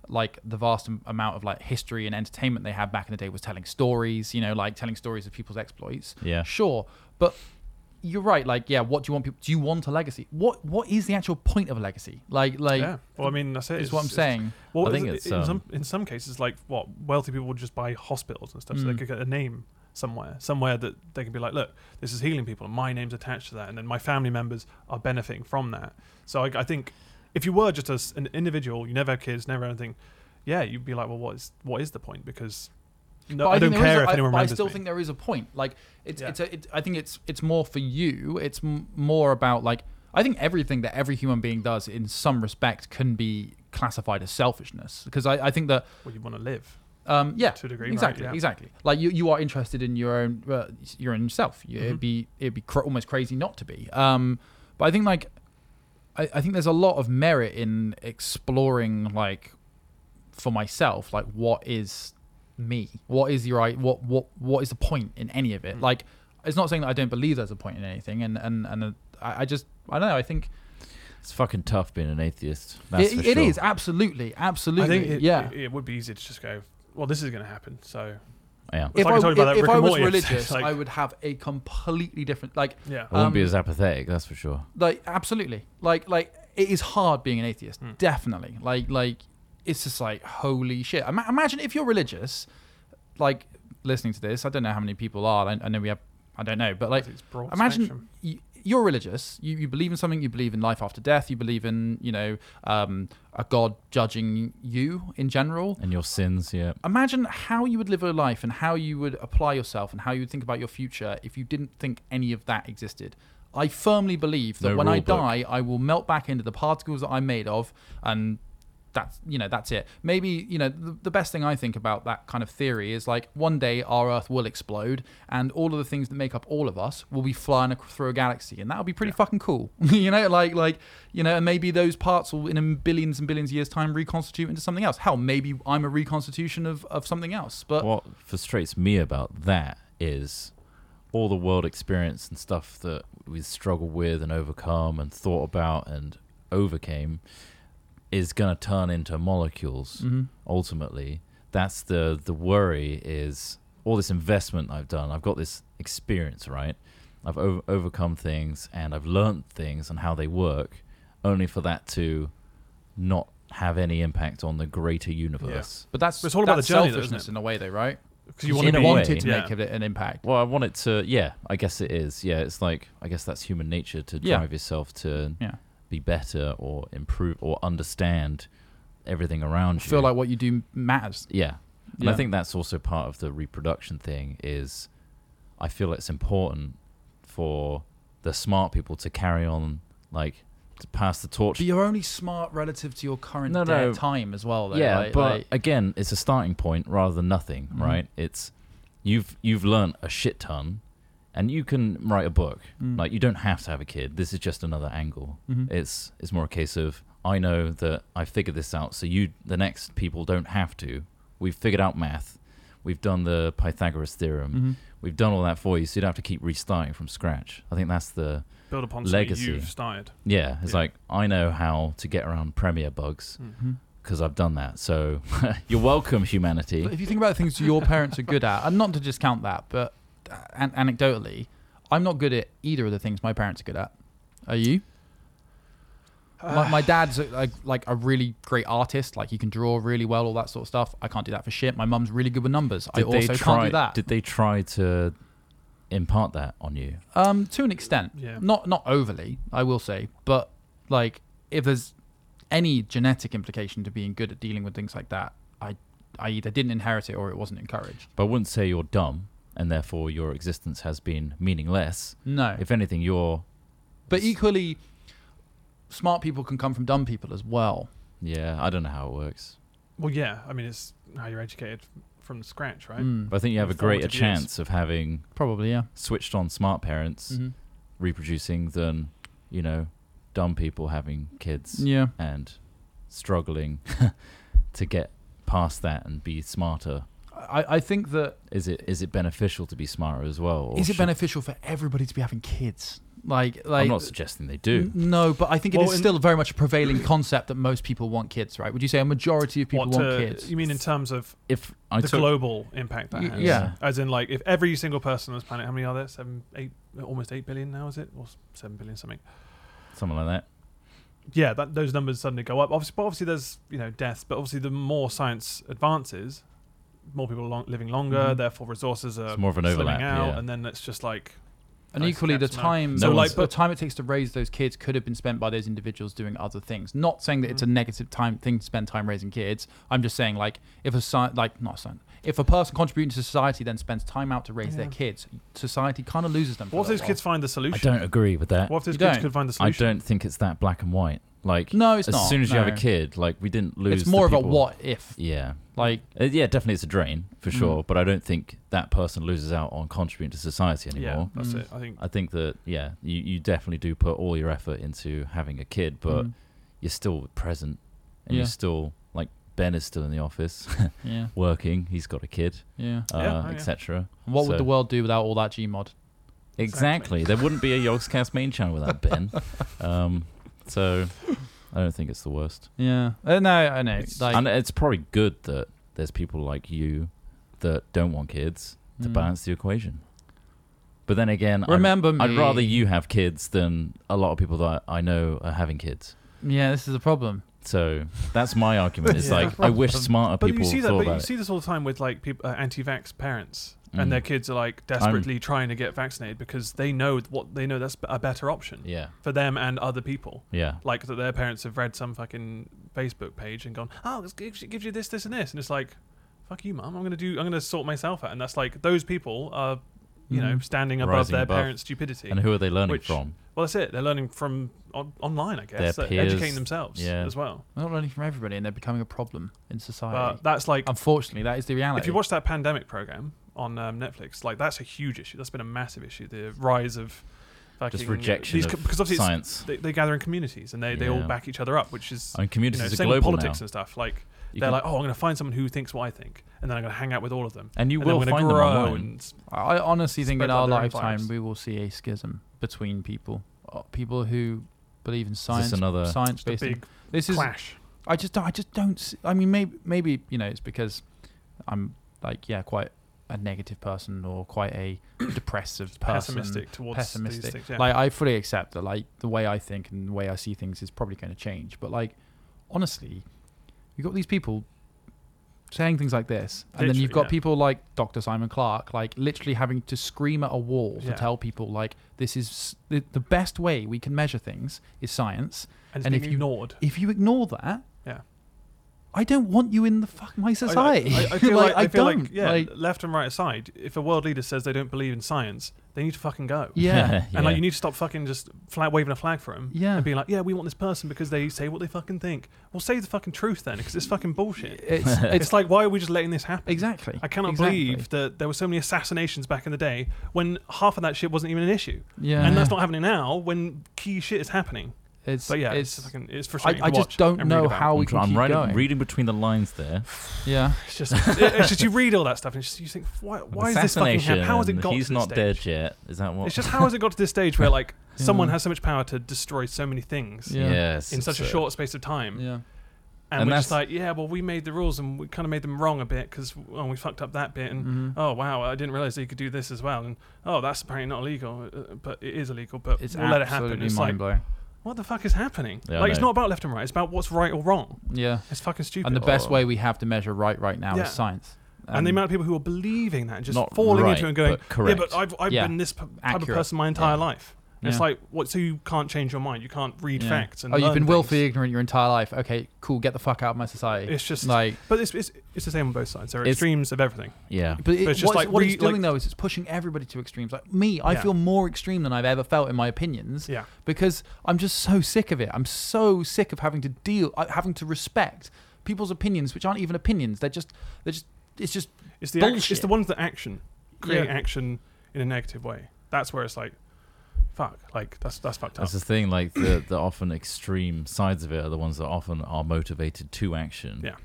S4: like the vast am- amount of like history and entertainment they had back in the day was telling stories, you know, like telling stories of people's exploits.
S3: Yeah.
S4: Sure, but you're right. Like, yeah, what do you want people? Do you want a legacy? What What is the actual point of a legacy? Like, like
S2: yeah. Well, I mean, that's it.
S4: is what I'm
S2: It's- it's-
S4: saying.
S2: Well,
S3: I
S2: I
S3: think
S2: think
S3: it's,
S2: in, some,
S3: um,
S2: in some cases, like what wealthy people would just buy hospitals and stuff, so they
S4: Mm.
S2: could get a name somewhere, somewhere that they can be like, look, this is healing people, and my name's attached to that, and then my family members are benefiting from that. So I, I think if you were just as an individual, you never had kids, never had anything, yeah, you'd be like, well, what is what is the point? Because no,
S4: But
S2: I, don't
S4: think there is
S2: care
S4: a-
S2: if anyone
S4: but I
S2: remembers
S4: still
S2: me.
S4: think there is a point. Like, it's
S2: Yeah.
S4: it's a, it, I think it's it's more for you. It's m- more about like I think everything that every human being does in some respect can be classified as selfishness because I, I think that
S2: well, you want to live.
S4: um, yeah,
S2: To a degree, right,
S4: exactly,
S2: yeah.
S4: exactly. Like you, you are interested in your own, uh, your own self. You,
S2: Mm-hmm.
S4: It'd be, it'd be cr- almost crazy not to be. Um, but I think like, I, I think there's a lot of merit in exploring like, for myself, like what is me? What is your i- what what what is the point in any
S2: Mm.
S4: of it? Like, it's not saying that I don't believe there's a point in anything, and and and uh, I, I just I don't know. I think
S3: It's fucking tough being an atheist. That's
S4: it,
S3: for
S4: it
S3: sure.
S4: is absolutely,
S2: I
S4: absolutely,
S2: think it,
S4: yeah.
S2: it, it would be easier to just go, well, this is going to happen. So
S3: Yeah.
S2: It's like I told you about that
S4: if
S2: Rick
S4: I
S2: and
S4: was
S2: Morty episode,
S4: religious,
S2: like-
S4: I would have a completely different like
S2: yeah,
S3: I wouldn't be
S4: Um,
S3: as apathetic, that's for sure.
S4: like absolutely like like it is hard being an atheist
S2: Mm.
S4: definitely like like it's just like holy shit Ima- imagine if you're religious like listening to this i don't know how many people are i, I know we have i don't know but like
S2: it's broad spectrum.
S4: imagine you, you're religious you, you believe in something you believe in life after death you believe in you know um, a god judging you in general
S3: And your sins, yeah.
S4: imagine how you would live your life and how you would apply yourself and how you would think about your future if you didn't think any of that existed. I firmly believe that
S3: No
S4: when I
S3: rule book.
S4: die, I will melt back into the particles that I'm made of, and that's you know that's it. Maybe you know the, the best thing I think about that kind of theory is like one day our Earth will explode, and all of the things that make up all of us will be flying ac- through a galaxy, and that'll be pretty fucking cool. you know, like like you know, and maybe those parts will in a billions and billions of years time reconstitute into something else. Hell, maybe I'm a reconstitution of of something else. But
S3: what frustrates me about that is all the world experience and stuff that we struggled with and overcome and thought about and overcame is going to turn into molecules
S4: Mhm.
S3: ultimately that's the the worry is all this investment i've done i've got this experience right i've over- overcome things and i've learned things and how they work only for that to not have any impact on the greater universe.
S4: But that's
S2: But it's all about
S4: that's
S2: the journey, though, isn't
S4: selfishness
S2: it?
S4: in a way, though, right?
S2: because you
S3: In
S2: want to
S3: a
S2: be
S3: way.
S4: wanted to
S2: Yeah.
S4: make it an impact.
S3: Well, I want it to. Yeah, I guess it is. Yeah, it's like I guess that's human nature to
S4: Yeah.
S3: drive yourself to
S4: Yeah.
S3: be better or improve or understand everything around
S4: I
S3: you.
S4: feel like what you do matters.
S3: yeah, and I
S4: Yeah.
S3: think that's also part of the reproduction thing. Is I feel it's important for the smart people to carry on, like to pass the torch.
S4: But you're only smart relative to your current
S3: No,
S4: no,
S3: no.
S4: time as well. Though.
S3: yeah,
S4: like-
S3: but
S4: like-
S3: again, it's a starting point rather than nothing,
S4: Mhm.
S3: right? It's you've you've learnt a shit ton, and you can write a book.
S4: Mm.
S3: Like you don't have to have a kid. This is just another angle.
S4: Mhm.
S3: It's it's more a case of I know that I figured this out, so you the next people don't have to. We've figured out math. We've done the Pythagoras theorem.
S4: Mhm.
S3: We've done all that for you, so you don't have to keep restarting from scratch. I think that's the
S2: build upon something
S3: Legacy.
S2: you've started.
S3: yeah. It's
S2: Yeah.
S3: like I know how to get around Premiere bugs
S4: Mhm.
S3: because I've done that. So you're welcome, humanity.
S4: But if you think about the things your parents are good at, and not to discount that, but uh, an- anecdotally, I'm not good at either of the things my parents are good at. Are you? my, my dad's a, like like a really great artist. Like he can draw really well, all that sort of stuff. I can't do that for shit. My mum's really good with numbers. I also
S3: try,
S4: can't do that.
S3: Did they try to impart that on you?
S4: um, to an extent,
S2: Yeah.
S4: not not overly, I will say, but like if there's any genetic implication to being good at dealing with things like that, I I either didn't inherit it or it wasn't encouraged.
S3: But I wouldn't say you're dumb, and therefore your existence has been meaningless.
S4: No,
S3: If anything, you're
S4: but equally, smart people can come from dumb people as well.
S3: yeah. I don't know how it works,
S2: Well, yeah. I mean, it's how you're educated from scratch, right?
S4: Mm,
S3: but I think you have a greater
S2: Formative years.
S3: chance of having
S4: probably, yeah.
S3: switched on smart parents
S4: Mhm.
S3: reproducing than you know dumb people having kids
S4: Yeah.
S3: and struggling to get past that and be smarter.
S4: I, I think that
S3: Is it is it beneficial to be smarter as well? or
S4: is it
S3: should-
S4: beneficial for everybody to be having kids? Like, like Mm-hmm.
S3: I'm not suggesting they do.
S4: N- No, but I think
S2: Well,
S4: it is
S2: in-
S4: still very much a prevailing concept that most people want kids, right? Would you say a majority of people
S2: What
S4: want
S2: to-
S4: kids?
S2: You mean in terms of
S3: If I
S2: the
S3: took
S2: global impact that
S4: Y-
S2: has?
S4: yeah.
S2: As in, like, if every single person on this planet, how many are there? Seven, eight, almost eight billion now, is it? Or s- seven billion something?
S3: something like that,
S2: Yeah, that those numbers suddenly go up. Obviously, but obviously there's you know deaths, but obviously the more science advances, more people are long, living longer,
S4: Mhm.
S2: therefore resources are
S3: It's more of an
S2: slimming
S3: overlap,
S2: out,
S3: yeah.
S2: and then it's just like
S4: and
S2: I
S4: equally, the
S2: suggest no.
S4: time
S3: No
S4: the-
S3: one's-
S4: the time it takes to raise those kids could have been spent by those individuals doing other things. Not saying that it's
S2: Mm-hmm.
S4: a negative time thing to spend time raising kids. I'm just saying, like, if a sci- like not a sci- if a person contributing to society then spends time out to raise their
S2: Yeah.
S4: kids, society kind of loses them. for
S2: what if
S4: a
S2: those
S4: little
S2: kids find the
S3: I
S2: solution?
S3: don't agree with that.
S2: What if those
S4: You
S2: kids
S4: don't.
S2: could find the
S3: I
S2: solution?
S3: don't think it's that black and white. Like
S4: while. No, it's
S3: as
S4: not.
S3: soon as you have a
S4: no.
S3: kid, like we didn't lose.
S4: it's
S3: the
S4: more of a
S3: people-
S4: what if.
S3: Yeah,
S4: Like,
S3: Uh, yeah, definitely it's a drain for
S4: Mm.
S3: sure. But I don't think that person loses out on contributing to society
S2: Yeah,
S3: anymore.
S2: that's
S4: Mm.
S2: it. I think
S3: I think that yeah, you, you definitely do put all your effort into having a kid, but
S4: Mm,
S3: you're still present and
S4: Yeah.
S3: you're still like Ben is still in the office
S4: yeah,
S3: working. He's got a kid,
S4: yeah.
S2: Yeah,
S3: uh,
S2: oh, yeah.
S3: etc.
S4: And what
S3: So-
S4: would the world do without all that Gmod?
S3: Exactly. there wouldn't be a Yogscast main channel without Ben. um, so I don't think it's the worst.
S4: Yeah. Uh, no, I know.
S3: It's,
S4: like,
S3: and it's probably good that there's people like you that don't want kids
S2: Hmm.
S3: to
S4: Mm.
S3: balance the equation. But then again, I'm-
S4: Remember me.
S3: I'd, rather you have kids than a lot of people that I know are having kids.
S4: Yeah, this is a problem.
S3: So that's my argument. It's
S2: Yeah.
S3: like I wish smarter
S2: But
S3: people
S2: you see that,
S3: thought
S2: but you
S3: about it.
S2: see this all the time with like people, uh, anti-vax parents,
S3: Mm.
S2: and their kids are like desperately trying to get vaccinated because they know what they know that's a better option
S3: yeah,
S2: for them and other people.
S3: yeah.
S2: Like that, their parents have read some fucking Facebook page and gone, "Oh, this gives you, gives you this, this, and this," and it's like, "Fuck you, mum! I'm gonna do, I'm gonna sort myself out." And that's like those people are, you know,
S4: Mhm.
S2: standing above
S3: Mm. Rising
S2: their
S3: above.
S2: parents' stupidity.
S3: And who are they learning
S2: Which-
S3: from?
S2: well, that's it. They're learning from on- online, I guess,
S3: Their
S2: They're educating
S3: peers.
S2: themselves
S3: Yeah.
S2: as well.
S4: They're not learning from everybody, and they're becoming a problem in society.
S2: But that's like
S4: Unfortunately, that is the reality.
S2: If you watch that pandemic program on um, Netflix, like that's a huge issue. That's been a massive issue. The rise of fucking
S3: Just rejection
S2: these
S3: of
S2: co- because obviously it's,
S3: science.
S2: they, they gather in communities and they, they all
S3: Yeah.
S2: back each other up, which is
S3: I mean,
S2: you know
S3: communities
S2: same
S3: are
S2: with
S3: global
S2: politics
S3: now.
S2: and stuff. Like
S3: You
S2: they're
S3: can-
S2: like, oh, I'm going to find someone who thinks what I think, and then I'm going to hang out with all of them.
S3: and you
S2: and then we're
S3: will find
S2: gonna
S3: them
S2: grow
S3: online.
S2: and s-
S4: I I honestly think
S2: Spread
S4: in our
S2: like the
S4: lifetime
S2: virus.
S4: we will see a schism between people, Uh, people who believe in
S3: Is
S4: science,
S3: this another?
S4: science
S2: just a
S4: based.
S2: big
S4: This is
S2: clash.
S4: I just don't, I just don't. s I I mean, maybe maybe you know it's because I'm like yeah, quite a negative person or quite a depressive person.
S2: Pessimistic towards
S4: pessimistic.
S2: these things. Yeah.
S4: Like I fully accept that like the way I think and the way I see things is probably going to change, but like honestly, you've got these people saying things like this, and then
S2: Literally,
S4: you've got
S2: yeah.
S4: people like Dr. Simon Clark, like literally having to scream at a wall to
S2: Yeah.
S4: tell people like this is the, the best way we can measure things is science.
S2: and, it's
S4: And
S2: being
S4: if you-
S2: ignored.
S4: If you ignore that,
S2: Yeah.
S4: I don't want you in the fuck my
S2: I- I-
S4: society.
S2: I, I feel like, I feel
S4: don't.
S2: like yeah,
S4: like-
S2: left and right aside, if a world leader says they don't believe in science, they need to fucking go.
S4: yeah.
S2: And like you need to stop fucking just flag waving a flag for them.
S4: Yeah.
S2: And being like, yeah, we want this person because they say what they fucking think. Well, say the fucking truth then, because it's fucking bullshit.
S4: It's,
S2: It's,
S4: it's
S2: like, why are we just letting this happen?
S4: exactly.
S2: I cannot
S4: exactly.
S2: believe that there were so many assassinations back in the day when half of that shit wasn't even an issue,
S4: Yeah.
S2: and that's not happening now when key shit is happening.
S4: It's,
S2: But yeah, it's,
S4: it's,
S2: fucking, it's
S4: I,
S2: frustrating.
S4: I
S2: to
S4: just
S2: watch
S4: don't
S2: and
S4: know
S2: read about.
S4: how
S3: I'm,
S4: we
S3: try-
S4: can
S3: I'm
S4: keep
S3: writing,
S4: going.
S3: reading between the lines there.
S4: Yeah.
S2: It's just, it's just you read all that stuff and it's just, you think, why, why is this fucking happening? How has it
S3: Assassination,
S2: got?
S3: He's
S2: to this
S3: not
S2: stage?
S3: dead yet. Is that what?
S2: It's just how has it got to this stage where like
S4: Yeah.
S2: someone has so much power to destroy so many things
S4: Yeah.
S3: Yes.
S2: in such a
S3: so-
S2: short space of time,
S4: Yeah.
S2: and,
S3: And
S2: we're just
S3: that's-
S2: like, yeah, well, we made the rules and we kind of made them wrong a bit because oh, we fucked up that bit, and
S4: Mhm.
S2: oh wow, I didn't realize that you could do this as well, and oh, that's apparently not illegal, uh, but it is illegal, but
S4: It's
S2: we'll let it happen.
S4: absolutely
S2: It's like,
S4: mind blowing.
S2: what the fuck is happening?
S3: Yeah, I
S2: like, it's
S3: know.
S2: not about left and right; it's about what's right or wrong.
S4: Yeah.
S2: It's fucking stupid.
S4: And the
S2: And,
S4: best
S3: Oh.
S4: way we have to measure right right now
S2: Yeah.
S4: is science.
S2: the amount of people who are believing that and just
S3: Not
S2: falling
S3: right,
S2: into it and going,
S3: but correct.
S2: yeah, but I've, I've
S4: Yeah.
S2: been this p- type of
S4: Accurate.
S2: person my entire life. And It's
S4: Yeah.
S2: like, what? So you can't change your mind? You can't read
S4: Yeah.
S2: facts? And
S4: oh, you've
S2: learn
S4: been
S2: things.
S4: willfully ignorant your entire life. Okay, cool. Get the fuck out of my society.
S2: It's just
S4: like,
S2: But it's, it's, it's the same on both sides. There are
S3: It's-
S2: extremes of everything.
S3: yeah.
S4: but, it,
S2: it's just
S4: what's,
S2: like
S4: what
S2: re-
S4: it's doing
S2: like-
S4: though is it's pushing everybody to extremes. Like me, I
S2: Yeah.
S4: feel more extreme than I've ever felt in my opinions
S2: Yeah.
S4: because I'm just so sick of it. I'm so sick of having to deal, uh, having to respect people's opinions, which aren't even opinions. They're just, they're just, it's just
S2: It's the act- it's
S4: Bullshit.
S2: the ones that action create
S4: Yeah.
S2: action in a negative way. That's where it's like, fuck, like that's that's fucked up.
S3: That's the thing. Like the the often extreme sides of it are the ones that often are motivated to action.
S2: Yeah.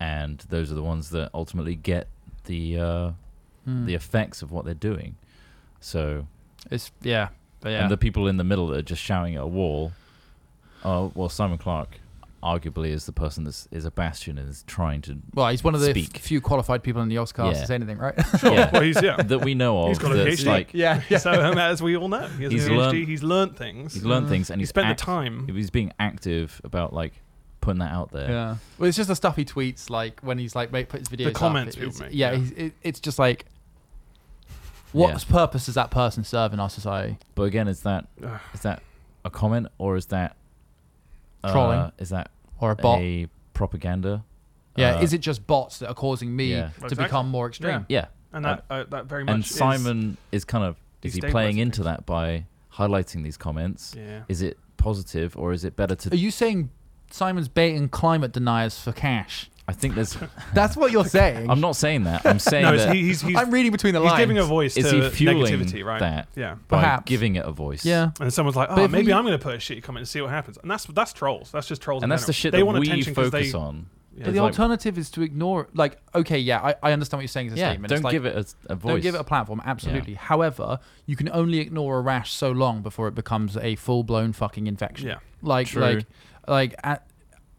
S3: And those are the ones that ultimately get the uh,
S4: Hmm.
S3: the effects of what they're doing. So
S4: It's yeah, but yeah,
S3: and the people in the middle that are just shouting at a wall. Uh, well, Simon Clark arguably is the person that is a bastion and is trying to
S4: well, he's one of the f-
S3: speak.
S4: few qualified people in the Oscars
S3: Yeah.
S4: to say anything, right?
S3: yeah,
S2: Well, he's yeah.
S3: that we know of.
S2: He's got a
S3: that's
S2: PhD.
S3: like
S4: yeah,
S2: So um, as we all know, he has
S3: He's
S2: a PhD.
S3: learned-
S2: he's learned things.
S3: he's learned things and
S2: he
S3: he's
S2: spent
S3: act-
S2: the time.
S3: He's being active about like putting that out there.
S4: Yeah. Well, it's just the stuff he tweets, like when he's like make, put his videos.
S2: comments
S4: up.
S2: people make,
S4: It's- Yeah,
S2: yeah.
S4: he's- It, it's just like, what
S3: Yeah.
S4: purpose does that person serve in our society?
S3: But again, is that
S2: Ugh.
S3: is that a comment or is that uh,
S4: Trolling.
S3: Is that
S4: Or a bot?
S3: a propaganda?
S4: yeah.
S3: Uh,
S4: is it just bots that are causing me
S3: yeah.
S4: to
S2: Exactly.
S4: become more extreme?
S3: yeah.
S2: And that uh, that very much.
S3: And
S2: is-
S3: Simon is, kind of is he
S2: destabilising
S3: playing into
S2: things.
S3: that by highlighting these comments?
S2: yeah.
S3: Is it positive or is it better to?
S4: Are you saying Simon's baiting climate deniers for cash?
S3: I think there's.
S4: That's what you're saying.
S3: I'm not saying that. I'm saying
S2: No, it's-
S3: that
S2: he, he's he's,
S4: I'm reading between the
S2: he's
S4: lines.
S2: giving a voice
S3: is
S2: to
S3: he fueling
S2: negativity, right?
S3: that
S2: Yeah.
S3: by
S4: Perhaps.
S3: giving it a voice?
S4: yeah.
S2: And someone's like,
S4: But
S2: oh,
S4: if
S2: maybe
S4: we-
S2: I'm going to put a shitty comment and see what happens. And that's that's trolls. That's just trolls. in
S3: And that's the
S2: general.
S3: shit
S2: they
S3: that
S2: want
S3: we
S2: attention 'cause
S3: focus
S2: they,
S3: on.
S2: Yeah.
S4: But the
S3: It's like-
S4: alternative is to ignore. Like, okay, yeah, I, I understand what you're saying as a
S3: Yeah,
S4: statement.
S3: don't
S4: It's like,
S3: give it a, a voice.
S4: Don't give it a platform, absolutely. However, you can only ignore a rash so long before it becomes a full blown fucking infection.
S2: Yeah.
S4: Like
S3: True.
S4: like like at,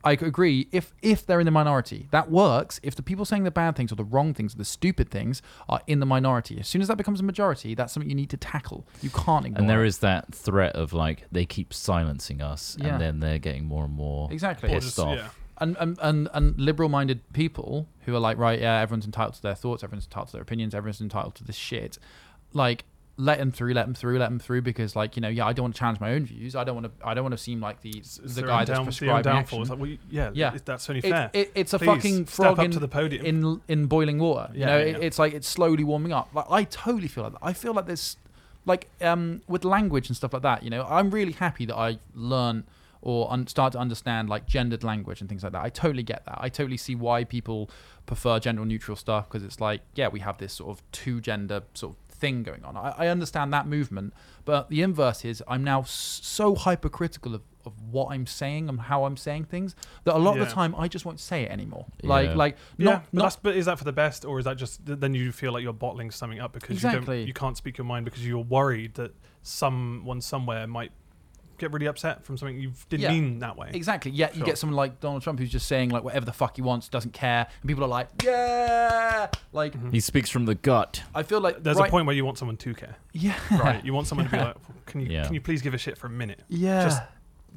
S4: I agree if if they're in the minority. That works if the people saying the bad things or the wrong things or the stupid things are in the minority. As soon as that becomes a majority, that's something you need to tackle. You can't ignore
S3: and there
S4: it.
S3: is that threat of like they keep silencing us,
S4: Yeah.
S3: and then they're getting more and more
S4: Exactly.
S2: Or
S3: pissed
S2: just-
S3: off.
S2: yeah.
S4: and and, and, and liberal minded people who are like right yeah everyone's entitled to their thoughts everyone's entitled to their opinions everyone's entitled to this shit like let them through let them through let them through because like you know yeah i don't want to challenge my own views i don't want to i don't want to seem like the
S2: It's- it's
S4: the
S2: their
S4: guy
S2: own
S4: that's
S2: down- it's their own
S4: prescribing
S2: downfall. It's
S4: action.
S2: like, well, yeah,
S4: Yeah.
S2: it- that's only
S4: It-
S2: fair.
S4: it- it's a
S2: Please,
S4: fucking
S2: step
S4: frog
S2: up
S4: in,
S2: to the podium.
S4: in in boiling water you
S2: Yeah,
S4: know
S2: yeah,
S4: it,
S2: yeah.
S4: it's like it's slowly warming up like i totally feel like that i feel like there's like um with language and stuff like that you know i'm really happy that i learn or un- start to understand like gendered language and things like that i totally get that i totally see why people prefer gender neutral stuff because it's like yeah we have this sort of two gender sort of thing going on I, I understand that movement but the inverse is i'm now s- so hypercritical of, of what i'm saying and how i'm saying things that a lot of
S2: Yeah.
S4: the time i just won't say it anymore like
S3: Yeah.
S4: like
S2: yeah,
S4: not
S2: but,
S4: not
S2: that's, but is that for the best, or is that just th- then you feel like you're bottling something up because you
S4: Exactly.
S2: don't, you can't speak your mind because you're worried that someone somewhere might get really upset from something you didn't
S4: Yeah.
S2: mean that way.
S4: Exactly. Yeah, you
S2: Sure.
S4: get someone like Donald Trump who's just saying like whatever the fuck he wants, doesn't care, and people are like, yeah. Like
S3: He speaks from the gut.
S4: I feel like
S2: Mm-hmm. There's
S4: right-
S2: a point where you want someone to care,
S4: Yeah.
S2: right? You want someone to be like, "Can you
S3: Yeah.
S2: can you please give a shit for a minute?
S4: Yeah.
S2: Just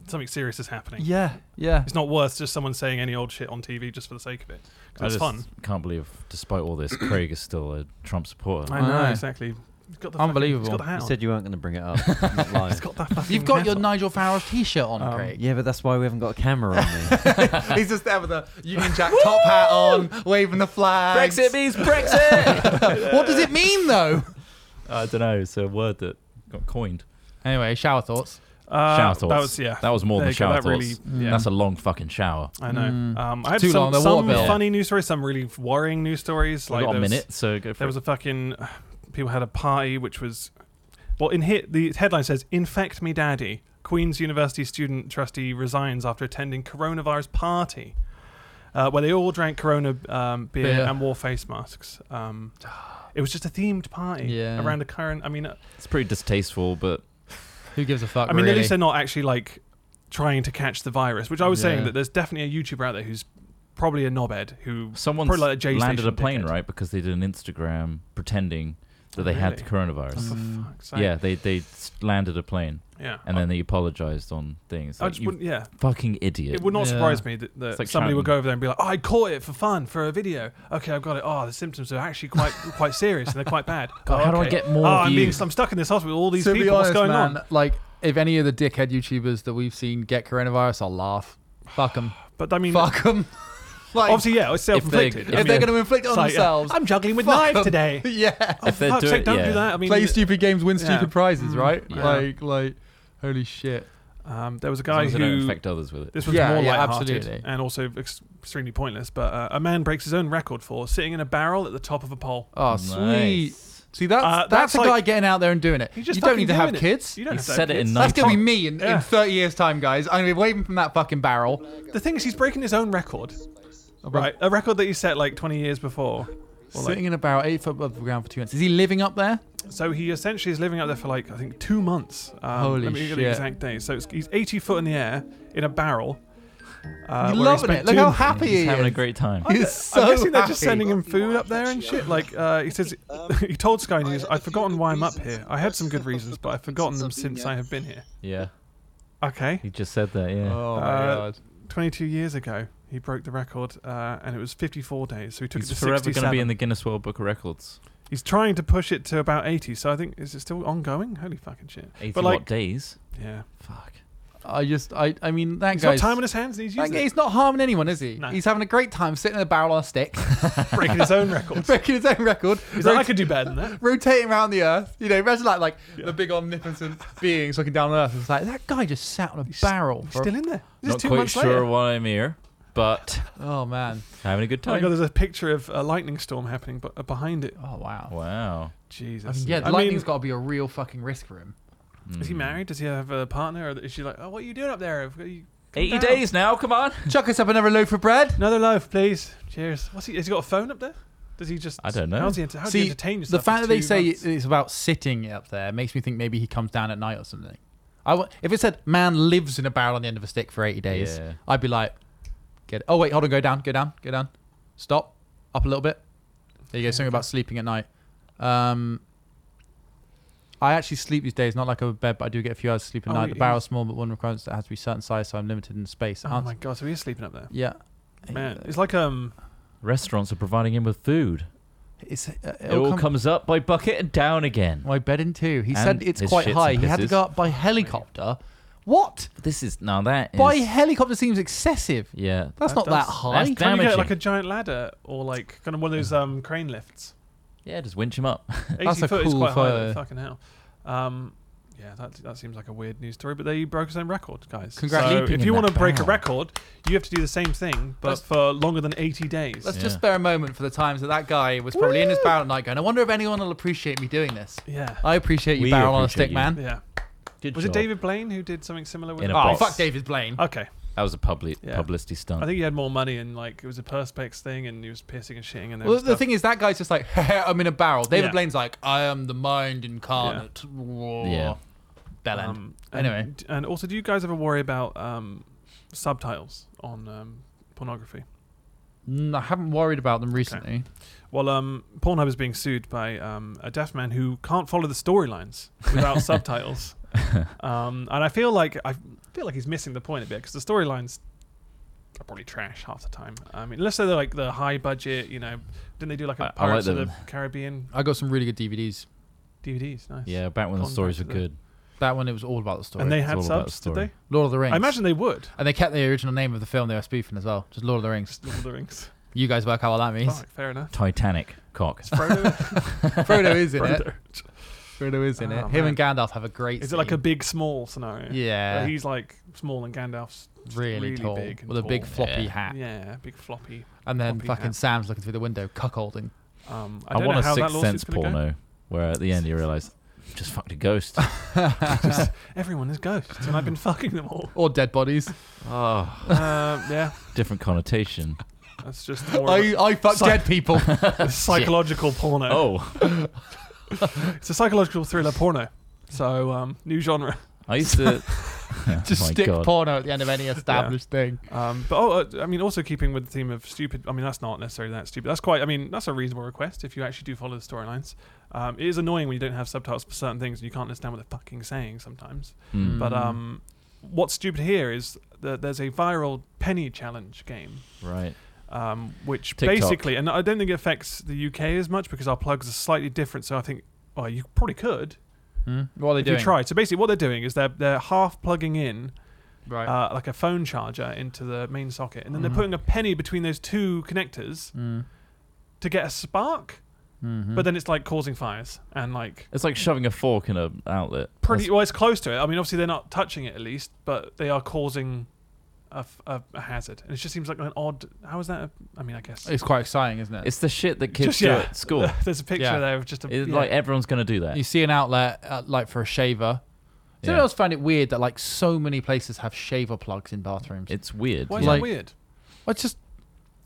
S2: something serious is happening.
S4: Yeah, yeah.
S2: It's not worth just someone saying any old shit on TV just for the sake of it. 'Cause
S3: I
S2: it's
S3: just
S2: fun.
S3: can't believe, despite all this, Craig is still a Trump supporter.
S2: I
S4: I
S2: know,
S4: know.
S2: exactly. He's got the
S4: Unbelievable.
S2: Fucking, he's got the hat
S1: You
S2: on.
S1: said you weren't going to bring it up. I'm not lying.
S2: He's got that fucking
S4: You've got
S2: hat
S4: your
S2: on.
S4: Nigel Farage T-shirt on,
S2: Um,
S4: Craig.
S1: yeah, but that's why we haven't got a camera on me.
S4: He's just there with a Union Jack top hat on, waving the flag.
S3: means Brexit.
S4: what does it mean, though?
S3: I don't know. It's a word that got coined.
S4: Anyway, shower thoughts.
S2: Uh,
S3: shower
S2: That
S3: thoughts.
S2: was yeah.
S3: That was more
S2: There
S3: than
S2: you go,
S3: shower
S2: that really-
S3: thoughts.
S2: yeah.
S3: That's a long fucking shower.
S2: I know.
S4: Mm.
S2: Um, I had
S4: It's too
S2: some,
S4: long, the water
S2: some
S4: bill.
S2: funny news stories, some really worrying news stories.
S3: Like
S2: Like
S3: got a
S2: there was-
S3: minute, so go for
S2: There
S3: it.
S2: was a fucking people had a party which was well in here the headline says infect me daddy Queen's University student trustee resigns after attending coronavirus party uh, where they all drank Corona um, beer,
S4: Beer.
S2: and wore face masks. Um, it was just a themed party
S4: Yeah.
S2: around a current. I mean, uh,
S3: It's pretty distasteful, but
S4: Who gives a fuck?
S2: I mean, at
S4: really?
S2: least they're not actually like trying to catch the virus, which I was saying
S4: Yeah.
S2: that there's definitely a YouTuber out there who's probably a knobhead who
S3: someone
S2: Probably like a J
S3: landed
S2: Station
S3: a plane
S2: ticket.
S3: right because they did an Instagram pretending that they had the
S2: Really?
S3: coronavirus.
S2: for
S4: Mm.
S2: fuck's sake.
S3: Yeah, they they s- landed a plane
S2: yeah.
S3: and then they apologized on things.
S2: I
S3: Like,
S2: Oh. just
S3: you
S2: wouldn't. Yeah,
S3: fucking idiot.
S2: It would not
S4: Yeah.
S2: surprise me that, that
S3: It's like
S2: somebody would
S3: shouting.
S2: go over there and be like, oh, "I caught it for fun for a video. Okay, I've got it. Oh, the symptoms are actually quite quite serious and they're quite bad.
S3: God,
S2: oh,
S3: how do I
S2: okay.
S3: get more
S2: Oh, I'm being
S3: views?
S2: I'm stuck in this hospital. with All these
S4: to be
S2: people.
S4: honest,
S2: what's going
S4: man,
S2: on?
S4: like if any of the dickhead YouTubers that we've seen get coronavirus, I'll laugh. Fuck them.
S2: But I mean,
S4: fuck them. like,
S2: obviously, yeah, it's self-inflicted.
S3: If
S4: if
S2: I
S4: they're
S2: mean,
S4: going to inflict it on
S2: it's like, yeah,
S4: themselves,
S2: I'm juggling with
S4: fuck
S2: knives
S4: 'em."
S2: today.
S4: yeah.
S2: Oh,
S3: If they're
S2: fuck's
S3: doing-
S2: sake, don't
S3: yeah.
S2: do that. I mean,
S4: Play stupid games, win
S2: yeah.
S4: stupid prizes,
S2: Mm,
S4: right?
S2: yeah.
S4: Like, like, holy shit.
S2: um, there was a
S3: As long
S2: guy
S3: as they don't
S2: who
S3: infect others with it.
S2: This was
S4: Yeah,
S2: more
S4: yeah,
S2: lighthearted
S4: absolutely.
S2: and also ex- extremely pointless. But uh, a man breaks his own record for sitting in a barrel at the top of a pole.
S4: Oh, sweet.
S3: Nice.
S4: See, that's
S2: Uh,
S4: that's,
S2: that's
S4: a guy
S2: like-
S4: getting out there and doing it.
S2: He's just
S4: you don't
S2: fucking
S4: need to have
S2: doing it.
S4: kids.
S2: You don't
S3: He
S2: have to
S3: said
S2: have
S3: it in
S2: kids.
S4: That's gonna be
S3: Nice.
S4: me in,
S2: Yeah.
S4: in 30 years' time, guys. I'm gonna be waving from that fucking barrel.
S2: The thing is, he's breaking his own record,
S4: Above-
S2: right? A record that he set like 20 years before. Or, like,
S4: Sitting in a barrel, eight foot above the ground for two minutes. Is he living up there?
S2: So he essentially is living up there for like I think two months. Um,
S4: Holy
S2: let me get
S4: shit.
S2: the exact day. So it's, he's 80 foot in the air in a barrel. Uh,
S4: He's
S2: where he
S4: loving
S2: spent
S4: it. Look
S2: two-
S4: how happy
S3: He's
S4: he
S3: having a
S4: is.
S3: great time.
S4: He's
S2: I'm
S4: so
S2: guessing they're just
S4: happy.
S2: sending him food up there and shit. Like uh, he says, he told Sky News, "I've forgotten why I'm up here. I had some good reasons, but I've forgotten them since I have been here."
S3: Yeah,
S2: Okay,
S3: he just said that. Yeah,
S4: Oh my
S2: Uh,
S4: god.
S2: 22 years ago he broke the record, uh, and it was 54 days. So he took
S3: he's
S2: it to
S3: forever going to
S2: 67.
S3: be in the Guinness World Book of Records.
S2: He's trying to push it to about 80. So I think is it still ongoing? Holy fucking shit!
S3: 80
S2: But
S3: what
S2: like,
S3: days?
S2: yeah,
S3: Fuck.
S4: I just, I, I mean, that
S2: he's got
S4: guy's.
S2: time on his hands. And he's
S4: that
S2: using
S4: guy-
S2: it.
S4: he's not harming anyone, is he?
S2: No.
S4: He's having a great time sitting in a barrel on a stick,
S2: breaking his own records.
S4: breaking his own record,
S2: He's
S4: rot-
S2: like, I could do better than that.
S4: rotating around the earth. You know, imagine like like
S2: Yeah.
S4: the big omnipotent beings looking down on earth. It's like that guy just sat on a barrel.
S2: He's
S4: for-
S2: still in there. This
S3: Not
S2: is two
S3: quite
S2: months
S3: sure
S2: later.
S3: why I'm here, but
S4: oh man.
S3: having a good
S2: Oh my
S3: time.
S2: god, there's a picture of a lightning storm happening but, uh, behind it.
S4: Oh wow.
S3: wow.
S2: Jesus.
S4: I mean, yeah, the
S2: I
S4: lightning's
S2: mean,
S4: got to be a real fucking risk for him.
S2: Is he
S3: Mm.
S2: married? Does he have a partner? Or is she like, oh, what are you doing up there? Have you- come
S3: 80
S2: down."
S3: days now. Come on.
S4: Chuck us up another loaf of bread.
S2: Another loaf, please. Cheers. What's he? Has he got a phone up there? Does he just?
S3: I don't know.
S2: How's he? How do
S4: See,
S2: you entertain yourself?
S4: The fact
S2: for
S4: that they
S2: two
S4: say
S2: months?
S4: it's about sitting up there makes me think maybe he comes down at night or something. I w- if it said man lives in a barrel on the end of a stick for 80 days,
S3: Yeah.
S4: I'd be like, get Oh, wait, hold on, go down, go down, go down. Stop, up a little bit. There you go, something about sleeping at night. Um, I actually sleep these days, not like a bed, but I do get a few hours of sleep at
S2: Oh,
S4: night.
S2: you-
S4: The barrel's small, but one requirement is that it has to be certain size, so I'm limited in space.
S2: oh
S4: Answer-
S2: my god, so he is sleeping up there.
S4: uh, Yeah.
S2: Man, it's like um.
S3: Restaurants are providing him with food.
S4: It's, uh,
S3: It all comes up by bucket and down again.
S4: My bed in two. He said
S3: And
S4: it's
S3: his
S4: quite
S3: shits
S4: high.
S3: and
S4: He had to
S3: pisses.
S4: go up by helicopter. What?
S3: This is now that is
S4: By helicopter seems excessive.
S3: yeah.
S4: That's
S2: That
S4: not that
S2: does-
S4: high.
S3: that's
S2: Can you get
S3: Damaging.
S2: like a giant ladder or like kind of one of those um crane lifts?
S3: Yeah, just winch him up.
S2: 80
S4: That's a
S2: foot is
S4: cool
S2: quite high.
S4: photo.
S2: Though, fucking hell. Um, yeah, that that seems like a weird news story, but there he broke his own record, guys.
S4: Congrats.
S2: So
S3: Sleeping
S2: if
S3: in
S2: you
S3: that
S2: want to break a
S3: barrel.
S2: record, you have to do the same thing, but
S4: Let's-
S2: for longer than 80 days.
S4: Let's
S3: Yeah.
S4: just spare a moment for the times that that guy was probably in his barrel at night going, I wonder if anyone will appreciate me doing this.
S2: yeah.
S4: I appreciate you,
S3: We
S4: barrel on a
S3: appreciate
S4: stick,
S3: you.
S4: man.
S2: Yeah.
S3: Good
S2: Was it
S3: job.
S2: David Blaine who did something similar with
S3: In
S2: it?
S3: a
S4: Oh,
S3: box.
S4: fuck David Blaine.
S2: Okay.
S3: That was a public
S2: Yeah.
S3: publicity stunt.
S2: I think he had more money and like it was a perspex thing and he was pissing and shitting and there
S4: well,
S2: was
S4: the
S2: stuff.
S4: thing is, that guy's just like, I'm in a barrel. David
S2: Yeah.
S4: Blaine's like, I am the mind incarnate.
S3: Yeah.
S4: Bell end.
S2: Um, and-
S4: Anyway.
S2: And also, do you guys ever worry about um, subtitles on um, pornography?
S4: Mm, I haven't worried about them recently.
S2: Well, um, Pornhub is being sued by um, a deaf man who can't follow the storylines without subtitles. Um, and I feel like I, I feel like he's missing the point a bit because the storylines are probably trash half the time. I mean, unless they're like the high budget, you know, didn't they do like
S3: I- I
S2: a
S3: like
S2: Pirates of
S3: them.
S2: the Caribbean
S4: I got some really good DVDs.
S2: DVDs? Nice.
S3: Yeah, back when the
S2: Gone
S3: stories were
S2: back to
S3: good.
S4: That one it was all about the story.
S2: And they
S3: It's
S2: had
S3: all about
S2: subs, did
S3: story.
S2: they?
S4: Lord of the Rings.
S2: I imagine they would.
S4: And they kept the original name of the film they were spoofing as well. Just Lord of the Rings.
S2: Lord of the Rings.
S4: You guys work out what that means.
S2: Fuck, fair enough.
S3: Titanic cock.
S2: It's Frodo.
S4: Frodo is in it.
S2: Frodo.
S4: Frodo is in
S2: Oh,
S4: it. Him and Gandalf have a great.
S2: Is it like a
S4: scene.
S2: big small scenario?
S4: Yeah.
S2: Where he's like small and Gandalf's just
S4: really, tall
S2: big and
S4: with a big
S2: tall.
S4: floppy
S3: Yeah.
S4: hat?
S2: Yeah, big floppy.
S4: And then
S2: Floppy
S4: fucking
S2: hat.
S4: Sam's looking through the window, cuckolding.
S2: Um, I,
S3: I,
S2: don't
S3: want
S2: know
S3: a
S2: how that
S3: Sixth
S2: lawsuit's
S3: Sense
S2: going to go.
S3: porno where at the end you realize just fucked a ghost.
S2: Everyone is ghosts, and I've been fucking them all.
S4: Or dead bodies.
S3: oh,
S2: Um, yeah,
S3: different connotation.
S2: that's just
S3: Oh,
S2: more of
S4: I, I fuck
S2: Psy-
S4: dead people.
S2: a psychological porno.
S3: Oh,
S2: It's a psychological thriller porno. So, um, new genre.
S3: I used to. Oh
S4: Just
S3: my
S4: stick
S3: God.
S4: porno at the end of any established thing.
S2: Um, but oh, uh, I mean, also keeping with the theme of stupid. I mean, that's not necessarily that stupid. That's quite. I mean, that's a reasonable request if you actually do follow the storylines. Um, it is annoying when you don't have subtitles for certain things and you can't understand what they're fucking saying sometimes.
S3: Mm,
S2: But
S4: Mm.
S2: um, what's stupid here is that there's a viral penny challenge game,
S3: right.
S2: um, which
S3: TikTok.
S2: basically, and I don't think it affects the UK as much because our plugs are slightly different. So I think, well, you probably could
S4: Hmm? What are they
S2: if
S4: doing?
S2: you tried. So basically, what they're doing is they're they're half plugging in
S4: Right.
S2: uh, like a phone charger into the main socket, and then they're
S4: Mhm.
S2: putting a penny between those two connectors
S4: mm.
S2: to get a spark.
S4: Mhm.
S2: But then it's like causing fires and like
S3: It's like shoving a fork in a outlet.
S2: pretty well, it's close to it. I mean, obviously they're not touching it at least, but they are causing a, f- a- a hazard, and it just seems like an odd. How is that? a- I mean, I guess
S4: it's quite exciting, isn't it?
S3: It's the shit that kids
S2: Just-
S3: do
S2: yeah.
S3: at school.
S2: there's a picture
S4: Yeah.
S2: there of just a
S3: It's
S2: yeah.
S3: Like everyone's gonna do that.
S4: you see an outlet uh, like for a shaver. So I
S3: Yeah.
S4: always found it weird that like so many places have shaver plugs in bathrooms.
S3: It's weird.
S2: Why is
S4: like-
S2: that weird?
S4: Well, it's just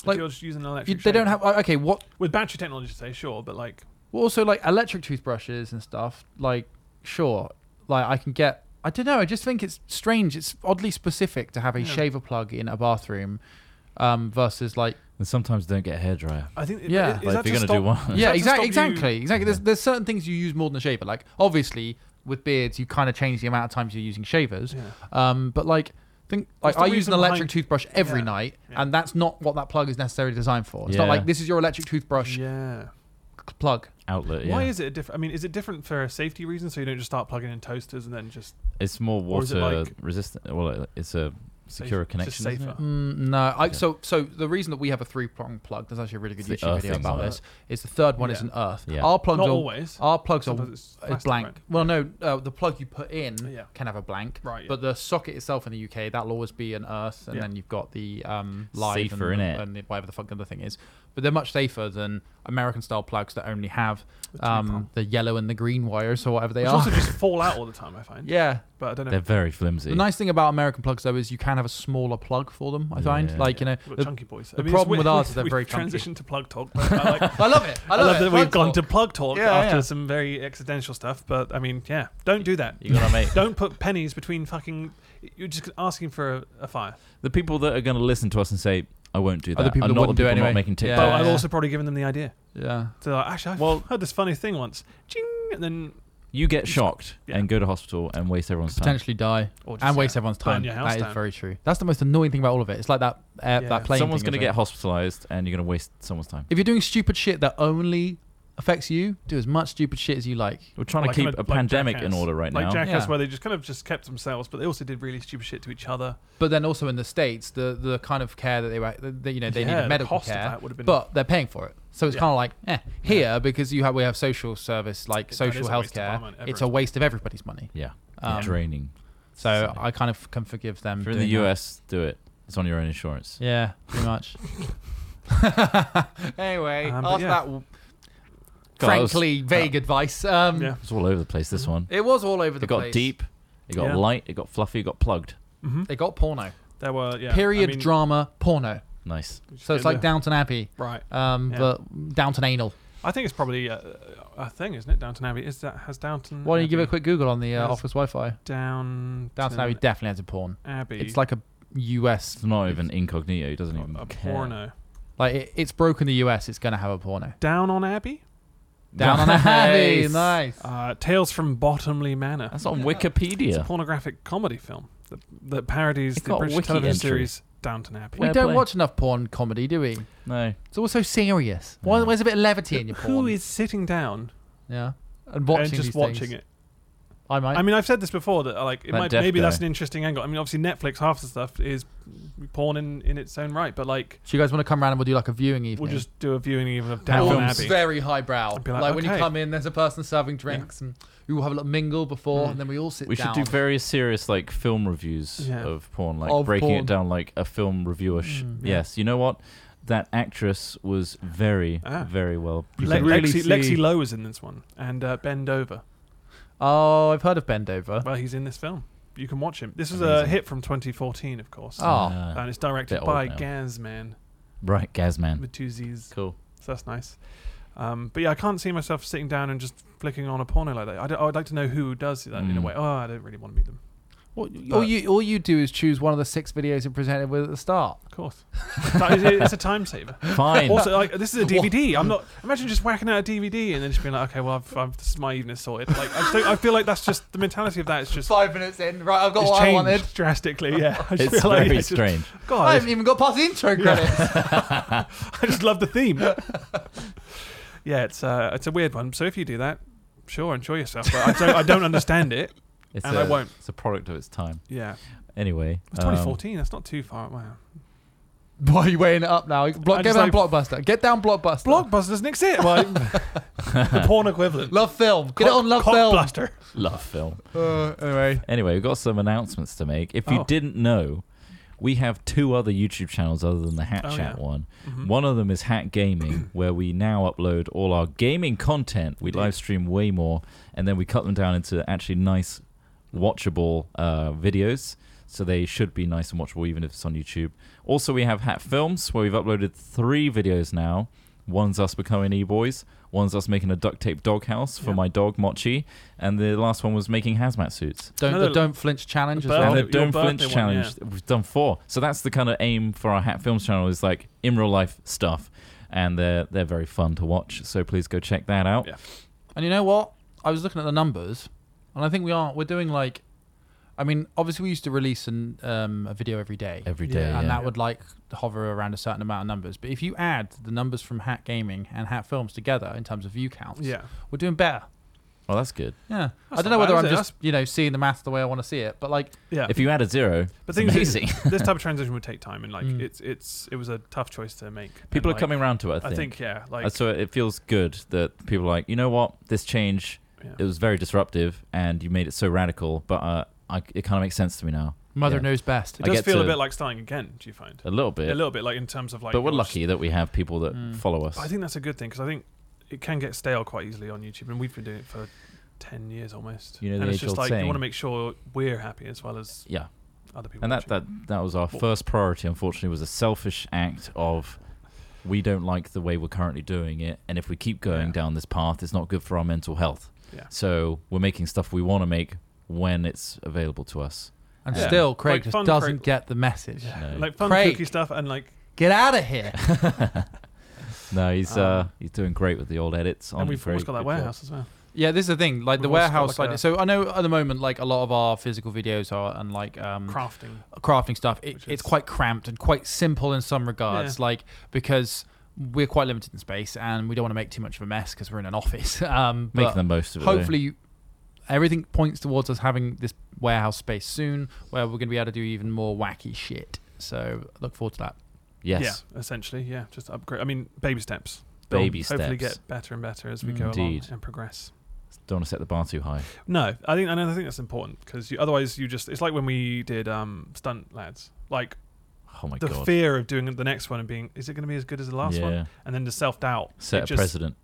S2: If
S4: like-
S2: you're just using an
S4: you,
S2: electric.
S4: they don't
S2: shaver.
S4: have. uh, Okay, what
S2: with battery technology, say sure, but like
S4: Well, also like electric toothbrushes and stuff. Like, sure, like I can get. I don't know. I just think it's strange. It's oddly specific to have a
S2: Yeah.
S4: shaver plug in a bathroom, um, versus like
S3: And sometimes don't get a hairdryer.
S2: I think
S4: Yeah.
S2: yeah. Is,
S3: Like,
S2: that
S3: if you're
S2: to
S3: gonna do
S2: stop-
S3: one-
S2: is
S4: yeah,
S2: that to stop
S4: exactly,
S2: you-
S4: exactly, exactly. There's there's certain things you use more than a shaver. Like obviously with beards, you kind of change the amount of times you're using shavers.
S2: Yeah.
S4: Um, but like think
S2: What's
S4: like
S2: the
S4: I use an
S2: reason
S4: electric
S2: behind-
S4: toothbrush every
S2: Yeah,
S4: night,
S2: yeah.
S4: and that's not what that plug is necessarily designed for. It's not
S3: Yeah.
S4: like this is your electric toothbrush
S2: Yeah.
S4: c- plug.
S3: Outlet. Yeah.
S2: Why is it a different? I mean, is it different for safety reasons? So you don't just start plugging in toasters and then just
S3: it's more
S2: or is it
S3: water
S2: like-
S3: resistant? Well, it- it's a
S2: Safe-
S3: secure
S2: just
S3: connection. isn't
S2: safer.
S3: it?
S4: Mm, no, I,
S3: Okay.
S4: so so the reason that we have a three prong plug, there's actually a really good
S3: It's the
S4: YouTube
S3: earth
S4: video
S3: thing,
S4: about
S2: isn't it?
S4: this. Is the third one
S2: Yeah.
S4: is an earth.
S3: Yeah.
S4: Our plugs
S2: not
S4: are
S2: always.
S4: our plugs are
S2: Sometimes it's
S4: uh,
S2: plastic,
S4: blank.
S2: right?
S4: Well, no, uh, the plug you put in
S2: Yeah.
S4: can have a blank,
S2: Right, yeah.
S4: but the socket itself in the UK that'll always be an earth, and
S2: Yeah.
S4: then you've got the um, live
S3: Safer,
S4: and,
S3: innit?
S4: and the- whatever the fuck the other thing is. But they're much safer than American style plugs that only have
S2: The
S4: um,
S2: three-prong.
S4: the yellow and the green wires or whatever they
S2: Which
S4: are.
S2: also just fall out all the time. I find.
S4: yeah,
S2: But I don't know.
S3: They're very flimsy.
S4: the nice thing about American plugs though is you can have a smaller plug for them. I find
S3: Yeah.
S4: like you know.
S2: We've got
S4: the-
S2: chunky boys.
S4: the
S2: I mean, it's
S4: problem
S2: weird-
S4: with ours
S2: we've-
S4: is they're
S2: we've
S4: very chunky.
S2: transitioned to plug talk. but I, like,
S4: I love it. I
S2: I
S4: love,
S2: love
S4: it.
S2: that we've
S4: Plug
S2: gone
S4: talk.
S2: to plug talk
S4: Yeah,
S2: after
S4: yeah.
S2: some very existential stuff. But I mean, yeah, don't do that.
S3: You gotta make
S2: don't put pennies between fucking. You're just asking for a, a fire.
S3: the people that are gonna listen to us and say, "I won't do that."
S4: Are the people that
S3: are not
S4: wouldn't
S3: the
S4: do
S3: people
S4: it anyway.
S3: not making TikTok.
S2: But
S4: Yeah,
S2: I've
S4: yeah.
S2: also probably given them the idea.
S4: Yeah.
S2: So like, actually, I
S3: Well-
S2: heard this funny thing once. Ching, and then
S3: You get shocked
S2: Yeah.
S3: and go to hospital and waste everyone's time.
S4: Potentially die
S2: or just,
S4: and waste
S2: yeah,
S4: everyone's
S2: burn
S4: time.
S2: your house
S4: That is
S2: down.
S4: very true. That's the most annoying thing about all of it. It's like that uh,
S2: Yeah.
S4: that plane.
S3: Someone's
S4: thing
S3: gonna
S4: as
S3: get
S4: well.
S3: hospitalized and you're gonna waste someone's time.
S4: If you're doing stupid shit that only affects you, do as much stupid shit as you like.
S3: We're trying
S2: Like
S3: to
S2: in
S3: keep
S2: a-
S3: a
S2: like
S3: pandemic in
S2: Jackass.
S3: order right
S2: like
S3: now.
S2: Jackass,
S4: Yeah.
S2: where they just kind of just kept themselves, but they also did really stupid shit to each other.
S4: But then also in the states, the the kind of care that they were, that, you know, they
S2: Yeah,
S4: needed
S2: the
S4: medical
S2: cost of
S4: care,
S2: that would have been-
S4: but they're paying for it. So it's
S2: Yeah.
S4: kind of like eh. Here because you have we have social service like
S2: That
S4: social
S2: is a
S4: health
S2: waste of
S4: care.
S2: our money,
S4: It's a
S2: everyone's
S4: waste of everybody's money.
S3: yeah,
S4: Um,
S3: draining.
S4: So
S3: society.
S4: I kind of can forgive them.
S3: if you're in the
S4: doing that.
S3: US, do it. It's on your own insurance.
S4: Yeah, pretty much. anyway,
S2: Um, but
S4: after
S2: yeah.
S4: that w-
S3: God, that was-
S4: frankly vague advice, um,
S2: Yeah.
S3: It's all over the place. This one.
S4: it was Mm-hmm. all over the
S3: It got
S4: place.
S3: deep. It got
S2: Yeah.
S3: light. It got fluffy. It got plugged.
S2: Mm-hmm.
S4: It got porno.
S2: There were yeah, I
S4: Period
S2: mean,
S4: drama porno.
S3: Nice.
S2: just
S4: So it's
S2: get
S4: like
S2: the-
S4: Downton Abbey,
S2: right.
S4: um,
S2: Yeah. Mm,
S4: but Downton anal.
S2: I think it's probably uh, a thing, isn't it? Downton Abbey is that has Downton.
S4: Why don't you give it a
S2: Abbey-
S4: quick Google on the uh,
S2: Yes.
S4: office Wi-Fi?
S2: Down
S4: Downton Abbey definitely has a porn.
S2: Abbey.
S4: It's like a US,
S3: It's not even incognito. He doesn't
S2: a,
S3: even
S2: a
S3: care.
S2: porno.
S4: like it, it's broken the US. It's gonna have a porno.
S2: Down on Abbey.
S4: Down on Abbey, nice.
S2: Uh, Tales from Bottomley Manor.
S3: That's on Wikipedia.
S2: Pornographic comedy film. that, that parodies
S3: It
S2: the
S3: got a
S2: British
S3: wiki
S2: television
S3: entry.
S2: series Downton Abbey.
S3: Fair
S4: we don't
S3: play.
S4: watch enough porn comedy, do we?
S3: No.
S4: It's all so serious. Why,
S3: Yeah.
S4: where's a bit of levity in your porn?
S2: Who is sitting down
S4: yeah, and watching
S2: and
S4: these
S2: just watching it?
S4: I might.
S2: I mean, I've said this before that uh, like it
S3: That
S2: might,
S3: deaf
S2: maybe that's
S3: guy.
S2: an interesting angle. I mean, obviously Netflix half the stuff is porn in, in its own right, but like
S4: so you guys want to come around and we'll do like a viewing evening?
S2: we'll just do a viewing even of
S4: That
S2: Downton
S4: film's
S2: Abbey.
S4: very highbrow.
S2: I'd be
S4: Like,
S2: like,
S4: when you
S2: okay.
S4: come in, there's a person serving drinks, and we will have a little mingle before, and then Mm. we all sit
S3: We
S4: down.
S3: should do very serious like film reviews
S2: Yeah.
S3: of porn, like
S4: Of
S3: breaking
S4: porn.
S3: it down like a film reviewer. Sh-
S2: Mm, yeah.
S3: yes, you know what? That actress was very,
S2: Ah.
S3: very well.
S2: Le-
S3: presented.
S1: really
S2: Lexi,
S1: see-
S2: Lexi Lowe is in this one, and uh, Ben Dover.
S4: oh, I've heard of Bend Over.
S2: Well, he's in this film. You can watch him. This was a
S3: Amazing.
S2: hit from 2014, of course,
S4: Oh.
S3: Ah,
S2: and it's directed
S3: Bit old
S2: by
S3: now.
S2: Gazman
S3: right, Gazman.
S2: with two Z's.
S3: Cool.
S2: So that's nice. Um, but yeah, I can't see myself sitting down and just flicking on a porno like that. I, don't- I would like to know who does that in a
S3: Mm.
S2: way. Oh, I don't really want to meet them.
S4: All you all you do is choose one of the six videos you presented with at the start.
S2: Of course, That is- it's a time saver.
S3: Fine.
S2: Also, like this is a DVD. I'm not. Imagine just whacking out a DVD and then just being like, okay, well, I've, I've, this is my evening sorted. Like, I, just don't, I feel like that's just the mentality of that is just
S4: Five minutes in, right? I've got
S2: it's
S4: what I wanted.
S2: changed drastically. Yeah, I just
S3: it's
S2: feel like,
S3: very
S2: yeah, just-
S3: strange.
S4: I
S2: God,
S4: haven't even got past the intro credits.
S2: I just love the theme. yeah, it's uh, it's a weird one. So if you do that, sure, enjoy yourself. But I don't, I don't understand it,
S3: It's
S2: and
S3: a,
S2: I won't.
S3: It's a product of its time.
S2: Yeah,
S3: Anyway,
S2: it's
S3: um,
S2: 2014. that's not too far. Wow,
S4: Why are you weighing it up now? Block,
S2: I
S4: get
S2: just
S4: down
S2: like-
S4: Blockbuster. Get down Blockbuster.
S2: Blockbuster doesn't exist. Well, the porn equivalent.
S4: Love Film. Get it on Love
S2: Cock
S4: Film.
S2: Blaster.
S3: um, love film.
S4: Uh, anyway.
S3: Anyway, we've got some announcements to make. If you
S2: Oh.
S3: didn't know, we have two other YouTube channels other than the Hat
S2: Oh,
S3: Chat
S2: yeah.
S3: one.
S2: Mhm.
S3: One of them is Hat Gaming, where we now upload all our gaming content. We
S2: Indeed.
S3: live stream way more, and then we cut them down into actually nice, watchable uh, videos. So they should be nice and watchable, even if it's on YouTube. Also, we have Hat Films, where we've uploaded three videos now. One's us becoming e-boys. One's us making a duct tape doghouse for
S2: Yeah.
S3: my dog Mochi, and the last one was making hazmat suits.
S4: Don't,
S2: Another-
S4: the Don't Flinch Challenge as
S2: But-
S4: well.
S3: And the
S2: your
S3: Don't
S2: birthday
S3: Flinch
S2: one,
S3: challenge, we've done four. So that's the kind of aim for our Hat Films channel is like in real life stuff, and they're they're very fun to watch. So please go check that out.
S2: Yeah.
S4: And you know what? I was looking at the numbers, and I think we are we're doing like, I mean, obviously we used to release an, um, a video every day,
S3: Every day,
S2: Yeah,
S4: and
S3: yeah.
S4: that would like hover around a certain amount of numbers. But if you add the numbers from Hat Gaming and Hat Films together in terms of view counts,
S2: Yeah.
S4: we're doing better.
S3: Oh, that's good.
S4: Yeah,
S2: That's
S4: I don't
S2: not
S4: know whether
S2: bad,
S4: I'm
S2: is it?
S4: just you know seeing the math the way I want to see it, but like
S2: Yeah.
S3: If you add a zero,
S2: But
S3: it's
S2: things is,
S3: amazing.
S2: this type of transition would take time, and like
S4: Mm.
S2: it's it's it was a tough choice to make. And,
S3: people are
S2: like,
S3: coming around to it.
S2: I think yeah, like
S3: And so it feels good that people are like, you know what, this change,
S2: Yeah.
S3: it was very disruptive, and you made it so radical. But uh, I, it kind of makes sense to me now,
S4: Mother
S3: Yeah.
S4: knows best.
S2: it
S3: I
S2: does
S3: get
S2: feel a
S3: to-
S2: bit like starting again. Do you find
S3: a little bit.
S2: a little bit like in terms of like?
S3: but we're
S2: your-
S3: lucky that we have people that
S4: Mm.
S3: follow us.
S2: I think that's a good thing because I think it can get stale quite easily on YouTube, and we've been doing it for ten years almost.
S3: You know
S2: and
S3: the
S2: it's just
S3: age-old
S2: like you
S3: saying.
S2: want to make sure we're happy as well as
S3: yeah.
S2: other people.
S3: And that, that that was our
S2: Well-
S3: first priority. Unfortunately, was a selfish act of we don't like the way we're currently doing it, and if we keep going
S2: Yeah.
S3: down this path, it's not good for our mental health.
S2: Yeah.
S3: So we're making stuff we want to make when it's available to us.
S4: And
S3: Yeah.
S4: still, Craig
S2: Like,
S4: just
S2: fun
S4: doesn't
S2: Craig-
S4: get the message.
S2: yeah.
S3: No.
S2: like fun
S4: Craig.
S2: cookie stuff and like
S4: Get out of here.
S3: No, he's uh, he's doing great with the old edits.
S2: um, and
S3: on
S2: we've
S3: very
S2: always got that
S3: good job.
S2: warehouse as well.
S4: Yeah, this is the thing. Like the
S2: We've also got,
S4: warehouse
S2: like,
S4: side.
S2: a-
S4: So I know at the moment, like a lot of our physical videos are and like um,
S2: Crafting.
S4: crafting stuff. It,
S2: Which
S4: it's
S2: is-
S4: quite cramped and quite simple in some regards, like because we're quite limited in space and we don't want to make too much of a mess because we're in an office. Um, but
S3: Making the most of it. though.
S4: hopefully, you- everything points towards us having this warehouse space soon, where we're going to be able to do even more wacky shit. So look forward to that.
S3: yes,
S2: Yeah, essentially, yeah. Just upgrade. I mean, baby steps. They'll
S3: baby
S2: Hopefully,
S3: steps.
S2: get better and better as we go
S3: Indeed.
S2: along and progress.
S3: Don't want to set the bar too high.
S2: No, I think and I think that's important because you, otherwise you just it's like when we did um, stunt lads. Like
S3: Oh my
S2: the
S3: god.
S2: fear of doing the next one and being is it going to be as good as the last
S3: yeah.
S2: one, and then the self doubt
S3: Set a
S2: just
S3: precedent.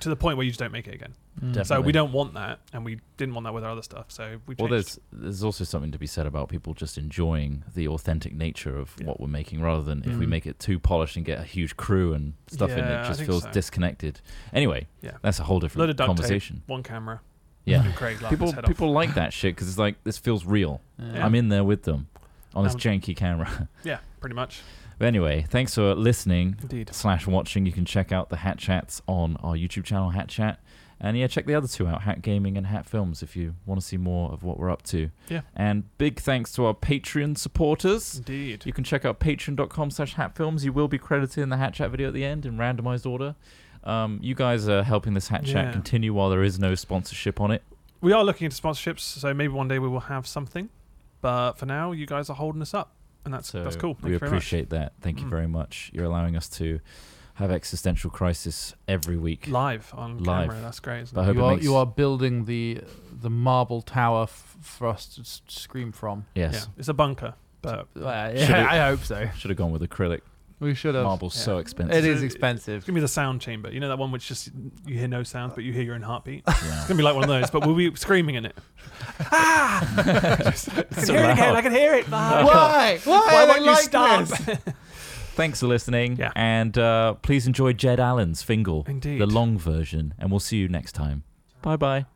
S2: to the point where you just don't make it again. Mm. So
S3: Definitely.
S2: we don't want that, and we didn't want that with our other stuff. So we
S3: Well,
S2: changed.
S3: there's there's also something to be said about people just enjoying the authentic nature of
S2: Yeah.
S3: what we're making, rather than if we
S4: Mm.
S3: make it too polished and get a huge crew and stuff in,
S2: Yeah,
S3: it
S2: I
S3: just
S2: think
S3: feels
S2: so.
S3: disconnected. Anyway,
S2: Yeah.
S3: that's a whole
S2: Load
S3: different
S2: of duct tape.
S3: conversation.
S2: one camera.
S3: Yeah.
S2: and Craig laughed
S3: People
S2: his head off.
S3: people like that shit because it's like this feels real.
S2: Yeah.
S3: I'm in there with them on this
S2: Um,
S3: janky camera.
S2: Yeah, pretty much.
S3: but anyway, thanks for listening
S2: Indeed.
S3: slash watching. You can check out the Hat Chats on our YouTube channel, Hat Chat, And yeah, check the other two out, Hat Gaming and Hat Films, if you want to see more of what we're up to.
S2: Yeah.
S3: And big thanks to our Patreon supporters.
S2: Indeed.
S3: You can check out patreon.com slash hatfilms. You will be credited in the Hat Chat video at the end in randomized order. Um, you guys are helping this Hat Chat
S2: Yeah.
S3: continue while there is no sponsorship on it.
S2: We are looking into sponsorships, so maybe one day we will have something. But for now, you guys are holding us up, and that's
S3: So
S2: that's cool. Thank
S3: we
S2: you very
S3: appreciate that. Thank you
S2: Mm.
S3: very much. You're allowing us to have existential crisis every week.
S2: much. Live on
S3: Live.
S2: camera, that's great. Isn't
S3: But I
S2: it?
S3: hope
S4: you
S3: it
S4: are
S3: makes-
S4: you are building the the marble tower f- for us to s- scream from.
S2: yeah,
S3: Yes.
S2: it's a bunker, but
S3: Should it-
S4: I hope so.
S3: Should have gone with acrylic.
S4: We should have.
S3: Marble's
S2: yeah.
S3: so
S2: It
S3: expensive.
S4: It is
S2: So-
S4: expensive.
S2: it's gonna be the sound chamber. You know that one which just you hear no sounds, but you hear your own heartbeat. It's
S3: Yeah.
S2: gonna be like one of those, but we'll be screaming in it. Ah! I can
S3: So
S2: hear it again.
S3: loud.
S2: I can hear it. Ah.
S4: Why? Why,
S2: Why
S4: are they
S2: won't you
S4: like
S2: stop?
S4: this?
S3: Thanks for listening.
S2: Yeah.
S3: And uh, please enjoy Jed Allen's Fingal,
S2: Indeed.
S3: the long version. And we'll see you next time. Bye bye.